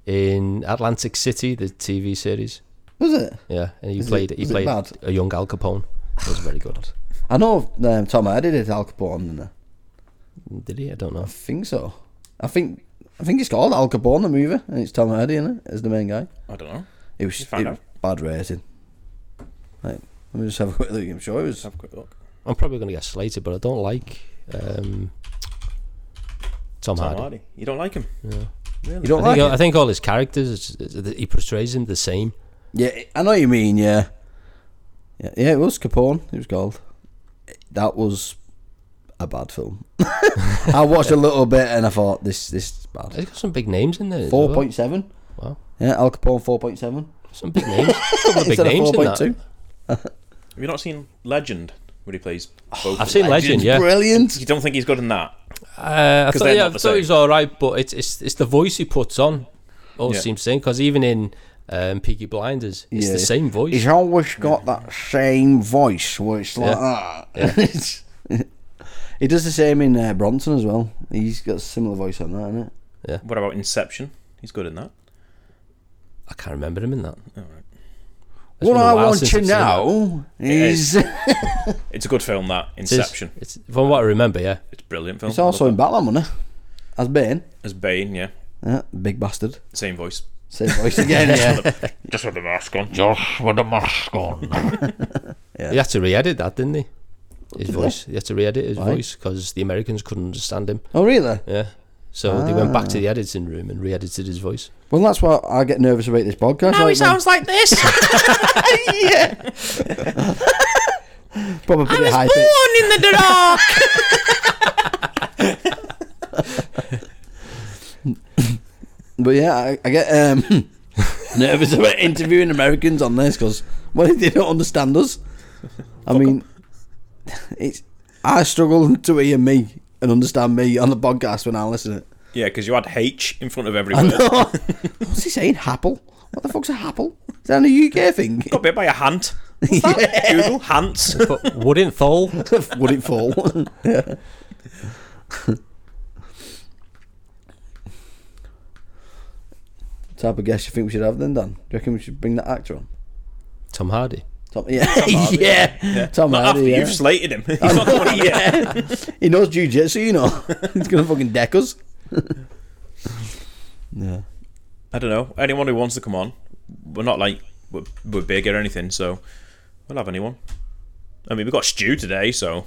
[SPEAKER 5] in Atlantic City, the TV series.
[SPEAKER 3] was it?
[SPEAKER 5] Yeah, and he
[SPEAKER 3] Is it-
[SPEAKER 5] played he
[SPEAKER 3] is it
[SPEAKER 5] played
[SPEAKER 3] bad?
[SPEAKER 5] a young Al Capone. It was very good.
[SPEAKER 3] I know um, Tom Hardy did Al Capone. Didn't he?
[SPEAKER 5] Did he? I don't know.
[SPEAKER 3] I think so. I think I think it's called Al Capone the movie, and it's Tom Hardy in it as the main guy.
[SPEAKER 4] I don't know.
[SPEAKER 3] It was,
[SPEAKER 4] You
[SPEAKER 3] it
[SPEAKER 4] found
[SPEAKER 3] was
[SPEAKER 4] out.
[SPEAKER 3] bad rating. Right, let me just have a quick look. I'm sure it was.
[SPEAKER 4] Have a quick look.
[SPEAKER 5] I'm probably going to get slated, but I don't like um, Tom,
[SPEAKER 4] Tom
[SPEAKER 5] Hardy.
[SPEAKER 4] Hardy. You don't like him?
[SPEAKER 3] You don't
[SPEAKER 5] I,
[SPEAKER 3] like
[SPEAKER 5] think,
[SPEAKER 3] it?
[SPEAKER 5] I think all his characters it's- it's- that he portrays him the same.
[SPEAKER 3] Yeah, I know what you mean. Yeah, yeah, yeah. It was Capone. It was called. That was a bad film. I watched a little bit and I thought this this is bad.
[SPEAKER 5] He's got some big names in there. as
[SPEAKER 3] Four
[SPEAKER 5] well.
[SPEAKER 3] point seven.
[SPEAKER 5] Wow.
[SPEAKER 3] Yeah, Al Capone four point seven.
[SPEAKER 5] Some big names. A couple of big
[SPEAKER 3] Instead of
[SPEAKER 5] names
[SPEAKER 3] four
[SPEAKER 5] in
[SPEAKER 3] point
[SPEAKER 5] that.
[SPEAKER 3] two.
[SPEAKER 4] Have you not seen Legend, where he plays both?
[SPEAKER 5] I've seen Legend, yeah.
[SPEAKER 3] Brilliant.
[SPEAKER 4] You don't think he's good in that?
[SPEAKER 5] Uh, I
[SPEAKER 4] 'Cause
[SPEAKER 5] thought,
[SPEAKER 4] they're
[SPEAKER 5] yeah,
[SPEAKER 4] not
[SPEAKER 5] I
[SPEAKER 4] the
[SPEAKER 5] thought he
[SPEAKER 4] same.
[SPEAKER 5] was all right, but it's it's it's the voice he puts on. All
[SPEAKER 4] Yeah.
[SPEAKER 5] seems same because even in um, Peaky Blinders, it's the same voice.
[SPEAKER 3] He's always got that same voice where it's like ah. It's- he does the same in uh, Bronson as well. He's got a similar voice on that, isn't it?
[SPEAKER 4] What about Inception? He's good in that.
[SPEAKER 5] I can't remember him in that. It's
[SPEAKER 3] What
[SPEAKER 5] been a
[SPEAKER 3] I
[SPEAKER 5] while
[SPEAKER 3] want
[SPEAKER 5] since
[SPEAKER 3] to
[SPEAKER 5] I've seen that.
[SPEAKER 3] know is
[SPEAKER 4] It's a good film, that
[SPEAKER 5] It is-
[SPEAKER 4] Inception. It's,
[SPEAKER 5] It's, from what I remember, yeah.
[SPEAKER 4] a brilliant film.
[SPEAKER 3] it's also in Batman, wasn't it? As Bane.
[SPEAKER 4] as Bane, yeah,
[SPEAKER 3] Yeah, big bastard.
[SPEAKER 4] same voice.
[SPEAKER 3] Same voice again. yeah.
[SPEAKER 4] Just with the mask on.
[SPEAKER 5] He had to re-edit that, didn't he? His voice. He had to re-edit his voice because the Americans couldn't understand him.
[SPEAKER 3] Oh really?
[SPEAKER 5] Yeah. So they went back
[SPEAKER 3] Ah.
[SPEAKER 5] to the editing room and re-edited his voice.
[SPEAKER 3] Well, that's why I get nervous about this podcast.
[SPEAKER 9] Now he
[SPEAKER 3] like, man,
[SPEAKER 9] sounds like this. yeah.
[SPEAKER 3] probably
[SPEAKER 9] I
[SPEAKER 3] pretty
[SPEAKER 9] was
[SPEAKER 3] high pitch.
[SPEAKER 9] born in the dark.
[SPEAKER 3] But yeah, I, I get um, nervous about interviewing Americans on this because well, they don't understand us. I mean, it's I struggle to hear me and understand me on the podcast when I listen to it.
[SPEAKER 4] Yeah, because you had H in front of every word.
[SPEAKER 3] What's he saying? Happle? What the fuck's a happle? Is that a UK thing?
[SPEAKER 4] Got bit by a hand. What's that? Google hands.
[SPEAKER 5] But wouldn't Thol?
[SPEAKER 3] Would it fall? type of guest you think we should have then, Dan? Do you reckon we should bring that actor on?
[SPEAKER 5] Tom Hardy.
[SPEAKER 3] Tom, yeah, yeah. Tom
[SPEAKER 4] Not after
[SPEAKER 3] Hardy. Yeah.
[SPEAKER 4] you've slated him. He's not coming here.
[SPEAKER 3] he knows jujitsu, you know. He's gonna fucking deck us. yeah.
[SPEAKER 4] I don't know. Anyone who wants to come on, we're not like we're, we're big or anything, so we'll have anyone. I mean, we got Stew today, so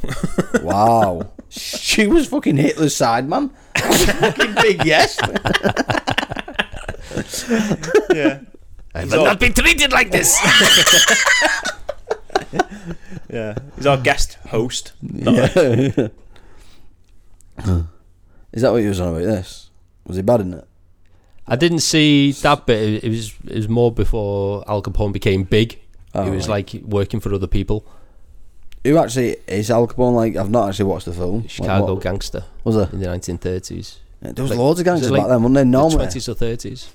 [SPEAKER 3] Wow. she was fucking Hitler's side man. fucking big yes.
[SPEAKER 4] yeah,
[SPEAKER 5] I've
[SPEAKER 4] all-
[SPEAKER 5] not been treated like this.
[SPEAKER 4] yeah. He's our guest host. Not a-
[SPEAKER 3] Is that what you was on about this? Was he bad in it?
[SPEAKER 5] I didn't see that bit. It- It was it was more before Al Capone became big.
[SPEAKER 3] Oh,
[SPEAKER 5] he was like working for other people.
[SPEAKER 3] Who actually is Al Capone? Like I've not actually watched the film. Like,
[SPEAKER 5] Chicago
[SPEAKER 3] what-
[SPEAKER 5] gangster
[SPEAKER 3] was there?
[SPEAKER 5] in the 1930s.
[SPEAKER 3] Yeah, There was
[SPEAKER 5] Like,
[SPEAKER 3] loads of
[SPEAKER 5] was
[SPEAKER 3] gangsters
[SPEAKER 5] it like
[SPEAKER 3] back then, weren't there? Normally,
[SPEAKER 5] Twenties or thirties.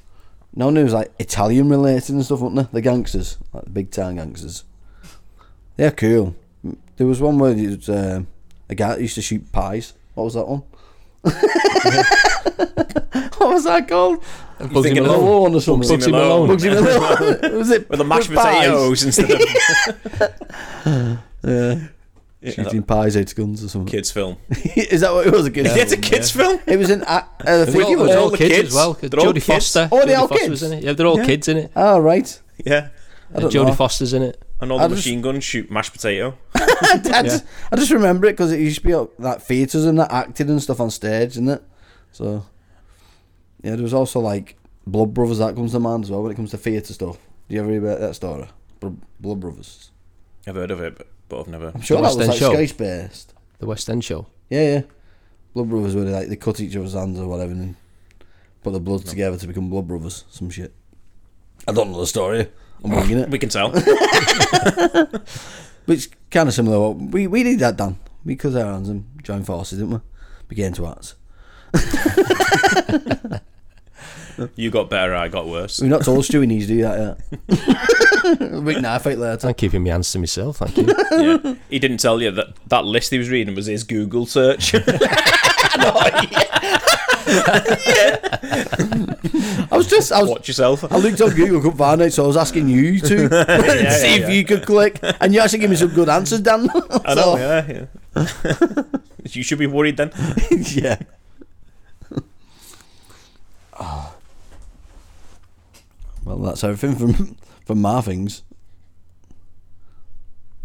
[SPEAKER 3] no one was like Italian related and stuff, weren't there? The gangsters, like the big time gangsters. They're cool. M- There was one where it was, um a guy that used to shoot pies. What was that one? what was that called?
[SPEAKER 5] Bugsy
[SPEAKER 4] thinking of
[SPEAKER 5] Malone.
[SPEAKER 3] Malone or something.
[SPEAKER 4] Bugsy Malone.
[SPEAKER 3] Bugsy Malone. was it
[SPEAKER 4] with the mashed
[SPEAKER 3] with pies?
[SPEAKER 4] potatoes instead of
[SPEAKER 3] Yeah.
[SPEAKER 4] Yeah,
[SPEAKER 3] Shooting pies out of guns or something.
[SPEAKER 4] kids film.
[SPEAKER 3] Is that what it was? A kid.
[SPEAKER 4] Um, Yeah, it's a kids film.
[SPEAKER 3] It was an. Uh, I
[SPEAKER 5] They're
[SPEAKER 3] think
[SPEAKER 5] all,
[SPEAKER 3] it was
[SPEAKER 5] they're
[SPEAKER 4] all
[SPEAKER 5] all
[SPEAKER 4] the
[SPEAKER 5] kids,
[SPEAKER 4] kids.
[SPEAKER 5] as well.
[SPEAKER 4] They're all
[SPEAKER 5] Jodie
[SPEAKER 4] kids.
[SPEAKER 5] Foster.
[SPEAKER 3] Oh, they're
[SPEAKER 5] Jodie
[SPEAKER 3] all
[SPEAKER 5] Foster
[SPEAKER 3] kids?
[SPEAKER 5] was in it. Yeah, they're all kids in it.
[SPEAKER 3] Oh right.
[SPEAKER 4] Yeah,
[SPEAKER 5] And
[SPEAKER 3] don't know.
[SPEAKER 5] Jodie Foster's in it.
[SPEAKER 4] and all
[SPEAKER 3] I
[SPEAKER 4] the
[SPEAKER 3] just-
[SPEAKER 4] machine guns shoot mashed potato.
[SPEAKER 3] I, just, I just remember it because it used to be uh, like theatres and that acted and stuff on stage, isn't it? So yeah, there was also like Blood Brothers that comes to mind as well when it comes to theatre stuff. Do you ever hear about that story? Br- Blood Brothers.
[SPEAKER 4] I've heard of it, but, but I've never.
[SPEAKER 3] I'm sure
[SPEAKER 5] The
[SPEAKER 3] that
[SPEAKER 5] West
[SPEAKER 3] was
[SPEAKER 5] End
[SPEAKER 3] like
[SPEAKER 5] show.
[SPEAKER 3] Scouse based.
[SPEAKER 5] The West End show.
[SPEAKER 3] Yeah, yeah. Blood Brothers were like they cut each other's hands or whatever and put the blood together to become Blood Brothers. Some shit. I don't know the story. I'm winging it.
[SPEAKER 4] We can tell.
[SPEAKER 3] But it's kind of similar. What we we did that, Dan. We cut our hands and joined forces, didn't we? Began to arts.
[SPEAKER 4] You got better, I got worse.
[SPEAKER 3] We're not told Stewie needs to do that yet. Big knife out later.
[SPEAKER 5] I'm keeping my hands to myself, thank you.
[SPEAKER 4] Yeah. He didn't tell you that that list he was reading was his Google search.
[SPEAKER 3] I was just. I was,
[SPEAKER 4] Watch yourself.
[SPEAKER 3] I looked on Google, couldn't find it, so I was asking you to
[SPEAKER 4] Yeah,
[SPEAKER 3] see
[SPEAKER 4] yeah,
[SPEAKER 3] if
[SPEAKER 4] yeah.
[SPEAKER 3] you could click. And you actually gave me some good answers, Dan.
[SPEAKER 4] I know,
[SPEAKER 3] So-
[SPEAKER 4] yeah, yeah. you should be worried then.
[SPEAKER 3] yeah. well, that's everything from from my things.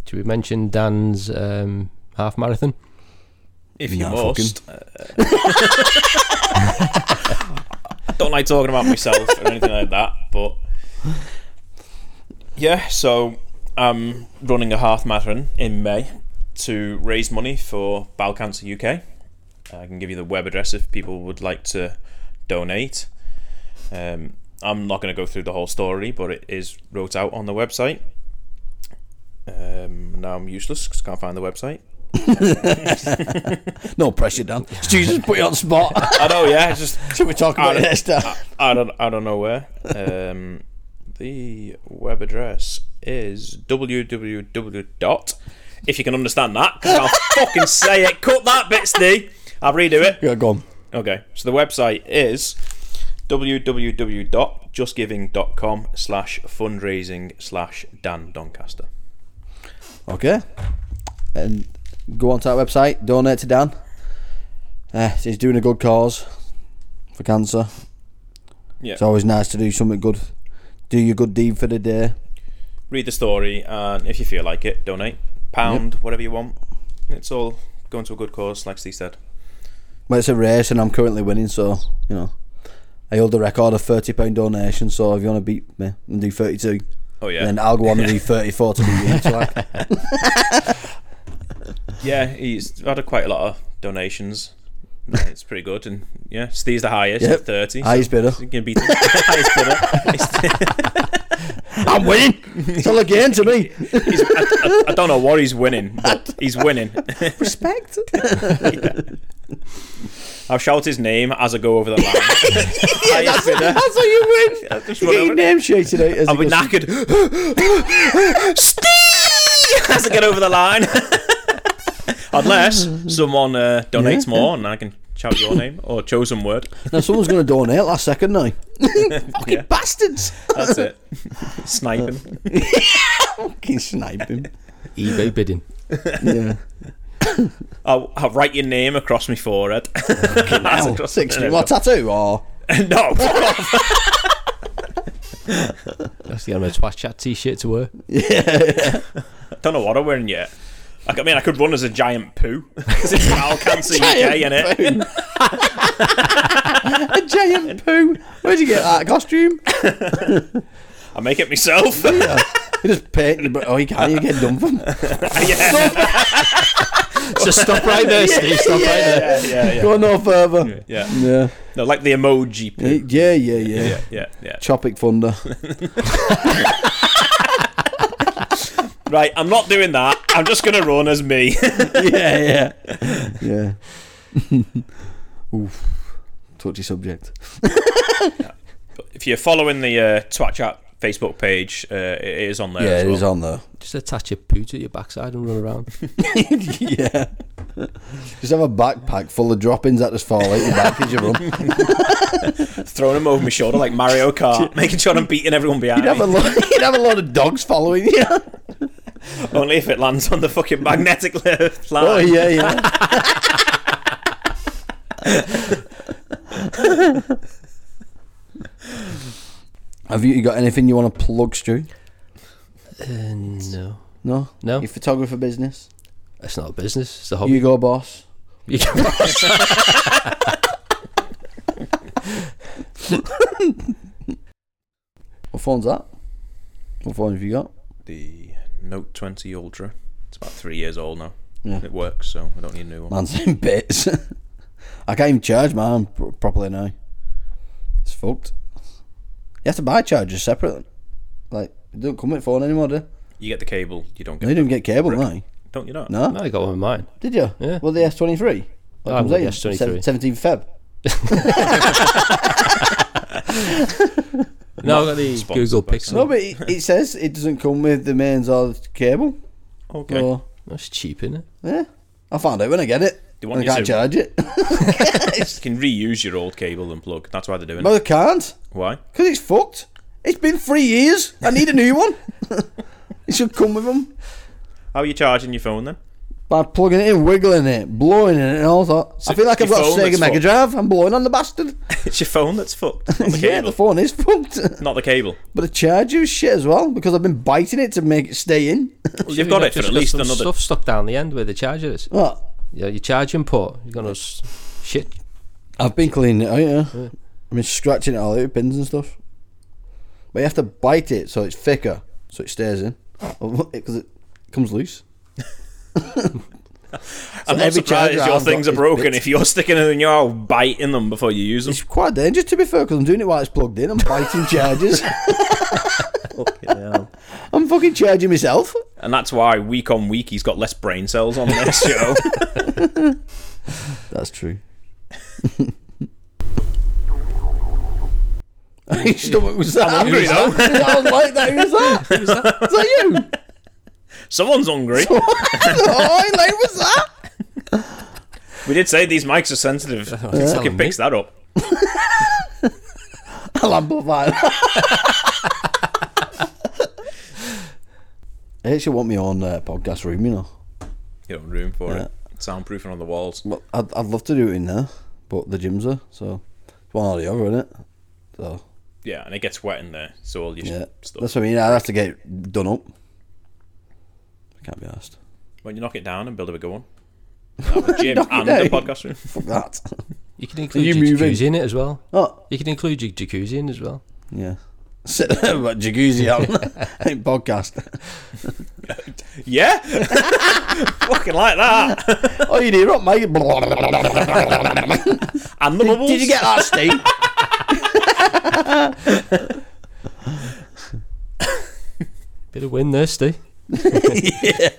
[SPEAKER 5] Should we mention Dan's um, half marathon?
[SPEAKER 4] If you
[SPEAKER 5] Nah, fuck him.
[SPEAKER 4] must. I don't like talking about myself or anything like that, but yeah, so I'm running a half marathon in May to raise money for Bowel Cancer UK. I can give you the web address if people would like to donate. Um, I'm not going to go through the whole story, but it is wrote out on the website. Um, now I'm useless because I can't find the website.
[SPEAKER 3] No pressure, Dan. Stu just put you on the spot.
[SPEAKER 4] I know, yeah. It's just
[SPEAKER 3] Should we talk
[SPEAKER 4] I
[SPEAKER 3] about it
[SPEAKER 4] don't-
[SPEAKER 3] next time?
[SPEAKER 4] I, I don't. I don't know where. Um, the web address is www. dot. If you can understand that, 'cause I'll fucking say it. Cut that bit, Steve. I'll redo it.
[SPEAKER 3] Yeah, go on.
[SPEAKER 4] Okay. So the website is www.justgiving.com slash fundraising slash Dan Doncaster.
[SPEAKER 3] Okay. And go onto that website, donate to Dan. Uh, he's doing a good cause for cancer.
[SPEAKER 4] Yeah.
[SPEAKER 3] It's always nice to do something good. Do your good deed for the day.
[SPEAKER 4] Read the story, and if you feel like it, donate. Pound, whatever you want. It's all going to a good cause, like Steve said.
[SPEAKER 3] Well, it's a race, and I'm currently winning, so you know, I hold the record of thirty pound donation. So if you want to beat me and do thirty two,
[SPEAKER 4] Oh, yeah.
[SPEAKER 3] then I'll go on and do thirty four to beat you. It's like,
[SPEAKER 4] Yeah, he's had a quite a lot of donations. It's pretty good, and yeah, Steve's the highest
[SPEAKER 3] Yep.
[SPEAKER 4] at thirty.
[SPEAKER 3] Highest bidder.
[SPEAKER 4] You can beat the highest bidder.
[SPEAKER 3] I'm winning. It's all a game to me.
[SPEAKER 4] He's, I, I, I don't know what he's winning, but he's winning.
[SPEAKER 3] Respect.
[SPEAKER 4] I'll shout his name as I go over the line.
[SPEAKER 3] that's,
[SPEAKER 4] highest bidder.
[SPEAKER 3] that's what you win.
[SPEAKER 4] I just
[SPEAKER 3] you
[SPEAKER 4] run
[SPEAKER 3] get
[SPEAKER 4] over
[SPEAKER 3] your
[SPEAKER 4] it.
[SPEAKER 3] name shouted out. As
[SPEAKER 4] I'll
[SPEAKER 3] it
[SPEAKER 4] be
[SPEAKER 3] goes-
[SPEAKER 4] knackered. Steve! As I get over the line. Unless someone uh, donates
[SPEAKER 3] Yeah.
[SPEAKER 4] more and I can shout your name or chosen word.
[SPEAKER 3] Now someone's going to donate last second now.
[SPEAKER 4] Yeah,
[SPEAKER 3] Bastards.
[SPEAKER 4] that's it. Sniping.
[SPEAKER 3] Fucking snipe him.
[SPEAKER 5] eBay bidding.
[SPEAKER 3] Yeah.
[SPEAKER 4] I'll, I'll write your name across my forehead. That's
[SPEAKER 3] Ow,
[SPEAKER 4] across-
[SPEAKER 3] Sixty. What tattoo or?
[SPEAKER 4] no, fuck off.
[SPEAKER 5] Let's get him a twat chat t-shirt to wear.
[SPEAKER 4] I don't know what I'm wearing yet. I c- I mean, I could run as a giant poo. 'Cause it's bowel cancer UK, innit?
[SPEAKER 3] poo. a giant poo. Where'd you get that costume?
[SPEAKER 4] I make it myself.
[SPEAKER 3] You just paint. your br- Oh, you can't. You get done for.
[SPEAKER 4] yeah,
[SPEAKER 5] So stop right there, Steve. Stop right there.
[SPEAKER 4] yeah, yeah, yeah.
[SPEAKER 3] Go no further.
[SPEAKER 4] yeah.
[SPEAKER 3] Yeah.
[SPEAKER 4] No, like the emoji
[SPEAKER 3] Yeah.
[SPEAKER 4] poo.
[SPEAKER 3] Yeah. Yeah. Yeah.
[SPEAKER 4] Yeah, yeah, yeah.
[SPEAKER 3] Chopic Thunder.
[SPEAKER 4] Right, I'm not doing that. I'm just going to run as me.
[SPEAKER 3] yeah. Yeah. Yeah. Oof. Touchy subject.
[SPEAKER 4] if you're following the uh, Twat Chat Facebook page, uh, it is on there
[SPEAKER 3] yeah,
[SPEAKER 4] as
[SPEAKER 3] it
[SPEAKER 4] well.
[SPEAKER 3] is on there.
[SPEAKER 5] Just attach a poo to your backside and run around.
[SPEAKER 3] yeah. Just have a backpack full of droppings that just fall out your back as you run. You'd
[SPEAKER 4] Throwing them over my shoulder like Mario Kart, making sure I'm beating everyone behind
[SPEAKER 3] have,
[SPEAKER 4] me.
[SPEAKER 3] a lo- you'd have a lot of dogs following you.
[SPEAKER 4] Only if it lands on the fucking magnetic left line.
[SPEAKER 3] Oh yeah, yeah. Have you got anything you want to plug, Stu?
[SPEAKER 5] Uh, no.
[SPEAKER 3] No,
[SPEAKER 5] No. Oh.
[SPEAKER 3] Your photographer business,
[SPEAKER 5] It's not a business. It's a hobby.
[SPEAKER 3] you go boss.
[SPEAKER 5] You can-
[SPEAKER 3] What phone's that? What phone have you got?
[SPEAKER 4] The Note 20 Ultra. It's about three years old now.
[SPEAKER 3] Yeah.
[SPEAKER 4] It works, so I don't need a new one.
[SPEAKER 3] Man's in bits. I can't even charge mine pro- properly now. It's fucked. You have to buy chargers separately. Like, they don't come with phone anymore, do
[SPEAKER 4] You get the cable, you don't get
[SPEAKER 3] they? They don't get cable now.
[SPEAKER 4] Don't you not?
[SPEAKER 3] No?
[SPEAKER 5] no, I got one of mine.
[SPEAKER 3] Did you?
[SPEAKER 5] Yeah.
[SPEAKER 3] Well, the S23.
[SPEAKER 5] I've got the S23.
[SPEAKER 3] Seventeenth Feb.
[SPEAKER 5] No, I've got the
[SPEAKER 3] Sponsored
[SPEAKER 5] Google
[SPEAKER 3] by
[SPEAKER 5] Pixel.
[SPEAKER 3] No, but it, it says it doesn't come with the mains or the cable.
[SPEAKER 4] Okay.
[SPEAKER 5] That's cheap, isn't it?
[SPEAKER 3] Yeah. I found out when I get it.
[SPEAKER 4] They
[SPEAKER 3] and I can't charge it.
[SPEAKER 4] you can reuse your old cable and plug. That's why they're doing
[SPEAKER 3] No, I
[SPEAKER 4] it.
[SPEAKER 3] can't.
[SPEAKER 4] Why?
[SPEAKER 3] Because it's fucked. It's been three years. I need a new one. it should come with them.
[SPEAKER 4] How are you charging your phone then?
[SPEAKER 3] By plugging it in, wiggling it, blowing it, and all that. I feel like I've
[SPEAKER 4] your
[SPEAKER 3] got a
[SPEAKER 4] phone
[SPEAKER 3] Sega
[SPEAKER 4] that's
[SPEAKER 3] Mega
[SPEAKER 4] fucked.
[SPEAKER 3] Drive. I'm blowing on the bastard.
[SPEAKER 4] it's your phone that's fucked. Not the
[SPEAKER 3] yeah, the
[SPEAKER 4] cable.
[SPEAKER 3] phone is fucked.
[SPEAKER 4] Not the cable.
[SPEAKER 3] But the charger is shit as well because I've been biting it to make it stay in.
[SPEAKER 5] You've got just got some stuff stuck down the end where the charger is.
[SPEAKER 3] What?
[SPEAKER 5] Yeah, your charging port. You're gonna s- shit.
[SPEAKER 3] I've been cleaning it out, yeah. I've been scratching it all out with pins and stuff. But you have to bite it so it's thicker, so it stays in. Because it comes loose.
[SPEAKER 4] I'm not
[SPEAKER 3] every
[SPEAKER 4] surprised
[SPEAKER 3] charger
[SPEAKER 4] your
[SPEAKER 3] I've got
[SPEAKER 4] things are
[SPEAKER 3] is
[SPEAKER 4] broken.
[SPEAKER 3] bits.
[SPEAKER 4] If you're sticking them in your are biting them before you use them.
[SPEAKER 3] It's quite dangerous to be fair because I'm doing it while it's plugged in. I'm biting chargers. I'm fucking charging myself.
[SPEAKER 4] And that's why week on week he's got less brain cells on this show.
[SPEAKER 3] That's true. Your stomach was that
[SPEAKER 4] I'm hungry though.
[SPEAKER 3] I was like that. Who's that? Who's that? Is that you?
[SPEAKER 4] Someone's hungry.
[SPEAKER 3] oh, like, was that?
[SPEAKER 4] we did say these mics are sensitive.
[SPEAKER 3] Yeah.
[SPEAKER 4] Fucking picks that up.
[SPEAKER 3] I'll amplify that. I actually want my own uh, podcast room, you know.
[SPEAKER 4] You don't have room for
[SPEAKER 3] Yeah.
[SPEAKER 4] it. Soundproofing on the walls.
[SPEAKER 3] Well, I'd, I'd love to do it in there, but the gyms are, so it's one or the other, isn't it? So,
[SPEAKER 4] Yeah, and it gets wet in there, so all your
[SPEAKER 3] yeah.
[SPEAKER 4] stuff.
[SPEAKER 3] That's what I mean, I'd have to get it done up. I can't be asked.
[SPEAKER 4] When you knock it down and build a bigger one. Have a gym and a podcast room.
[SPEAKER 3] Fuck that. Oh,
[SPEAKER 5] You can include your jacuzzi in it as well. You can include your jacuzzi in as well.
[SPEAKER 3] Yeah. Sit there with jacuzzi on in podcast.
[SPEAKER 4] Yeah? Fucking like that.
[SPEAKER 3] oh, you hear up, mate. and
[SPEAKER 4] the bubbles.
[SPEAKER 3] Did you get that, Steve?
[SPEAKER 5] Bit of win there, Steve.
[SPEAKER 4] yeah.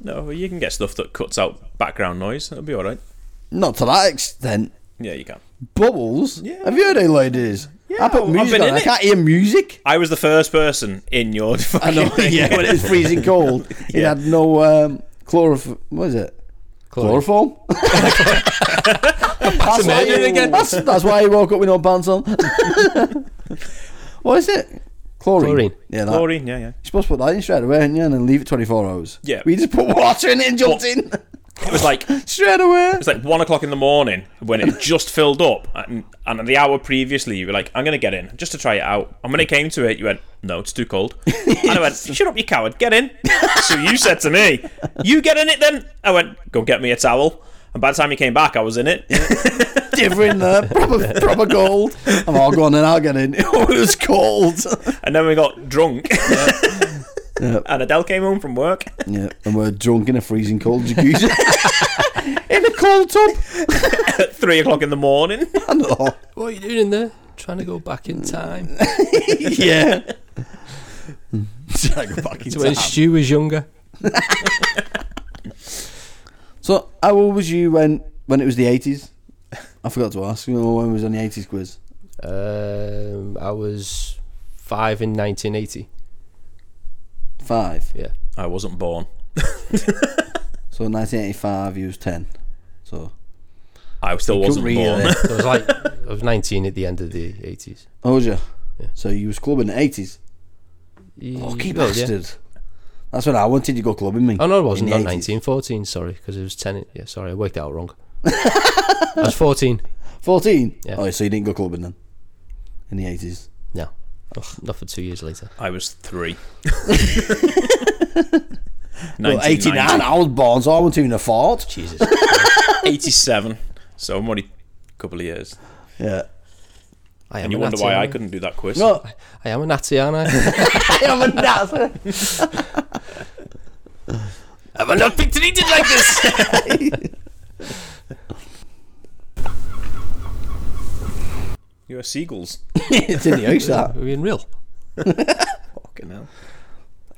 [SPEAKER 4] No, you can get stuff that cuts out background noise. It'll be all right.
[SPEAKER 3] Not to that extent.
[SPEAKER 4] Yeah, you can.
[SPEAKER 3] Bubbles? Have you heard how loud it is? I put music
[SPEAKER 4] been
[SPEAKER 3] on,
[SPEAKER 4] in
[SPEAKER 3] I
[SPEAKER 4] it.
[SPEAKER 3] can't hear music.
[SPEAKER 4] I was the first person in your.
[SPEAKER 3] I know,
[SPEAKER 4] fucking thing.
[SPEAKER 3] yeah, when it was freezing cold. It had no um, chloroform. What is it? Chloroform? that's, why
[SPEAKER 5] amazing
[SPEAKER 3] he-
[SPEAKER 5] again.
[SPEAKER 3] That's, that's why he woke up with no pants on. what is it? Chlorine.
[SPEAKER 5] Chlorine.
[SPEAKER 3] Yeah, that.
[SPEAKER 4] Chlorine, yeah, yeah.
[SPEAKER 3] You're supposed to put that in straight away, aren't you? And then leave it 24 hours.
[SPEAKER 4] Yeah.
[SPEAKER 3] We just put water in it and jumped in.
[SPEAKER 4] It was like
[SPEAKER 3] straight away. It
[SPEAKER 4] was like one o'clock in the morning when it just filled up, and, and the hour previously you were like, "I'm gonna get in just to try it out." And when it came to it, you went, "No, it's too cold." And I went, "Shut up, you coward! Get in." so you said to me, "You get in it then." I went, "Go get me a towel." And by the time you came back, I was in it.
[SPEAKER 3] Different there. Proper, proper cold. I'm all gone and I'll get in. it was cold.
[SPEAKER 4] And then we got drunk.
[SPEAKER 3] Yeah.
[SPEAKER 4] And Adele came home from work.
[SPEAKER 3] Yeah, and we're drunk in a freezing cold jacuzzi. in a cold tub.
[SPEAKER 4] At three o'clock in the morning.
[SPEAKER 3] I know.
[SPEAKER 5] What are you doing in there? Trying to go back in time.
[SPEAKER 3] yeah. Trying to go back in
[SPEAKER 5] to when
[SPEAKER 3] time.
[SPEAKER 5] Stu was younger.
[SPEAKER 3] So, how old was you when when it was the eighties? I forgot to ask. You know, when was on the eighties quiz?
[SPEAKER 5] Um, I was five in 1980.
[SPEAKER 3] Five.
[SPEAKER 5] Yeah.
[SPEAKER 4] I wasn't born.
[SPEAKER 3] So, nineteen eighty five. You was ten. So,
[SPEAKER 4] I still
[SPEAKER 3] You couldn't
[SPEAKER 4] wasn't born.
[SPEAKER 3] really- uh,
[SPEAKER 5] I was like, I was 19 at the end of the 80s.
[SPEAKER 3] how was you? So you was clubbing in the eighties. Lucky
[SPEAKER 5] well,
[SPEAKER 3] Oh,
[SPEAKER 5] yeah.
[SPEAKER 3] bastard. That's when I wanted you to go clubbing, me.
[SPEAKER 5] Oh no, it wasn't.
[SPEAKER 3] In
[SPEAKER 5] Not
[SPEAKER 3] the 80s.
[SPEAKER 5] 1914. Sorry, because it was 10. Yeah, sorry, I worked out wrong. I was 14.
[SPEAKER 3] 14?
[SPEAKER 5] Yeah.
[SPEAKER 3] Oh, so you didn't go clubbing then? In the 80s?
[SPEAKER 5] No, not for two years later.
[SPEAKER 4] I was three.
[SPEAKER 3] Well, 89, I was born, so I wasn't even a fort.
[SPEAKER 5] Jesus.
[SPEAKER 4] 87. So I'm only a couple of years.
[SPEAKER 3] Yeah.
[SPEAKER 5] I
[SPEAKER 4] and
[SPEAKER 5] am
[SPEAKER 4] you
[SPEAKER 5] an
[SPEAKER 4] wonder why I
[SPEAKER 5] Attiana.
[SPEAKER 4] couldn't do that quiz.
[SPEAKER 5] No, I am a natty, aren't I?
[SPEAKER 3] I am a Nazi.
[SPEAKER 5] Have I not picked anything like this?
[SPEAKER 4] You are seagulls.
[SPEAKER 3] it's in the house, that.
[SPEAKER 5] Are we in real?
[SPEAKER 4] Fucking hell.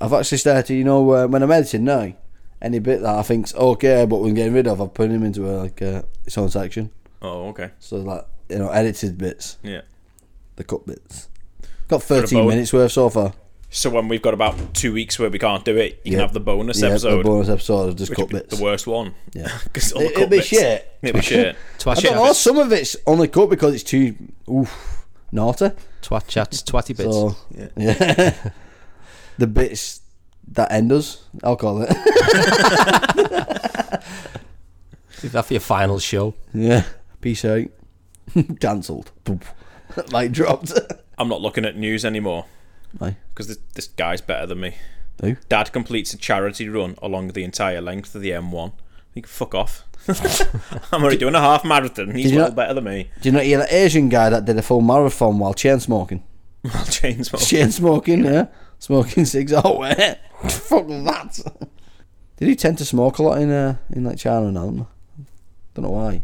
[SPEAKER 3] I've actually started, you know, uh, when I'm editing now, any bit that I think's okay, but we're getting rid of, I've put him into a, like uh, its own section.
[SPEAKER 4] Oh, okay.
[SPEAKER 3] So like, you know, edited bits.
[SPEAKER 4] Yeah.
[SPEAKER 3] The cut bits. Got
[SPEAKER 4] For the
[SPEAKER 3] 13
[SPEAKER 4] bonus.
[SPEAKER 3] minutes worth so far.
[SPEAKER 4] So when we've got about two weeks where we can't do it, you
[SPEAKER 3] Yeah.
[SPEAKER 4] can have the bonus
[SPEAKER 3] Yeah, the
[SPEAKER 4] episode.
[SPEAKER 3] bonus episode of just
[SPEAKER 4] which
[SPEAKER 3] cut
[SPEAKER 4] would be
[SPEAKER 3] bits.
[SPEAKER 4] The worst one.
[SPEAKER 3] Yeah.
[SPEAKER 4] 'Cause all the
[SPEAKER 3] It-
[SPEAKER 4] cut
[SPEAKER 3] it'd be
[SPEAKER 4] bits.
[SPEAKER 3] shit.
[SPEAKER 4] It'd be shit.
[SPEAKER 3] I don't know. Some of it's only cut because it's too oof naughty.
[SPEAKER 5] Twat chats, twatty bits.
[SPEAKER 3] So,
[SPEAKER 5] Yeah.
[SPEAKER 3] yeah. the bits that end us, I'll call it.
[SPEAKER 5] Leave that for your final show.
[SPEAKER 3] yeah. Peace out. Cancelled. Like dropped.
[SPEAKER 4] I'm not looking at news anymore.
[SPEAKER 3] Why?
[SPEAKER 4] Because this, this guy's better than me.
[SPEAKER 3] Who?
[SPEAKER 4] Dad completes a charity run along the entire length of the M1. You can fuck off. I'm already doing a half marathon. He's a
[SPEAKER 3] Did you
[SPEAKER 4] little
[SPEAKER 3] not-
[SPEAKER 4] better than me.
[SPEAKER 3] Do you know you're that Asian guy that did a full marathon while chain smoking?
[SPEAKER 4] While chain smoking.
[SPEAKER 3] Chain smoking, yeah. Smoking cigs all wet. Fuck that. They do tend to smoke a lot in uh, in like China now. don't they? Don't know why.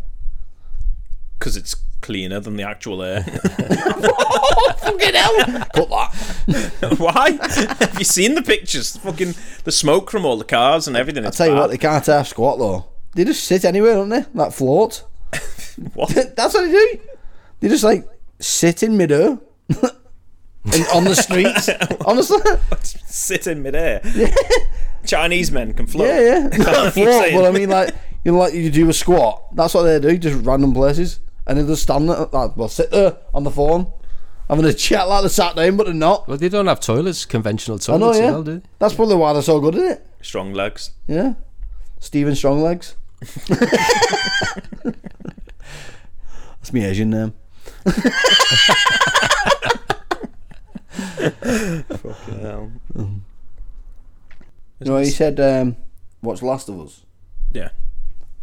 [SPEAKER 4] Because it's cleaner than the actual air.
[SPEAKER 3] Fucking hell! Cut that.
[SPEAKER 4] Why? Have you seen the pictures? Fucking the smoke from all the cars and everything.
[SPEAKER 3] I tell you what, they can't half squat though. They just sit anywhere, don't they? Like float.
[SPEAKER 4] what?
[SPEAKER 3] That's what they do. They just like sit in midair. and on the streets. Honestly.
[SPEAKER 4] Sit in midair. Chinese men can float.
[SPEAKER 3] Yeah, yeah.
[SPEAKER 4] That's what I'm
[SPEAKER 3] Not float,
[SPEAKER 4] saying.
[SPEAKER 3] but I mean like you know, like you do a squat. That's what they do, just random places. And they just stand there like, well sit there on the phone. Having a chat like they sat down, but they're not.
[SPEAKER 5] Well, they don't have toilets, conventional
[SPEAKER 3] I know,
[SPEAKER 5] toilets.
[SPEAKER 3] yeah.
[SPEAKER 5] do they?
[SPEAKER 3] That's probably why they're so good at it.
[SPEAKER 4] Strong legs.
[SPEAKER 3] Yeah. Stephen Stronglegs. That's me Asian name.
[SPEAKER 4] Fucking hell.
[SPEAKER 3] No, he said, um, "Watch Last of Us."
[SPEAKER 4] Yeah.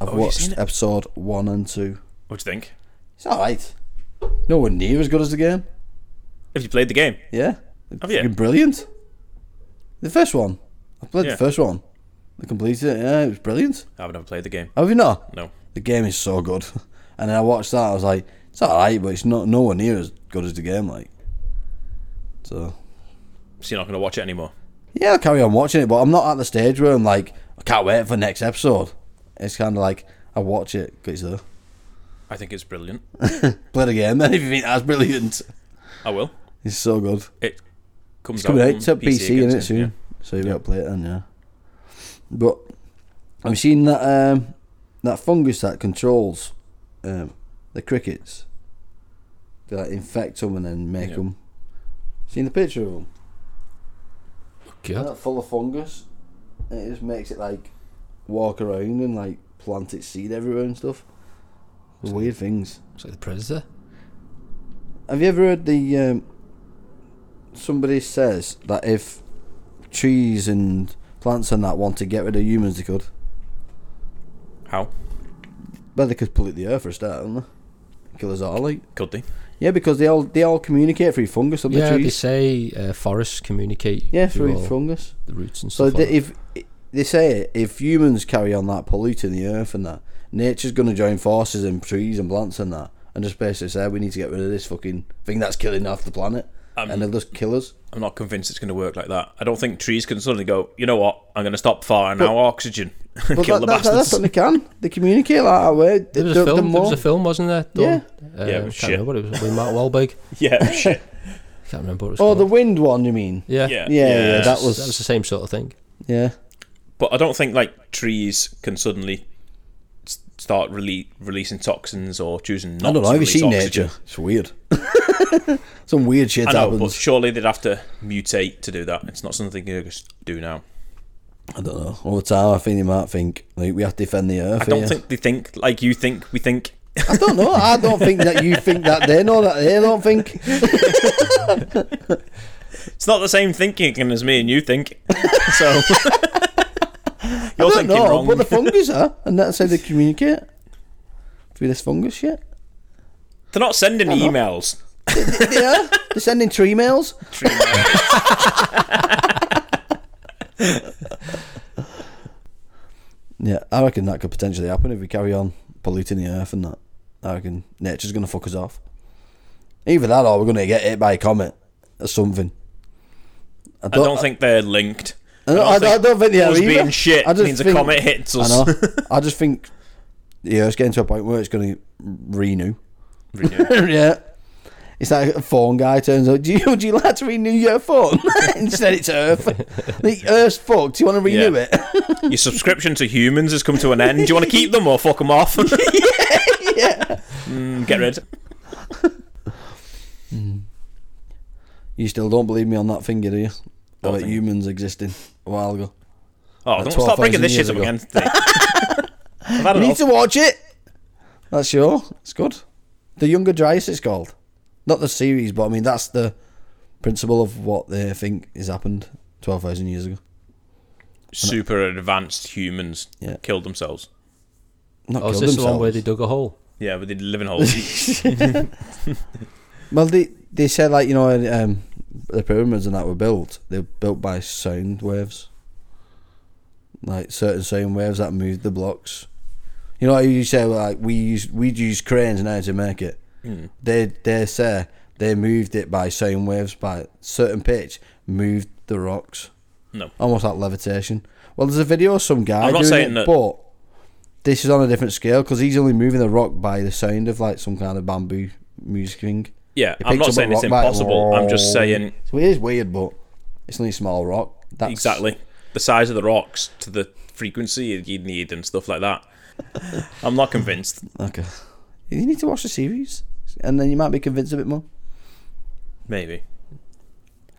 [SPEAKER 3] I've
[SPEAKER 4] Oh, have you seen
[SPEAKER 3] watched
[SPEAKER 4] it?
[SPEAKER 3] episode one and two.
[SPEAKER 4] What do you think?
[SPEAKER 3] It's all right. Nowhere near as good as the game.
[SPEAKER 4] Have you played the game?
[SPEAKER 3] Yeah,
[SPEAKER 4] Have you?
[SPEAKER 3] Fucking brilliant. The first one, I played
[SPEAKER 4] Yeah.
[SPEAKER 3] the first one. I completed it. Yeah, it was brilliant.
[SPEAKER 4] I've never played the game.
[SPEAKER 3] Have you not?
[SPEAKER 4] No.
[SPEAKER 3] The game is so good. And then I watched that. I was like, it's all right, but it's not nowhere near as good as the game. Like, so
[SPEAKER 4] So you're not going to watch it anymore.
[SPEAKER 3] Yeah, I'll carry on watching it, but I'm not at the stage where I'm like, I can't wait for next episode. It's kind of like I watch it because it's
[SPEAKER 4] I think it's brilliant.
[SPEAKER 3] there. Play the game then if you think that's brilliant.
[SPEAKER 4] I will.
[SPEAKER 3] It's so good.
[SPEAKER 4] It comes
[SPEAKER 3] It's coming
[SPEAKER 4] out,
[SPEAKER 3] out
[SPEAKER 4] on
[SPEAKER 3] to PC,
[SPEAKER 4] again
[SPEAKER 3] isn't it soon,
[SPEAKER 4] Yeah.
[SPEAKER 3] so you got to play it then, yeah. But I've seen that um, that fungus that controls um, the crickets. They like infect them and then make
[SPEAKER 4] Yeah.
[SPEAKER 3] them. Seen the picture of them?
[SPEAKER 5] God.
[SPEAKER 3] Isn't that full of fungus? And it just makes it like walk around and like plant its seed everywhere and stuff. It's weird things.
[SPEAKER 5] It's like the Predator.
[SPEAKER 3] Have you ever heard the um, somebody says that if trees and plants and that want to get rid of humans, they could.
[SPEAKER 4] How?
[SPEAKER 3] Well, they could pollute the earth for a start, don't they? Kill us all, like.
[SPEAKER 4] Could they?
[SPEAKER 3] Yeah, because they all they all communicate through fungus on the
[SPEAKER 5] yeah, they
[SPEAKER 3] trees.
[SPEAKER 5] say uh, forests communicate.
[SPEAKER 3] Yeah,
[SPEAKER 5] through
[SPEAKER 3] through
[SPEAKER 5] all
[SPEAKER 3] fungus.
[SPEAKER 5] The roots and
[SPEAKER 3] So
[SPEAKER 5] stuff.
[SPEAKER 3] they,
[SPEAKER 5] like that.
[SPEAKER 3] if they say it, if humans carry on that polluting the earth and that, nature's going to join forces and trees and plants and that, and just basically say we need to get rid of this fucking thing that's killing half the planet,
[SPEAKER 4] Um,
[SPEAKER 3] and they'll just kill us.
[SPEAKER 4] I'm not convinced it's going to work like that. I don't think trees can suddenly go, you know what, I'm going to stop firing our oxygen and
[SPEAKER 3] But
[SPEAKER 4] kill the
[SPEAKER 3] that, that, that's
[SPEAKER 4] bastards.
[SPEAKER 3] what they can. They communicate like that way.
[SPEAKER 5] there was
[SPEAKER 3] The- the
[SPEAKER 5] a film. there was
[SPEAKER 3] more-
[SPEAKER 5] a film, wasn't there?
[SPEAKER 3] Yeah.
[SPEAKER 5] Uh,
[SPEAKER 4] Yeah, it was
[SPEAKER 5] I can't
[SPEAKER 4] shit.
[SPEAKER 5] remember what it was. With Mark Wahlberg.
[SPEAKER 4] yeah, shit.
[SPEAKER 5] Can't remember what it was.
[SPEAKER 3] Oh,
[SPEAKER 5] called.
[SPEAKER 3] the wind one, you mean?
[SPEAKER 5] yeah.
[SPEAKER 4] Yeah.
[SPEAKER 3] Yeah, yeah,
[SPEAKER 4] Yeah.
[SPEAKER 3] that was,
[SPEAKER 5] that was the same sort of thing.
[SPEAKER 3] yeah.
[SPEAKER 4] But I don't think like trees can suddenly s- start rele- releasing toxins or choosing not
[SPEAKER 3] I don't
[SPEAKER 4] to
[SPEAKER 3] know. Have you
[SPEAKER 4] release
[SPEAKER 3] seen
[SPEAKER 4] oxygen.
[SPEAKER 3] nature? It's weird. Some weird shit
[SPEAKER 4] I know, but
[SPEAKER 3] happens.
[SPEAKER 4] surely they'd have to mutate to do that. It's not something they can just do now.
[SPEAKER 3] I don't know. All the time, I think they might think like we have to defend the earth.
[SPEAKER 4] I don't
[SPEAKER 3] here.
[SPEAKER 4] think they think like you think. We think
[SPEAKER 3] I don't know. I don't think that you think that they know that they don't think.
[SPEAKER 4] it's not the same thinking as me and you think. So
[SPEAKER 3] I
[SPEAKER 4] you're
[SPEAKER 3] don't
[SPEAKER 4] thinking
[SPEAKER 3] know,
[SPEAKER 4] wrong.
[SPEAKER 3] but the fungus are, and that's how they communicate through this fungus shit.
[SPEAKER 4] They're not sending emails.
[SPEAKER 3] Yeah, they're sending tree mails.
[SPEAKER 4] Tree mail.
[SPEAKER 3] Yeah, I reckon that could potentially happen if we carry on polluting the earth and that. I reckon nature's gonna fuck us off. Either that, or we're gonna get hit by a comet or something.
[SPEAKER 4] I don't think they're linked.
[SPEAKER 3] I don't, I, I don't think they are
[SPEAKER 4] us
[SPEAKER 3] either.
[SPEAKER 4] being shit
[SPEAKER 3] I just
[SPEAKER 4] means
[SPEAKER 3] think-
[SPEAKER 4] a comet hits us.
[SPEAKER 3] I know. I just think the Earth's getting to a point where it's going to renew. yeah. It's like a phone guy turns up. Do you do you like to renew your phone? Instead, it's Earth. the Earth's fucked. Do you want to renew it?
[SPEAKER 4] Your subscription to humans has come to an end. Do you want to keep them or fuck them off? yeah, get rid.
[SPEAKER 3] You still don't believe me on that finger, do you? About humans existing a while ago.
[SPEAKER 4] Oh,
[SPEAKER 3] Like
[SPEAKER 4] don't stop bringing
[SPEAKER 3] 12,000
[SPEAKER 4] this shit
[SPEAKER 3] years
[SPEAKER 4] up
[SPEAKER 3] ago.
[SPEAKER 4] again. I've had
[SPEAKER 3] you need
[SPEAKER 4] enough.
[SPEAKER 3] to watch it. That's your. It's good. The Younger Dryas, it's called. Not the series, but I mean that's the principle of what they think has happened twelve thousand years ago.
[SPEAKER 4] Super advanced humans killed themselves.
[SPEAKER 3] Not
[SPEAKER 5] oh, is
[SPEAKER 3] killed
[SPEAKER 5] this the one where
[SPEAKER 3] themselves.
[SPEAKER 5] they dug a hole?
[SPEAKER 4] Yeah, but they live in holes.
[SPEAKER 3] Well, they they said like you know um, the pyramids and that were built. They were built by sound waves, like certain sound waves that moved the blocks. You know, how you say like we use we'd use cranes now to make it.
[SPEAKER 11] Hmm.
[SPEAKER 3] They they say they moved it by sound waves by certain pitch moved the rocks.
[SPEAKER 4] No.
[SPEAKER 3] almost like levitation. Well, there's a video of some guy
[SPEAKER 4] I'm not
[SPEAKER 3] doing
[SPEAKER 4] saying
[SPEAKER 3] it,
[SPEAKER 4] that-
[SPEAKER 3] but this is on a different scale because he's only moving the rock by the sound of like some kind of bamboo music thing.
[SPEAKER 4] Yeah,
[SPEAKER 3] He
[SPEAKER 4] I'm
[SPEAKER 3] picks
[SPEAKER 4] not
[SPEAKER 3] up a
[SPEAKER 4] saying it's
[SPEAKER 3] rock by-
[SPEAKER 4] impossible. I'm just saying-
[SPEAKER 3] So it is weird, but it's only a small rock. That's
[SPEAKER 4] exactly. The size of the rocks to the frequency you'd need and stuff like that. I'm not convinced.
[SPEAKER 3] Okay. You need to watch the series, and then you might be convinced a bit more.
[SPEAKER 4] Maybe.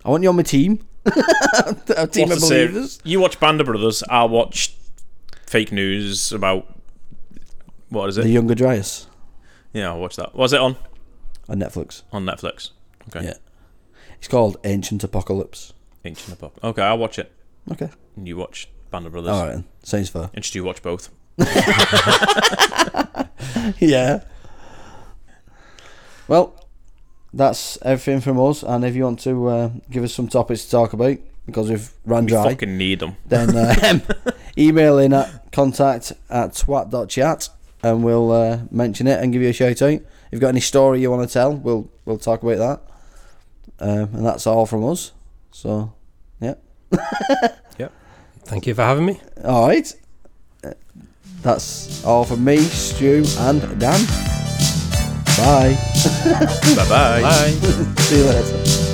[SPEAKER 3] I want you on my team. a team
[SPEAKER 4] What's
[SPEAKER 3] of
[SPEAKER 4] the ser-
[SPEAKER 3] believers.
[SPEAKER 4] You watch Band of Brothers. I watch fake news about what is it?
[SPEAKER 3] The Younger Dryas
[SPEAKER 4] yeah, I watch that. Was it on
[SPEAKER 3] on Netflix.
[SPEAKER 4] on Netflix? Okay.
[SPEAKER 3] Yeah. It's called Ancient Apocalypse.
[SPEAKER 4] Ancient Apocalypse. Okay, I'll watch it.
[SPEAKER 3] Okay.
[SPEAKER 4] And you watch Band of Brothers.
[SPEAKER 3] All right, then. sounds fair.
[SPEAKER 4] And should you watch both?
[SPEAKER 3] yeah. Well, that's everything from us. And if you want to uh, give us some topics to talk about, because we've ran
[SPEAKER 4] We
[SPEAKER 3] dry,
[SPEAKER 4] fucking need 'em.
[SPEAKER 3] Then uh, email in at contact at twat.chat and we'll uh, mention it and give you a shout out. If you've got any story you want to tell, we'll we'll talk about that. Um, and that's all from us. So, yeah.
[SPEAKER 5] Thank you for having me.
[SPEAKER 3] All right. Uh, That's all from me, Stu, and Dan. Bye.
[SPEAKER 4] Bye-bye. Bye.
[SPEAKER 3] See you later.